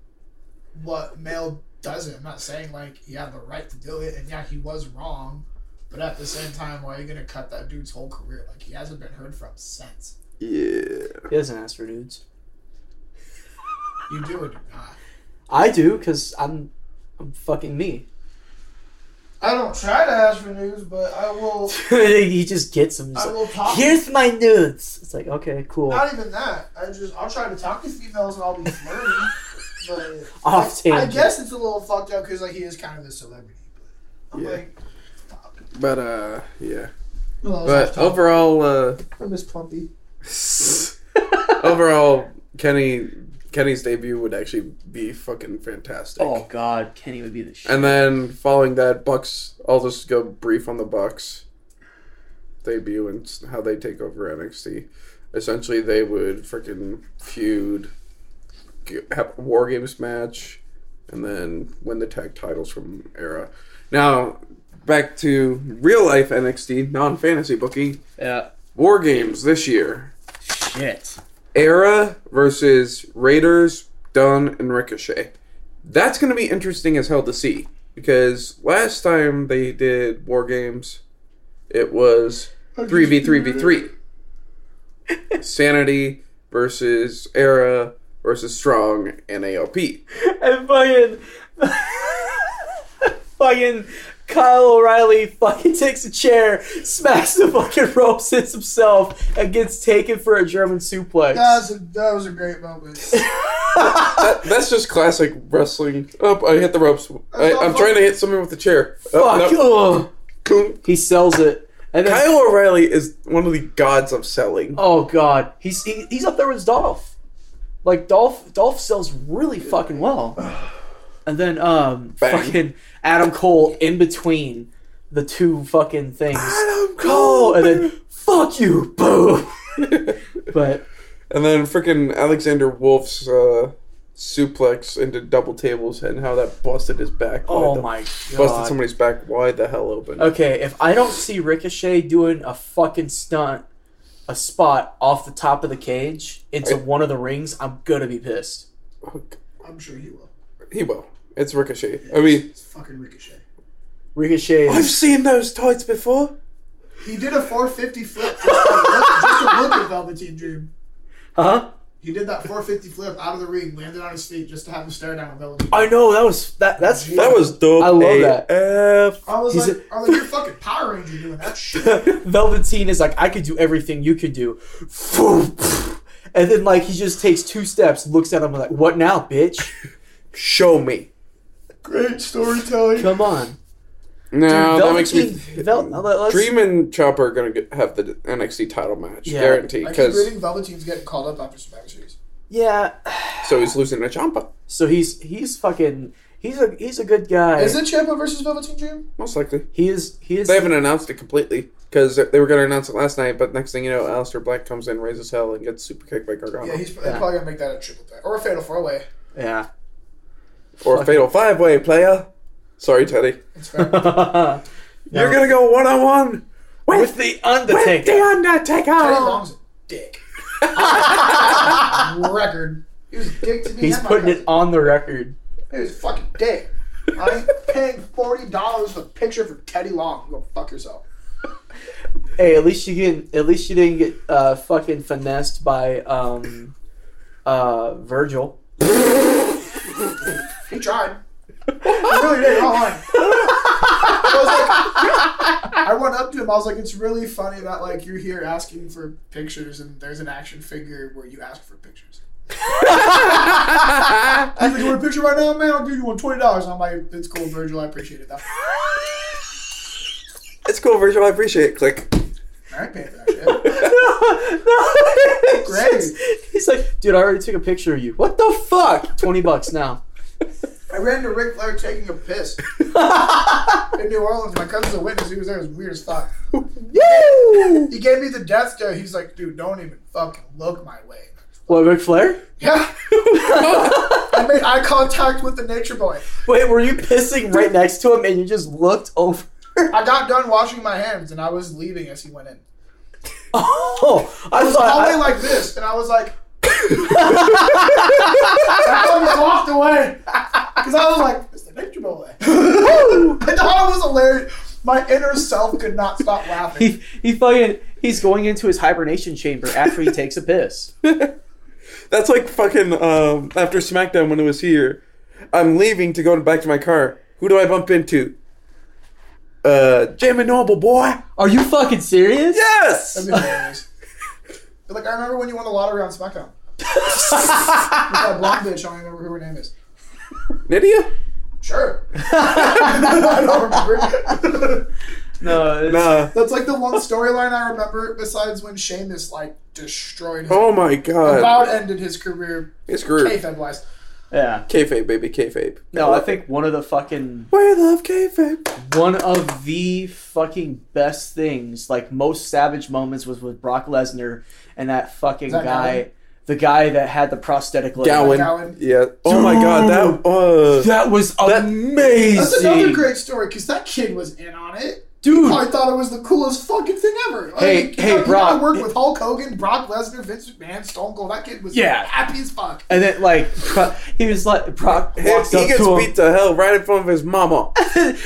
[SPEAKER 3] what male doesn't? I'm not saying like he had the right to do it, and yeah, he was wrong. But at the same time, why are you gonna cut that dude's whole career? Like he hasn't been heard from since.
[SPEAKER 2] Yeah.
[SPEAKER 1] He doesn't ask for dudes.
[SPEAKER 3] You do or do not.
[SPEAKER 1] I do because I'm I'm fucking me.
[SPEAKER 3] I don't try to ask for news, but I will.
[SPEAKER 1] he just gets them.
[SPEAKER 3] I will talk.
[SPEAKER 1] Here's my nudes. It's like okay, cool.
[SPEAKER 3] Not even that. I just I'll try to talk to females and I'll be flirty. but
[SPEAKER 1] Off
[SPEAKER 3] I, I
[SPEAKER 1] tangent.
[SPEAKER 3] guess it's a little fucked up because like he is kind of a celebrity. But I'm
[SPEAKER 2] Yeah.
[SPEAKER 3] like, fuck.
[SPEAKER 2] But uh, yeah.
[SPEAKER 3] Well, I was
[SPEAKER 2] But overall, uh,
[SPEAKER 3] I miss Plumpy.
[SPEAKER 2] overall, Kenny Kenny's debut would actually be fucking fantastic.
[SPEAKER 1] oh god, Kenny would be the shit.
[SPEAKER 2] And then following that, Bucks. I'll just go brief on the Bucks debut and s- how they take over NXT. Essentially, they would freaking feud, g- have a War Games match, and then win the tag titles from Era. Now, back to real life NXT, non fantasy booking.
[SPEAKER 1] Yeah.
[SPEAKER 2] War Games this year.
[SPEAKER 1] uh, Shit.
[SPEAKER 2] Era versus Raiders, Dunn, and Ricochet. That's going to be interesting as hell to see because last time they did War Games, it was 3v3v3. Sanity versus Era versus Strong and AOP.
[SPEAKER 1] And fucking, fucking Kyle O'Reilly fucking takes a chair, smacks the fucking ropes, hits himself, and gets taken for a German suplex.
[SPEAKER 3] That was a, that was a great moment.
[SPEAKER 2] That, that's just classic wrestling. Oh, I hit the ropes. I, I'm trying to hit someone with the chair. Oh,
[SPEAKER 1] Fuck.
[SPEAKER 2] no.
[SPEAKER 1] ugh. He sells it. And then,
[SPEAKER 2] Kyle O'Reilly is one of the gods of selling.
[SPEAKER 1] oh god, he's he, he's up there with Dolph. Like Dolph, Dolph sells really fucking well. And then um
[SPEAKER 2] Bang.
[SPEAKER 1] fucking Adam Cole in between the two fucking things.
[SPEAKER 2] Adam
[SPEAKER 1] Go
[SPEAKER 2] Cole,
[SPEAKER 1] and then fuck you, boo.
[SPEAKER 2] Oh.
[SPEAKER 1] but
[SPEAKER 2] and then freaking Alexander Wolf's uh, suplex into double tables and how that busted his back. wide
[SPEAKER 1] oh
[SPEAKER 2] the-
[SPEAKER 1] my
[SPEAKER 2] busted
[SPEAKER 1] god.
[SPEAKER 2] somebody's back wide the hell open.
[SPEAKER 1] Okay, if I don't see Ricochet doing a fucking stunt, a spot off the top of the cage into one of the rings, I'm gonna be pissed.
[SPEAKER 3] I'm sure he will.
[SPEAKER 2] He will. It's Ricochet. I mean,
[SPEAKER 3] It's fucking Ricochet.
[SPEAKER 1] Ricochet
[SPEAKER 2] I've
[SPEAKER 1] is,
[SPEAKER 2] seen those tights before.
[SPEAKER 3] He did a 450 flip just to look, just to look at Velveteen Dream.
[SPEAKER 1] huh?
[SPEAKER 3] He did that 450 flip out of the ring, landed on his feet just to have a stare down with Velveteen.
[SPEAKER 1] I know that was that. That's
[SPEAKER 3] That
[SPEAKER 2] That was dope.
[SPEAKER 1] I love that.
[SPEAKER 2] AF.
[SPEAKER 3] I was
[SPEAKER 1] He's
[SPEAKER 3] like, I was like, you're fucking Power Ranger doing that shit.
[SPEAKER 1] Velveteen is like, I could do everything you could do. And then, like, he just takes two steps, looks at him like, what now, bitch?
[SPEAKER 2] Show me.
[SPEAKER 3] Great storytelling.
[SPEAKER 1] Come on.
[SPEAKER 2] No, that makes me.
[SPEAKER 1] Velveteen- Vel- now let- let's-
[SPEAKER 2] Dream and Chopper are gonna get, have the NXT title match,
[SPEAKER 1] Yeah.
[SPEAKER 2] guaranteed.
[SPEAKER 3] I keep
[SPEAKER 2] Because
[SPEAKER 3] reading Velveteen's getting called up after Survivor Series.
[SPEAKER 1] Yeah.
[SPEAKER 2] so he's losing to Champa,
[SPEAKER 1] So he's he's fucking he's a he's a good guy.
[SPEAKER 3] Is it Champa versus Velveteen Dream?
[SPEAKER 2] most likely.
[SPEAKER 1] He is he is
[SPEAKER 2] They haven't announced it completely because they were gonna announce it last night, but next thing you know, Alistair Black comes in, raises hell, and gets super kicked by Gargano,
[SPEAKER 3] Yeah, he's they're
[SPEAKER 1] Yeah.
[SPEAKER 3] probably gonna make that a triple threat or a fatal four way.
[SPEAKER 1] yeah.
[SPEAKER 2] or a fatal five way player. Sorry, Teddy.
[SPEAKER 3] It's fair.
[SPEAKER 1] Oh.
[SPEAKER 2] You're gonna go one on one with
[SPEAKER 1] the
[SPEAKER 2] with the
[SPEAKER 3] Teddy
[SPEAKER 2] Undertaker.
[SPEAKER 3] Long's a dick. Record. He was a dick to me.
[SPEAKER 1] He's
[SPEAKER 3] and my
[SPEAKER 1] putting
[SPEAKER 3] cousin.
[SPEAKER 1] it on the record.
[SPEAKER 3] He was a fucking dick. I'm paying forty dollars for a picture for Teddy Long. Go fuck yourself.
[SPEAKER 1] Hey, at least you can at least you didn't get uh, fucking finessed by um uh Virgil.
[SPEAKER 3] He tried. He really did. I'm lying. I was like, I went up to him. I was like, "It's really funny that like you're here asking for pictures, and there's an action figure where you ask for pictures." He's like, "You want a picture right now, man? I'll give you one twenty dollars." I'm like, "It's cool, Virgil. I appreciate it." Though.
[SPEAKER 2] It's cool, Virgil. I appreciate it. Click.
[SPEAKER 3] I ain't paying for that shit.
[SPEAKER 1] no, no.
[SPEAKER 3] Great.
[SPEAKER 1] He's like, dude, I already took a picture of you. What the fuck? Twenty bucks now.
[SPEAKER 3] I ran into Ric Flair taking a piss in New Orleans. My cousin's a witness. He was there. It was weird as fuck.
[SPEAKER 1] Woo!
[SPEAKER 3] He gave me the death stare. He's like, "Dude, don't even fucking look my way."
[SPEAKER 1] What, Ric Flair?
[SPEAKER 3] Yeah. I made eye contact with the nature boy.
[SPEAKER 1] Wait, were you pissing right next to him and you just looked over?
[SPEAKER 3] I got done washing my hands and I was leaving as he went in.
[SPEAKER 1] Oh, I
[SPEAKER 3] It was all
[SPEAKER 1] thought.
[SPEAKER 3] the way like this, and I was like, I fucking walked away because I was like, "It's the nature boy." I thought it was hilarious. My inner self could not stop laughing.
[SPEAKER 1] he, he fucking he's going into his hibernation chamber after he takes a piss.
[SPEAKER 2] That's like fucking um, after SmackDown when it was here. I'm leaving to go back to my car. Who do I bump into? Uh, Jamie Noble, boy.
[SPEAKER 1] Are you fucking serious?
[SPEAKER 2] Yes.
[SPEAKER 3] That'd be hilarious. But, like I remember when you won the lottery on SmackDown. With that blonde bitch, I don't even remember who her name is.
[SPEAKER 2] Nydia?
[SPEAKER 3] Sure. I don't remember.
[SPEAKER 1] No. it's-
[SPEAKER 2] Nah.
[SPEAKER 3] That's like the one storyline I remember besides when Sheamus like destroyed him.
[SPEAKER 2] Oh my
[SPEAKER 3] About
[SPEAKER 2] god.
[SPEAKER 3] ended his career
[SPEAKER 2] It's screwed.
[SPEAKER 3] kayfabe wise.
[SPEAKER 1] Yeah.
[SPEAKER 2] Kayfabe, baby, kayfabe.
[SPEAKER 1] No, I think one of the fucking
[SPEAKER 2] we love kayfabe.
[SPEAKER 1] one of the fucking best things, like most savage moments, was with Brock Lesnar and that fucking
[SPEAKER 3] that
[SPEAKER 1] guy,
[SPEAKER 3] Gowan?
[SPEAKER 1] the guy that had the prosthetic leg.
[SPEAKER 2] Gowan.
[SPEAKER 3] Gowan.
[SPEAKER 2] Yeah. Oh my god, that uh,
[SPEAKER 1] That was
[SPEAKER 2] That-
[SPEAKER 1] amazing,
[SPEAKER 3] That's another great story because that kid was in on it. I
[SPEAKER 1] dude.
[SPEAKER 3] thought it was the coolest fucking thing ever. Like,
[SPEAKER 1] Hey-
[SPEAKER 3] you
[SPEAKER 1] hey,
[SPEAKER 3] know, you
[SPEAKER 1] Brock.
[SPEAKER 3] know, I worked with Hulk Hogan, Brock Lesnar, Vince McMahon, Stone Cold. That kid was
[SPEAKER 1] Yeah.
[SPEAKER 3] happy as fuck.
[SPEAKER 1] And then like Bro- he was like Brock
[SPEAKER 2] he,
[SPEAKER 1] walks
[SPEAKER 2] he
[SPEAKER 1] up
[SPEAKER 2] gets
[SPEAKER 1] to him.
[SPEAKER 2] beat to hell right in front of his mama.
[SPEAKER 1] and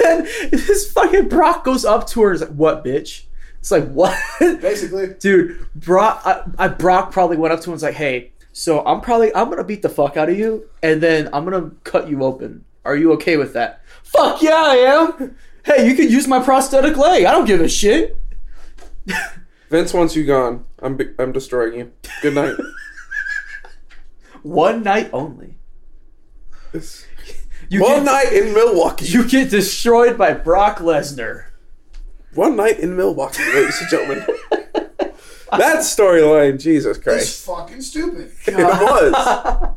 [SPEAKER 1] then this fucking Brock goes up to her and is like, "What, bitch?" It's like, "What,
[SPEAKER 3] Basically,
[SPEAKER 1] dude?" Brock, I, I Brock probably went up to him and was like, "Hey, so I'm probably I'm gonna beat the fuck out of you, and then I'm gonna cut you open. Are you okay with that?" Fuck yeah, I am. Hey, you can use my prosthetic leg. I don't give a shit.
[SPEAKER 2] Vince wants you gone. I'm be- I'm destroying you. Good night.
[SPEAKER 1] One night only. You
[SPEAKER 2] One
[SPEAKER 1] get,
[SPEAKER 2] night in Milwaukee.
[SPEAKER 1] You get destroyed by Brock Lesnar.
[SPEAKER 2] One night in Milwaukee, ladies and gentlemen. that storyline, Jesus Christ.
[SPEAKER 3] it's fucking stupid.
[SPEAKER 2] It was.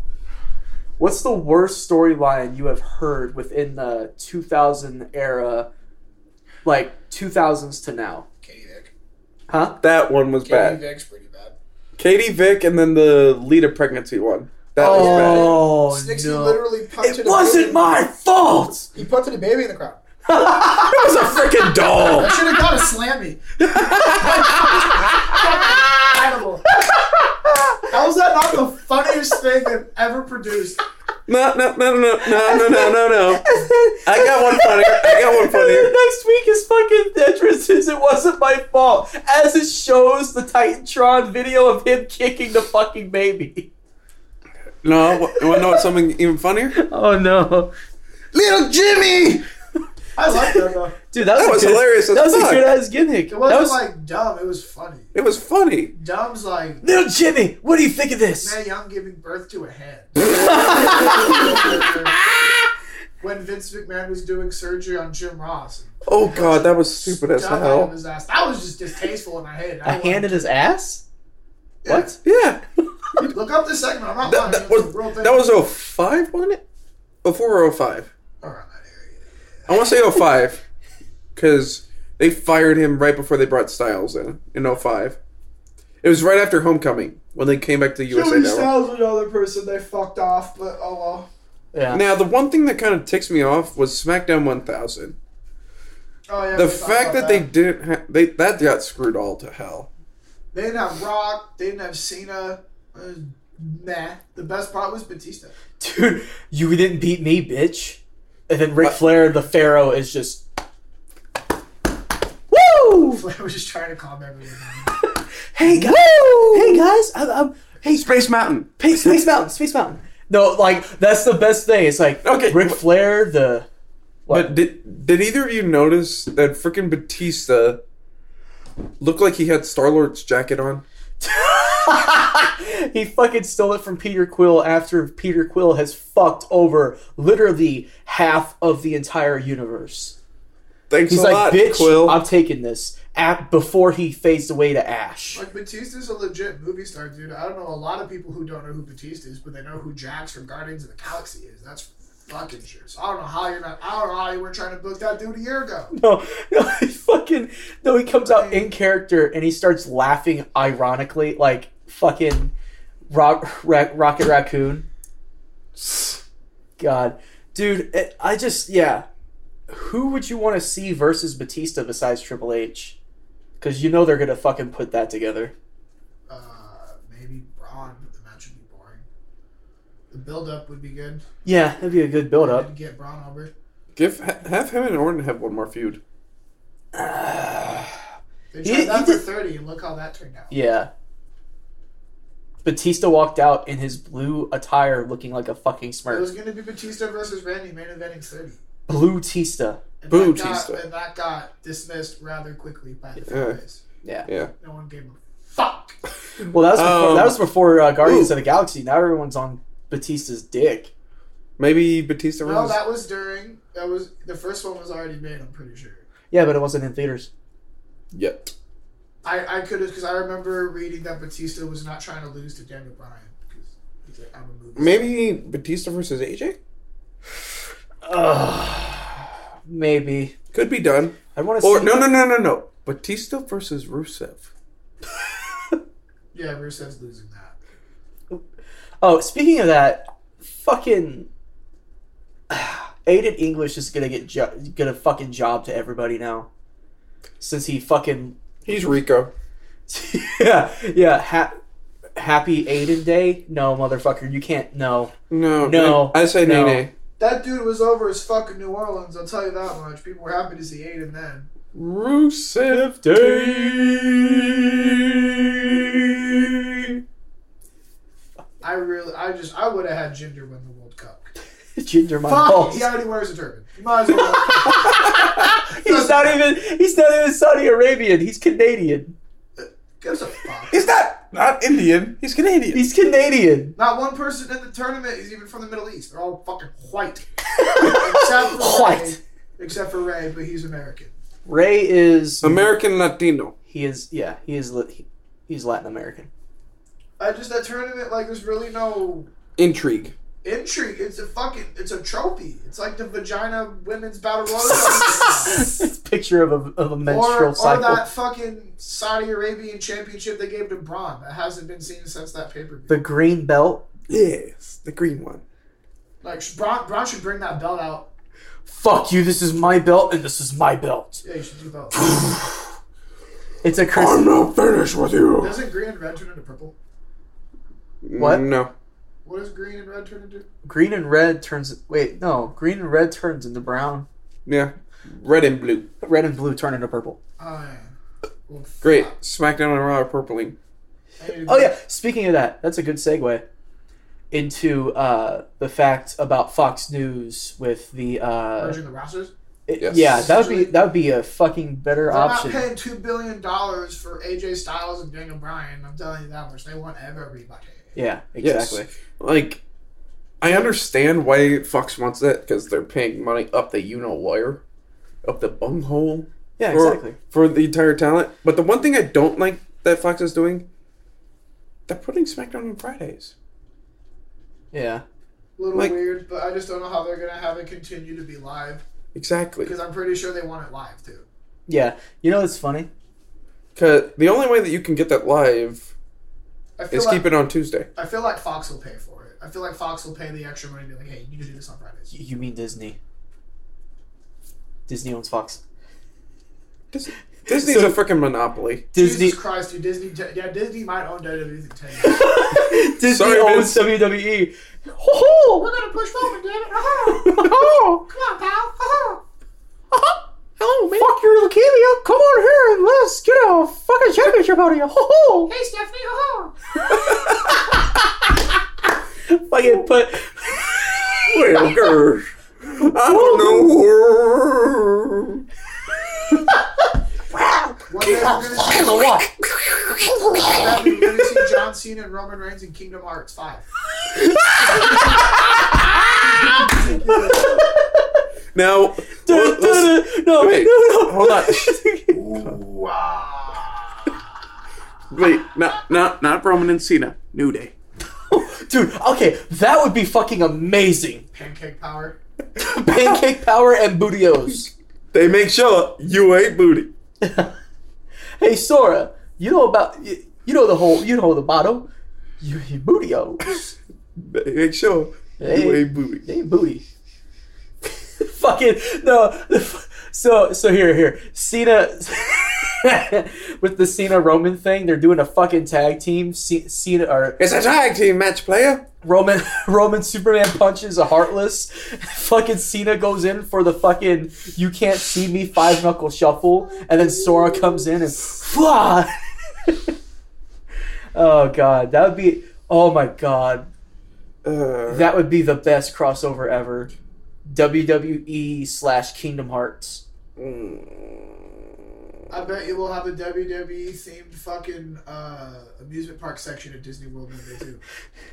[SPEAKER 1] What's the worst storyline you have heard within the 2000 era like 2000s to now.
[SPEAKER 3] Katie Vick.
[SPEAKER 1] Huh?
[SPEAKER 2] That one was
[SPEAKER 3] Katie
[SPEAKER 2] bad.
[SPEAKER 3] Vick's pretty bad.
[SPEAKER 2] Katie Vick and then the Lita pregnancy one. That was
[SPEAKER 1] Oh,
[SPEAKER 3] Snixie
[SPEAKER 1] no.
[SPEAKER 3] literally punted.
[SPEAKER 1] It
[SPEAKER 3] a
[SPEAKER 1] wasn't
[SPEAKER 3] baby.
[SPEAKER 1] my fault.
[SPEAKER 3] He punted a baby in the crowd.
[SPEAKER 2] bad. That was a freaking doll.
[SPEAKER 3] I should have got a slammy. Animal. How is that not the funniest thing they've ever produced?
[SPEAKER 2] No, no, no, no, no, no, no, no, no. I got one funnier. I got one
[SPEAKER 1] The
[SPEAKER 2] funnier.
[SPEAKER 1] next week is fucking Tetris. is It wasn't my fault. As it shows the Titantron video of him kicking the fucking baby.
[SPEAKER 2] No, what- you want to know what's something even funnier?
[SPEAKER 1] Oh no,
[SPEAKER 2] Little Jimmy.
[SPEAKER 3] I like that though.
[SPEAKER 1] dude, that was,
[SPEAKER 2] That
[SPEAKER 1] a
[SPEAKER 2] was
[SPEAKER 1] good-
[SPEAKER 2] hilarious as
[SPEAKER 1] That was a
[SPEAKER 2] fuck.
[SPEAKER 1] good ass gimmick.
[SPEAKER 3] It wasn't
[SPEAKER 1] that was
[SPEAKER 3] like dumb. It was funny.
[SPEAKER 2] It was funny.
[SPEAKER 3] Dumb's like
[SPEAKER 1] little Jimmy. What do you think of this?
[SPEAKER 3] Mae Young giving birth to a hand. when Vince McMahon was doing surgery on Jim Ross,
[SPEAKER 2] Oh god, that was stupid as
[SPEAKER 3] John Hamm
[SPEAKER 2] hell.
[SPEAKER 3] his ass. That was just distasteful, and I hated it.
[SPEAKER 1] A
[SPEAKER 3] I
[SPEAKER 1] hand in his ass? What?
[SPEAKER 2] Yeah,
[SPEAKER 3] wanted- Look up the segment. I'm not
[SPEAKER 2] that,
[SPEAKER 3] lying.
[SPEAKER 2] that
[SPEAKER 3] It was
[SPEAKER 2] was
[SPEAKER 3] a real thing.
[SPEAKER 2] that was 05, wasn't it? Oh four or 05.
[SPEAKER 3] around that area.
[SPEAKER 2] I want to say 05 because they fired him right before they brought Styles in in 05. It was right after Homecoming when they came back to USA
[SPEAKER 3] Joey
[SPEAKER 2] Network.
[SPEAKER 3] Styles was another person they fucked off, but oh well.
[SPEAKER 1] Yeah.
[SPEAKER 2] Now, the one thing that kind of ticks me off was SmackDown 1000.
[SPEAKER 3] Oh, yeah,
[SPEAKER 2] The
[SPEAKER 3] we talked
[SPEAKER 2] fact
[SPEAKER 3] about
[SPEAKER 2] that they didn't ha- they that got screwed all to hell.
[SPEAKER 3] they didn't have Rock, they didn't have Cena. It was Meh. The best part was Batista.
[SPEAKER 1] Dude, you didn't beat me, bitch. And then Ric Flair, the Pharaoh, is just. Woo!
[SPEAKER 3] I was just trying to calm everyone down.
[SPEAKER 1] Hey guys! Hey guys! I'm, I'm, hey,
[SPEAKER 2] Space Mountain.
[SPEAKER 1] Space, Space Mountain, Space Mountain. No, like that's the best thing. It's like
[SPEAKER 2] Okay.
[SPEAKER 1] Ric Flair, the
[SPEAKER 2] But did did either of you notice that freaking Batista looked like he had Star Lord's jacket on?
[SPEAKER 1] he fucking stole it from Peter Quill after Peter Quill has fucked over literally half of the entire universe.
[SPEAKER 2] Thanks
[SPEAKER 1] He's
[SPEAKER 2] a
[SPEAKER 1] like,
[SPEAKER 2] lot,
[SPEAKER 1] bitch,
[SPEAKER 2] Quill.
[SPEAKER 1] I'm taking this. At before he fades away to ash.
[SPEAKER 3] Like Batista's a legit movie star, dude. I don't know a lot of people who don't know who Batista is, but they know who Jax from Guardians of the Galaxy is. That's fucking sure. So I don't know how you're not. I don't know how you were trying to book that dude a year ago.
[SPEAKER 1] No, no, he fucking no. He comes out in character and he starts laughing ironically, like fucking Rock, Ra- Rocket Raccoon. God, dude, it, I just yeah. Who would you want to see versus Batista besides Triple H? Because you know they're gonna fucking put that together.
[SPEAKER 3] Uh, maybe Braun, but the match would be boring. The build up would be good.
[SPEAKER 1] Yeah, that'd be a good build
[SPEAKER 3] Didn't
[SPEAKER 1] up.
[SPEAKER 3] get Braun over.
[SPEAKER 2] Give ha- have him and Orton have one more feud.
[SPEAKER 3] They
[SPEAKER 1] He-
[SPEAKER 3] tried
[SPEAKER 1] he
[SPEAKER 3] that for
[SPEAKER 1] did-
[SPEAKER 3] thirty, and look how that turned out.
[SPEAKER 1] Yeah. Batista walked out in his blue attire, looking like a fucking
[SPEAKER 3] It was
[SPEAKER 1] smurf.
[SPEAKER 3] going to be Batista versus Randy, main eventing thirty.
[SPEAKER 1] Blue Tista.
[SPEAKER 3] And
[SPEAKER 2] Boo,
[SPEAKER 3] that got-
[SPEAKER 2] Tista.
[SPEAKER 3] And that got dismissed rather quickly by the
[SPEAKER 2] Yeah.
[SPEAKER 3] fanbase.
[SPEAKER 1] Yeah.
[SPEAKER 2] Yeah.
[SPEAKER 3] No one gave a fuck.
[SPEAKER 1] Well, that was before,
[SPEAKER 2] Um,
[SPEAKER 1] that was before uh, Guardians
[SPEAKER 2] ooh.
[SPEAKER 1] of the Galaxy. Now everyone's on Batista's dick.
[SPEAKER 2] Maybe Batista
[SPEAKER 3] No,
[SPEAKER 2] versus
[SPEAKER 3] that was during. That was the first one was already made. I'm pretty sure.
[SPEAKER 1] Yeah, but it wasn't in theaters.
[SPEAKER 2] Yep.
[SPEAKER 3] I I could have because I remember reading that Batista was not trying to lose to Daniel Bryan because he's like I'm a movie.
[SPEAKER 2] Maybe Batista versus AJ?
[SPEAKER 1] Maybe
[SPEAKER 2] Could be done.
[SPEAKER 1] I want to
[SPEAKER 2] Or
[SPEAKER 1] see.
[SPEAKER 2] no no no no no. Batista versus Rusev.
[SPEAKER 3] star. yeah, Rusev's losing that.
[SPEAKER 1] Oh, speaking of that, fucking Aiden English is gonna get jo- gonna fucking job to everybody now, since he fucking
[SPEAKER 2] He's Rico.
[SPEAKER 1] yeah yeah ha- happy Aiden Day. No motherfucker, you can't. No,
[SPEAKER 2] No.
[SPEAKER 1] No,
[SPEAKER 2] I, I say
[SPEAKER 1] no.
[SPEAKER 2] nay nay.
[SPEAKER 3] That dude was over as fuck in New Orleans. I'll tell you that much. People were happy to see Aiden then.
[SPEAKER 2] Rusev Day.
[SPEAKER 3] I really, I just, I would have had Jinder win the World Cup.
[SPEAKER 1] ginger my
[SPEAKER 3] Fuck,
[SPEAKER 1] balls.
[SPEAKER 3] he already wears a turban. You might as well.
[SPEAKER 1] He's not even he's not even Saudi Arabian. He's Canadian.
[SPEAKER 3] Gives a fuck.
[SPEAKER 2] He's not not Indian. He's Canadian.
[SPEAKER 1] He's Canadian.
[SPEAKER 3] Not one person in the tournament is even from the Middle East. They're all fucking white. except for
[SPEAKER 1] White.
[SPEAKER 3] Ray, except for Ray, but he's American.
[SPEAKER 1] Ray is
[SPEAKER 2] American Latino.
[SPEAKER 1] he is yeah he is lit- he, he's Latin American.
[SPEAKER 3] I just that tournament like there's really no
[SPEAKER 2] Intrigue.
[SPEAKER 3] intrigue. It's a fucking. It's a trophy. It's like the vagina women's battle royal.
[SPEAKER 1] Picture of a, of a
[SPEAKER 3] or,
[SPEAKER 1] menstrual
[SPEAKER 3] or
[SPEAKER 1] cycle.
[SPEAKER 3] that fucking Saudi Arabian championship they gave to Braun. That hasn't been seen since that pay per view.
[SPEAKER 1] the green belt.
[SPEAKER 2] Yes, the green one.
[SPEAKER 3] Like Braun, Braun should bring that belt out.
[SPEAKER 1] Fuck you, this is my belt and this is my belt.
[SPEAKER 3] Yeah, you should do both.
[SPEAKER 1] It's a Chris.
[SPEAKER 2] not finished with you.
[SPEAKER 3] Doesn't green and red turn into purple?
[SPEAKER 1] What?
[SPEAKER 2] No.
[SPEAKER 3] What does green and red turn into?
[SPEAKER 1] Green and red turns. Wait, no. Green and red turns into brown.
[SPEAKER 2] Yeah. Red and blue.
[SPEAKER 1] Red and blue turn into purple.
[SPEAKER 3] Oh, yeah. Well, fuck.
[SPEAKER 2] Great. SmackDown and Raw are purpling.
[SPEAKER 3] I need to-
[SPEAKER 1] Oh yeah. Speaking of that, that's a good segue into uh, the fact about Fox News with the. Uh,
[SPEAKER 3] Merging the rosters.
[SPEAKER 1] it-
[SPEAKER 2] Yes.
[SPEAKER 1] Yeah, that would be that would be a fucking better
[SPEAKER 3] They're
[SPEAKER 1] option.
[SPEAKER 3] not paying two billion dollars for AJ Styles and Daniel Bryan. I'm telling you that much. They want everybody.
[SPEAKER 1] Yeah,
[SPEAKER 2] Yes.
[SPEAKER 1] exactly.
[SPEAKER 2] Like, I understand why Fox wants that because they're paying money up the you know wire, up the bunghole
[SPEAKER 1] Yeah,
[SPEAKER 2] for,
[SPEAKER 1] exactly.
[SPEAKER 2] for the entire talent. But the one thing I don't like that Fox is doing, they're putting SmackDown on Fridays.
[SPEAKER 1] Yeah.
[SPEAKER 3] A little
[SPEAKER 2] Like-
[SPEAKER 3] weird, but I just don't know how they're gonna have it continue to be live
[SPEAKER 2] Exactly.
[SPEAKER 3] because I'm pretty sure they want it live too.
[SPEAKER 1] Yeah. You know what's funny?
[SPEAKER 2] Because the only way that you can get that live
[SPEAKER 3] I feel
[SPEAKER 2] is
[SPEAKER 3] like
[SPEAKER 2] keep it on Tuesday.
[SPEAKER 3] I feel like Fox will pay for it. I feel like Fox will pay the extra money and be like, hey, you need to do this on Fridays.
[SPEAKER 1] Y- You mean Disney? Disney owns Fox.
[SPEAKER 2] Dis- Disney's
[SPEAKER 1] So-
[SPEAKER 2] a freaking monopoly.
[SPEAKER 1] Disney.
[SPEAKER 3] Jesus Christ, dude, Disney, yeah, Disney might own WWE in ten years.
[SPEAKER 1] Disney
[SPEAKER 2] Sorry,
[SPEAKER 1] owns E.
[SPEAKER 2] Vince.
[SPEAKER 1] WWE. Ho
[SPEAKER 3] We're gonna push forward, damn it!
[SPEAKER 1] ho!
[SPEAKER 3] Uh-huh. Come on, pal! Oh,
[SPEAKER 1] Hello, man. Fuck your leukemia. Come on here and let's get a fucking championship out of you. Ho ho!
[SPEAKER 3] hey, Stephanie! Oh,
[SPEAKER 1] Fucking put.
[SPEAKER 2] Well, gosh. I don't know.
[SPEAKER 3] one day we're gonna see, one day we're gonna see John Cena and Roman Reigns in Kingdom Hearts Five.
[SPEAKER 2] Now,
[SPEAKER 1] No,
[SPEAKER 2] let's-
[SPEAKER 1] no,
[SPEAKER 2] wait,
[SPEAKER 1] no, no.
[SPEAKER 2] hold on.
[SPEAKER 3] Wow!
[SPEAKER 2] wait, not not not Roman and Cena. New Day.
[SPEAKER 1] Dude, okay, that would be fucking amazing.
[SPEAKER 3] Pancake power.
[SPEAKER 1] Pancake power and bootios.
[SPEAKER 2] They make sure you ain't booty.
[SPEAKER 1] Hey, Sora, you know about you, you know the whole you know the motto. You eat bootios.
[SPEAKER 2] They make sure you
[SPEAKER 1] Hey.
[SPEAKER 2] ain't booty.
[SPEAKER 1] They ain't booty. fucking no. So so here here Cena with the Cena Roman thing. They're doing a fucking tag team. C- Cena or
[SPEAKER 2] It's a tag team match, player.
[SPEAKER 1] Roman Roman Superman punches a heartless. Fucking Cena goes in for the fucking you can't see me five knuckle shuffle, and then Sora comes in and fly. oh god, that would be. Oh my god,
[SPEAKER 2] Uh,
[SPEAKER 1] that would be the best crossover ever. WWE slash Kingdom Hearts.
[SPEAKER 3] I bet you will have a WWE E themed fucking uh, amusement park section at Disney World one day too.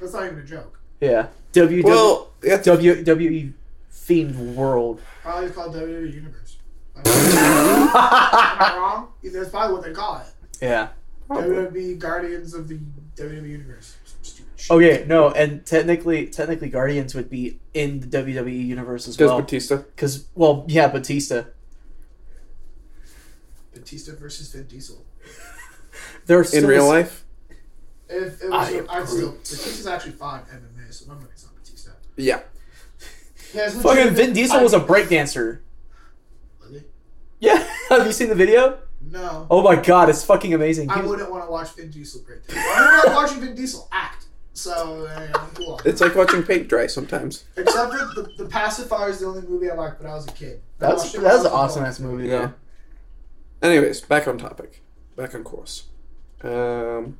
[SPEAKER 3] That's not even a joke.
[SPEAKER 1] Yeah, E WWE
[SPEAKER 2] well, that's
[SPEAKER 1] WWE E themed world.
[SPEAKER 3] Probably called WWE Universe. Am I wrong? That's probably what they call it.
[SPEAKER 1] Yeah.
[SPEAKER 3] WWE Guardians of the WWE Universe. Some stupid shit.
[SPEAKER 1] Okay, no, and technically, technically, Guardians would be in the WWE universe as
[SPEAKER 2] because
[SPEAKER 1] well.
[SPEAKER 2] Batista.
[SPEAKER 1] Because, well, yeah, Batista.
[SPEAKER 3] Batista versus Vin Diesel.
[SPEAKER 1] They're
[SPEAKER 2] In
[SPEAKER 1] still-
[SPEAKER 2] real life,
[SPEAKER 3] If it
[SPEAKER 1] I
[SPEAKER 3] was, I would still
[SPEAKER 1] approve.
[SPEAKER 3] Batista's actually fought in MMA, so my money's on Batista.
[SPEAKER 2] yeah.
[SPEAKER 3] He has
[SPEAKER 1] Fucking
[SPEAKER 3] legitimate
[SPEAKER 1] Vin Diesel was a
[SPEAKER 3] fighting-
[SPEAKER 1] breakdancer.
[SPEAKER 3] Really?
[SPEAKER 1] Yeah, have you seen the video?
[SPEAKER 3] No,
[SPEAKER 1] Oh my god, it's fucking amazing. He
[SPEAKER 3] I
[SPEAKER 1] was-
[SPEAKER 3] wouldn't want to watch Vin Diesel break. down. I'm not watching Vin Diesel act. So eh, I'm cool.
[SPEAKER 2] It's like watching paint dry sometimes.
[SPEAKER 3] Except for the, the Pacifier is the only movie I liked when I was a kid. I
[SPEAKER 1] that's
[SPEAKER 3] watched it
[SPEAKER 1] that
[SPEAKER 3] when I
[SPEAKER 1] was an
[SPEAKER 3] a
[SPEAKER 1] awesome
[SPEAKER 3] boy.
[SPEAKER 1] ass movie.
[SPEAKER 2] Yeah.
[SPEAKER 1] though.
[SPEAKER 2] Anyways, back on topic, back on course. Um,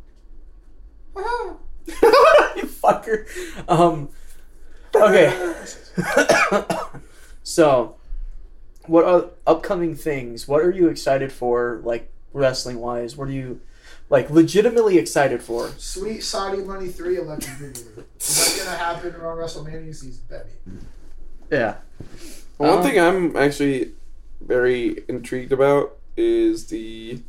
[SPEAKER 1] you fucker. Um, okay. so, what are upcoming things? What are you excited for, like wrestling wise? What are you, like, legitimately excited for?
[SPEAKER 3] Sweet Saudi Money 3 Electric Boogaloo. That's going to happen around WrestleMania season, bet me.
[SPEAKER 1] Yeah.
[SPEAKER 2] Well,
[SPEAKER 1] Um,
[SPEAKER 2] one thing I'm actually very intrigued about is the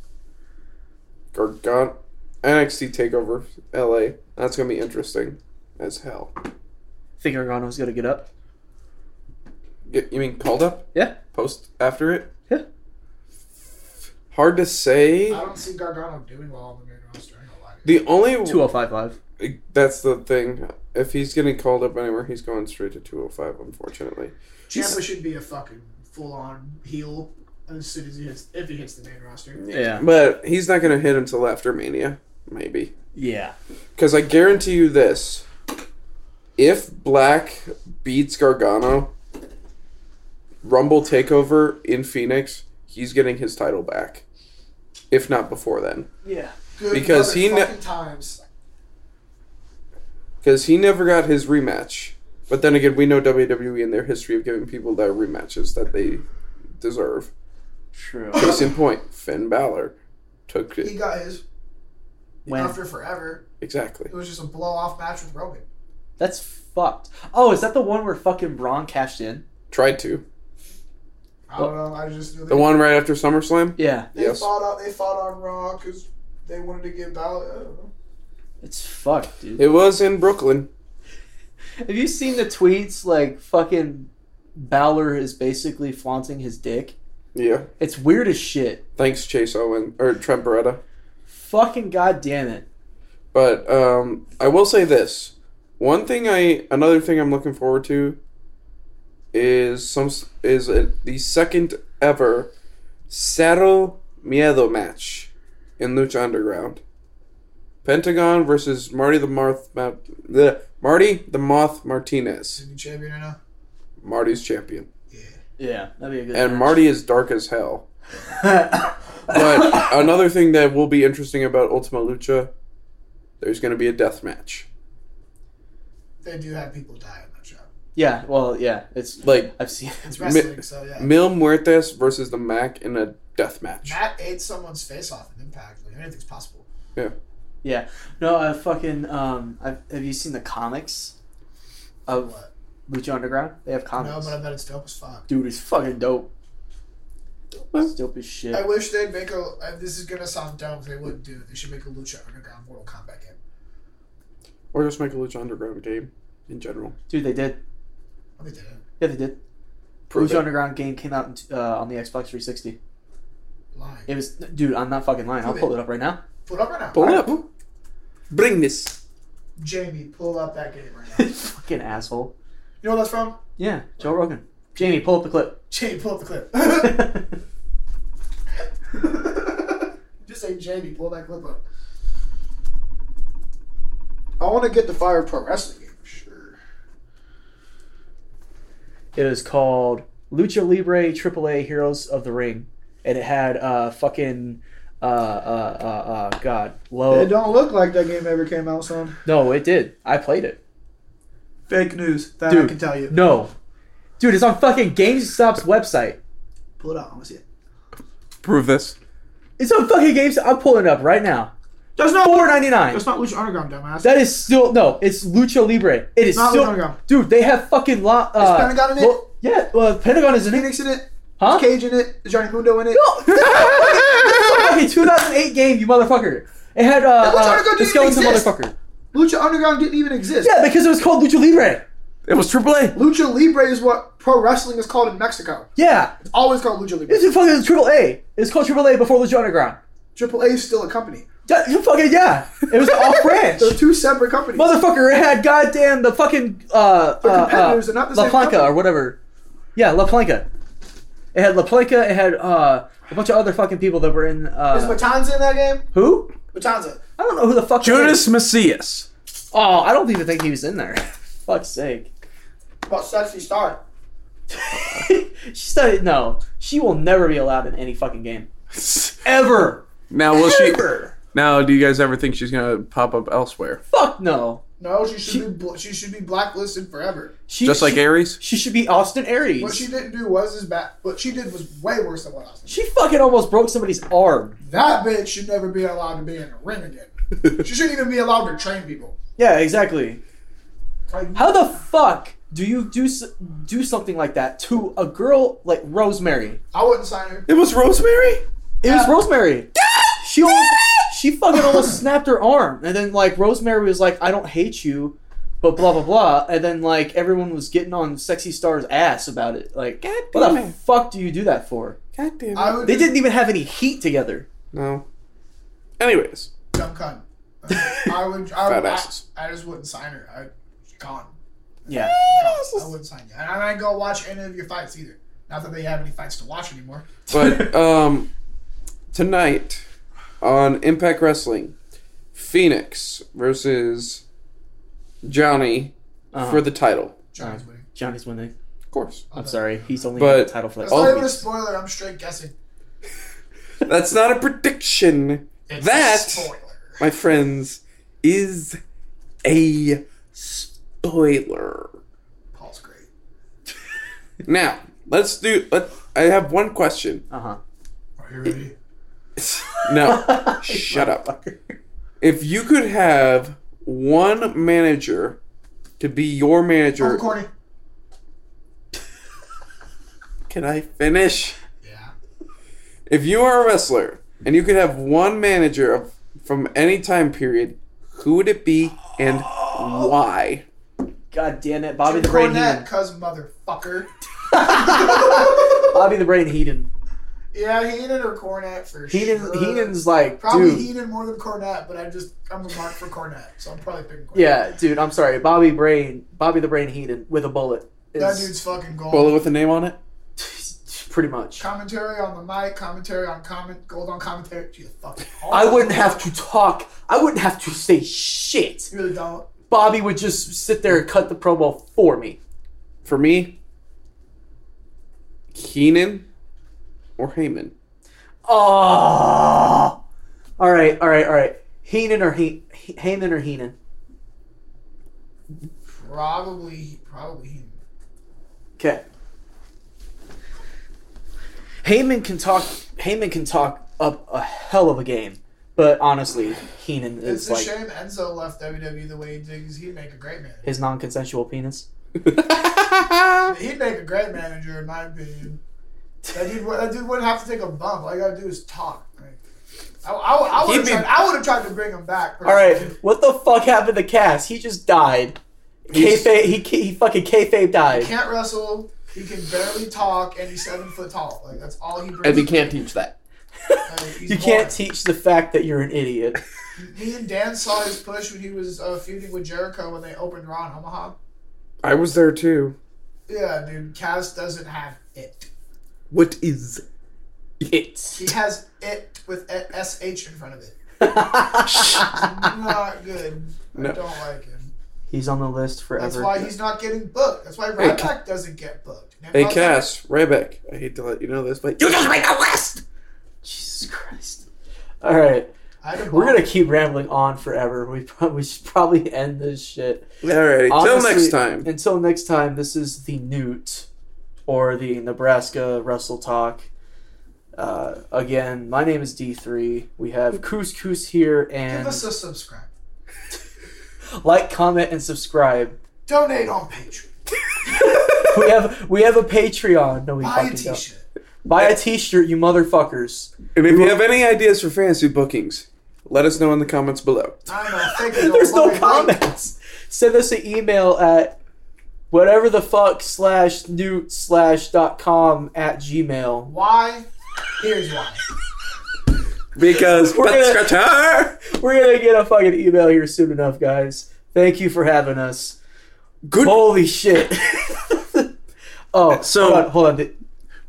[SPEAKER 2] Gargant NXT Takeover LA. That's gonna be interesting as hell.
[SPEAKER 1] figuring out was going to get up.
[SPEAKER 2] Y- You mean called up?
[SPEAKER 1] Yeah.
[SPEAKER 2] Post after it?
[SPEAKER 1] Yeah.
[SPEAKER 2] Hard to say.
[SPEAKER 3] I don't see Gargano doing well on the main roster. I ain't gonna lie. to you.
[SPEAKER 2] The only
[SPEAKER 1] 205 live.
[SPEAKER 2] that's the thing. If he's getting called up anywhere, he's going straight to 205. Unfortunately,
[SPEAKER 3] Ciampa should be a fucking full on heel as soon as he hits if he hits the main roster.
[SPEAKER 1] Yeah.
[SPEAKER 2] but he's not going to hit until after Mania, maybe.
[SPEAKER 1] Yeah.
[SPEAKER 2] Because I guarantee you this: if Black beats Gargano, Rumble Takeover in Phoenix, he's getting his title back, if not before then.
[SPEAKER 1] Yeah.
[SPEAKER 3] Good
[SPEAKER 2] Because he ne-
[SPEAKER 3] motherfucking times.
[SPEAKER 2] Because he never got his rematch. But then again, we know WWE and their history of giving people their rematches that they deserve.
[SPEAKER 1] True.
[SPEAKER 2] Case in point, Finn Balor took
[SPEAKER 3] He
[SPEAKER 2] it
[SPEAKER 3] got his
[SPEAKER 1] When?
[SPEAKER 3] after forever.
[SPEAKER 2] exactly.
[SPEAKER 3] It was just a blow off match with Roman.
[SPEAKER 1] That's fucked. Oh, is that the one where fucking Braun cashed in?
[SPEAKER 2] Tried to
[SPEAKER 3] I don't know. I just knew
[SPEAKER 2] the
[SPEAKER 3] they,
[SPEAKER 2] one right after SummerSlam.
[SPEAKER 1] Yeah.
[SPEAKER 3] they
[SPEAKER 2] Yes.
[SPEAKER 3] fought on they fought on Raw because they wanted to get Balor. I don't know.
[SPEAKER 1] It's fucked, dude.
[SPEAKER 2] It was in Brooklyn.
[SPEAKER 1] Have you seen the tweets? Like, fucking Balor is basically flaunting his dick.
[SPEAKER 2] Yeah.
[SPEAKER 1] It's weird as shit.
[SPEAKER 2] Thanks, Chase Owen or Trent Beretta.
[SPEAKER 1] Fucking goddamn it.
[SPEAKER 2] But um, I will say this: one thing I, another thing I'm looking forward to is some is a, the second ever Cerro Miedo match in Lucha Underground. Pentagon versus Marty the Moth, Ma- bleh, Marty the Moth Martinez,
[SPEAKER 3] Is he champion right now?
[SPEAKER 2] Marty's champion,
[SPEAKER 3] Yeah.
[SPEAKER 1] Yeah, that'd be a good.
[SPEAKER 2] and Marty is dark as hell. But
[SPEAKER 1] but
[SPEAKER 2] another thing that will be interesting about Ultima Lucha, there's going to be a death match.
[SPEAKER 3] They do have people die in that show.
[SPEAKER 1] yeah, well, yeah, it's
[SPEAKER 2] Like
[SPEAKER 1] I've seen.
[SPEAKER 3] It's
[SPEAKER 2] Mi-
[SPEAKER 3] wrestling, so yeah.
[SPEAKER 2] Mil Muertes versus the Mac in a death match.
[SPEAKER 3] Matt ate someone's face off in Impact. Like anything's possible.
[SPEAKER 1] Yeah, no, I fucking um, I've, have you seen the comics of
[SPEAKER 3] What?
[SPEAKER 1] Lucha Underground? They have
[SPEAKER 3] No,
[SPEAKER 1] comics.
[SPEAKER 3] but I bet it's dope as fuck.
[SPEAKER 1] Dude, it's fucking dope. It's dope as shit.
[SPEAKER 3] I wish they'd make a. Uh, this is gonna sound dumb. 'cause They wouldn't do it. They should make a Lucha Underground Mortal Kombat game.
[SPEAKER 2] Or just make a Lucha Underground game in general.
[SPEAKER 1] Dude, they did.
[SPEAKER 3] I think they did.
[SPEAKER 1] Yeah, they did.
[SPEAKER 2] Prove
[SPEAKER 1] Lucha
[SPEAKER 2] it.
[SPEAKER 1] Underground game came out in t- uh, on the Xbox 360.
[SPEAKER 3] Lying.
[SPEAKER 1] It was, dude. I'm not fucking lying. I'll
[SPEAKER 3] Prove
[SPEAKER 1] pull
[SPEAKER 3] it.
[SPEAKER 1] it up right now.
[SPEAKER 3] Pull it up right now.
[SPEAKER 2] Pull up. Bring this.
[SPEAKER 3] Jamie, pull up that game right now. you
[SPEAKER 1] fucking asshole.
[SPEAKER 3] know what that's from?
[SPEAKER 1] Yeah, Joe Rogan. Jamie, pull up the clip.
[SPEAKER 3] Jamie, pull up the clip. Just say Jamie, pull that clip up. I want to get the Fire Pro Wrestling game for sure.
[SPEAKER 1] It was called Lucha Libre AAA Heroes of the Ring, and it had uh fucking uh uh uh, uh God
[SPEAKER 3] It
[SPEAKER 1] low.
[SPEAKER 3] don't look like that game ever came out, son.
[SPEAKER 1] No, it did. I played it.
[SPEAKER 3] Fake news. That
[SPEAKER 1] Dude.
[SPEAKER 3] I can tell you.
[SPEAKER 1] No, dude, it's on fucking GameStop's website.
[SPEAKER 3] Pull it out. I want to see it.
[SPEAKER 2] Prove this.
[SPEAKER 1] It's on fucking Games. I'm pulling it up right now.
[SPEAKER 3] That's not
[SPEAKER 1] Four ninety nine.
[SPEAKER 3] That's not Lucha Underground, dumbass.
[SPEAKER 1] That is still no. It's Lucha Libre. It is
[SPEAKER 3] Not
[SPEAKER 1] still,
[SPEAKER 3] Lucha Underground.
[SPEAKER 1] dude. They have fucking lot. Uh,
[SPEAKER 3] Pentagon in it?
[SPEAKER 1] well, yeah, well, Pentagon is in it.
[SPEAKER 3] Phoenix in it.
[SPEAKER 1] Huh?
[SPEAKER 3] Cage in it. Johnny Mundo in it.
[SPEAKER 1] fucking 2008 game, you motherfucker. It had uh,
[SPEAKER 3] Lucha
[SPEAKER 1] uh
[SPEAKER 3] Underground
[SPEAKER 1] the
[SPEAKER 3] didn't
[SPEAKER 1] skeleton
[SPEAKER 3] exist.
[SPEAKER 1] motherfucker.
[SPEAKER 3] Lucha Underground didn't even exist.
[SPEAKER 1] Yeah, because it was called Lucha Libre.
[SPEAKER 2] It was AAA.
[SPEAKER 3] Lucha Libre is what pro wrestling is called in Mexico.
[SPEAKER 1] Yeah,
[SPEAKER 3] It's always called Lucha Libre.
[SPEAKER 1] it's a fucking triple A. It's called triple A before Lucha Underground.
[SPEAKER 3] Triple A is still a company.
[SPEAKER 1] Yeah, you fucking yeah, it was off branch.
[SPEAKER 3] They're two separate companies.
[SPEAKER 1] Motherfucker, it had goddamn the fucking uh, uh, uh
[SPEAKER 3] competitors, they're not the
[SPEAKER 1] La
[SPEAKER 3] same
[SPEAKER 1] Planca
[SPEAKER 3] company.
[SPEAKER 1] or whatever. Yeah, La Planca. It had La Planca. It had uh, a bunch of other fucking people that were in
[SPEAKER 3] is
[SPEAKER 1] uh,
[SPEAKER 3] Matanza in that game?
[SPEAKER 1] who?
[SPEAKER 3] Matanza.
[SPEAKER 1] I don't know who the fuck that is.
[SPEAKER 2] Macias.
[SPEAKER 1] Oh, I don't even think he was in there. Fuck's sake.
[SPEAKER 3] What sexy star?
[SPEAKER 1] she said no. She will never be allowed in any fucking game ever.
[SPEAKER 2] now will she?
[SPEAKER 1] ever.
[SPEAKER 2] Now do you guys ever think she's gonna pop up elsewhere,
[SPEAKER 1] Fuck no.
[SPEAKER 3] No, she should be bl- she should be blacklisted forever.
[SPEAKER 1] She,
[SPEAKER 2] just like
[SPEAKER 1] she,
[SPEAKER 2] Aries?
[SPEAKER 1] she should be Austin Aries.
[SPEAKER 3] What she didn't do was as bad. What she did was way worse than what I was.
[SPEAKER 1] she fucking almost broke somebody's arm.
[SPEAKER 3] That bitch should never be allowed to be in a ring again. she shouldn't even be allowed to train people.
[SPEAKER 1] Yeah, exactly.
[SPEAKER 3] Like,
[SPEAKER 1] How the fuck do you do s- do something like that to a girl like Rosemary?
[SPEAKER 3] I wouldn't sign her.
[SPEAKER 2] It was Rosemary.
[SPEAKER 1] It was Rosemary. She almost, she fucking almost snapped her arm, and then like Rosemary was like, "I don't hate you, but blah blah blah, and then like everyone was getting on Sexy Star's ass about it. Like,
[SPEAKER 2] God
[SPEAKER 1] what
[SPEAKER 2] damn
[SPEAKER 1] the
[SPEAKER 2] it.
[SPEAKER 1] fuck do you do that for?
[SPEAKER 2] God damn it.
[SPEAKER 3] I would
[SPEAKER 1] They didn't even have any heat together.
[SPEAKER 2] no. Anyways,
[SPEAKER 3] dumb cunt. I would. I,
[SPEAKER 2] Fat
[SPEAKER 3] would I,
[SPEAKER 2] asses.
[SPEAKER 3] I just wouldn't sign her. I gone.
[SPEAKER 1] Yeah,
[SPEAKER 3] I wouldn't sign you, and I ain't go watch any of your fights either. Not that they have any fights to watch anymore.
[SPEAKER 2] but um, tonight on Impact Wrestling, Phoenix versus Johnny
[SPEAKER 1] Uh-huh.
[SPEAKER 2] for the title.
[SPEAKER 3] Johnny's winning.
[SPEAKER 1] Johnny's winning.
[SPEAKER 2] Of course,
[SPEAKER 1] I'm sorry, he's only
[SPEAKER 2] But-
[SPEAKER 1] got the title for like
[SPEAKER 3] That's not
[SPEAKER 1] two
[SPEAKER 3] even a
[SPEAKER 1] weeks.
[SPEAKER 3] spoiler. I'm straight guessing.
[SPEAKER 2] that's not a prediction.
[SPEAKER 3] It's
[SPEAKER 2] That-
[SPEAKER 3] a spoiler.
[SPEAKER 2] my friends, is a spoiler.
[SPEAKER 3] Paul's great.
[SPEAKER 2] Now, let's do. Let I have one question.
[SPEAKER 1] Uh huh.
[SPEAKER 3] Are you ready?
[SPEAKER 2] No, shut up. If you could have one manager to be your
[SPEAKER 3] Oh,
[SPEAKER 2] manager,
[SPEAKER 3] Corny.
[SPEAKER 2] can I finish?
[SPEAKER 3] Yeah.
[SPEAKER 2] If you are a wrestler and you could have one manager of, from any time period, who would it be and why?
[SPEAKER 1] God damn it, Bobby
[SPEAKER 3] Jim
[SPEAKER 1] the Brain Heenan.
[SPEAKER 3] Cornette, cuz motherfucker.
[SPEAKER 1] Bobby the Brain Heenan.
[SPEAKER 3] Yeah, Heenan or Cornette for
[SPEAKER 1] Heenan
[SPEAKER 3] sure.
[SPEAKER 1] Heenan's like,
[SPEAKER 3] Probably
[SPEAKER 1] dude.
[SPEAKER 3] Heenan more than Cornette, but I just I'm a mark for Cornette, so I'm probably picking Cornette.
[SPEAKER 1] Yeah, dude. I'm sorry, Bobby Brain, Bobby the Brain Heenan with a bullet. Is
[SPEAKER 3] that dude's fucking gold.
[SPEAKER 2] Bullet with a name on it?
[SPEAKER 1] pretty much.
[SPEAKER 3] Commentary on the mic, commentary on comment, gold on commentary. Gee, fucking.
[SPEAKER 1] I wouldn't have to talk. I wouldn't have to say shit.
[SPEAKER 3] You really don't.
[SPEAKER 1] Bobby would just sit there and cut the promo for me.
[SPEAKER 2] For me, Keenan or Heyman.
[SPEAKER 1] Oh. All right, all right, all right. Heenan or he, He- Heyman or Heenan?
[SPEAKER 3] Probably, probably Heenan.
[SPEAKER 1] Okay. Heyman can talk. Heyman can talk up a hell of a game, but honestly, Heenan
[SPEAKER 3] It's,
[SPEAKER 1] is
[SPEAKER 3] a
[SPEAKER 1] like
[SPEAKER 3] shame Enzo left WWE the way he did because he'd make a great manager.
[SPEAKER 1] his non-consensual penis.
[SPEAKER 3] He'd make a great manager, in my opinion. That dude, would- that dude wouldn't have to take a bump. All you gotta do is talk. Like, I, I, I would have
[SPEAKER 2] He'd be-
[SPEAKER 3] tried, I would've tried to bring him back.
[SPEAKER 1] All right, what the fuck happened to Cass? He just died. Kayfabe, he he fucking kayfabe died.
[SPEAKER 3] can't wrestle. He can barely talk, and he's seven foot tall. Like that's all he brings.
[SPEAKER 2] And we can't teach that.
[SPEAKER 3] Like, he's
[SPEAKER 1] You can't
[SPEAKER 3] boring.
[SPEAKER 1] teach the fact that you're an idiot.
[SPEAKER 3] Me and Dan saw his push when he was uh, feuding with Jericho when they opened Raw in Omaha.
[SPEAKER 2] I was there too.
[SPEAKER 3] Yeah, dude, Cass doesn't have it.
[SPEAKER 2] What is
[SPEAKER 1] It's
[SPEAKER 3] He has it with a- sh in front of it. Not good. I
[SPEAKER 2] No.
[SPEAKER 3] don't like him.
[SPEAKER 1] He's on the list forever.
[SPEAKER 3] That's why he's not getting booked. That's why
[SPEAKER 2] Hey,
[SPEAKER 3] Ryback doesn't get booked. And
[SPEAKER 2] Hey
[SPEAKER 3] Ryback-
[SPEAKER 2] Cass, Rebek. I hate to let you know this, but you just made the list.
[SPEAKER 1] Jesus Christ. All right,
[SPEAKER 3] I don't
[SPEAKER 1] we're
[SPEAKER 3] want-
[SPEAKER 1] gonna keep rambling on forever. We probably we should probably end this shit.
[SPEAKER 2] Alrighty, till
[SPEAKER 1] Honestly,
[SPEAKER 2] next time.
[SPEAKER 1] Until next time, this is the Newt or the Nebraska Wrestle Talk. Uh, again, my name is D3. We have Couscous here
[SPEAKER 3] give
[SPEAKER 1] and
[SPEAKER 3] us a subscribe.
[SPEAKER 1] like, comment, and subscribe.
[SPEAKER 3] Donate on Patreon.
[SPEAKER 1] We have we have a Patreon. No, we
[SPEAKER 3] Buy a
[SPEAKER 1] fucking don't.
[SPEAKER 3] t-shirt.
[SPEAKER 1] Buy a T-shirt, you motherfuckers.
[SPEAKER 2] And if you have any ideas for fantasy bookings, let us know in the comments below.
[SPEAKER 3] I don't know. Think of
[SPEAKER 1] There's
[SPEAKER 3] what we
[SPEAKER 1] no
[SPEAKER 3] like.
[SPEAKER 1] comments. Send us an email at whatever the fuck slash newt slash dot com at gmail.
[SPEAKER 3] Why? Here's why.
[SPEAKER 2] Because
[SPEAKER 1] We're
[SPEAKER 2] Butt
[SPEAKER 1] gonna-
[SPEAKER 2] Scratcher!
[SPEAKER 1] We're gonna get a fucking email here soon enough, guys. Thank you for having us.
[SPEAKER 2] Good.
[SPEAKER 1] Holy shit.
[SPEAKER 2] So-
[SPEAKER 1] oh, so hold on. Hold on.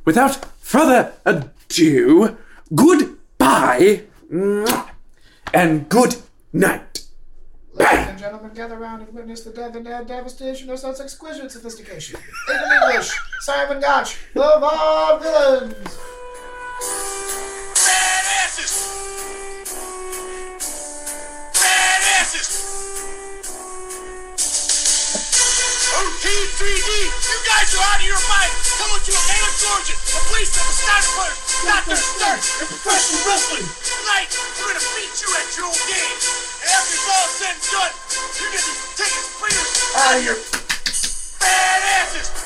[SPEAKER 2] Without further ado, goodbye Mwah. and good night.
[SPEAKER 3] Ladies and gentlemen, gather round and witness the death and dead devastation of such exquisite sophistication. In English, Simon Gotch, the Bob Villains.
[SPEAKER 6] Bad asses. Bad asses. OT3D, E. you guys are out of your mind. Come on, you Atlanta, Georgia. The police have a sniper alert. Not their start in professional wrestling. Tonight, we're gonna beat you at your own game. And after it's all said and done, you're gonna be taking freedom out of your bad asses.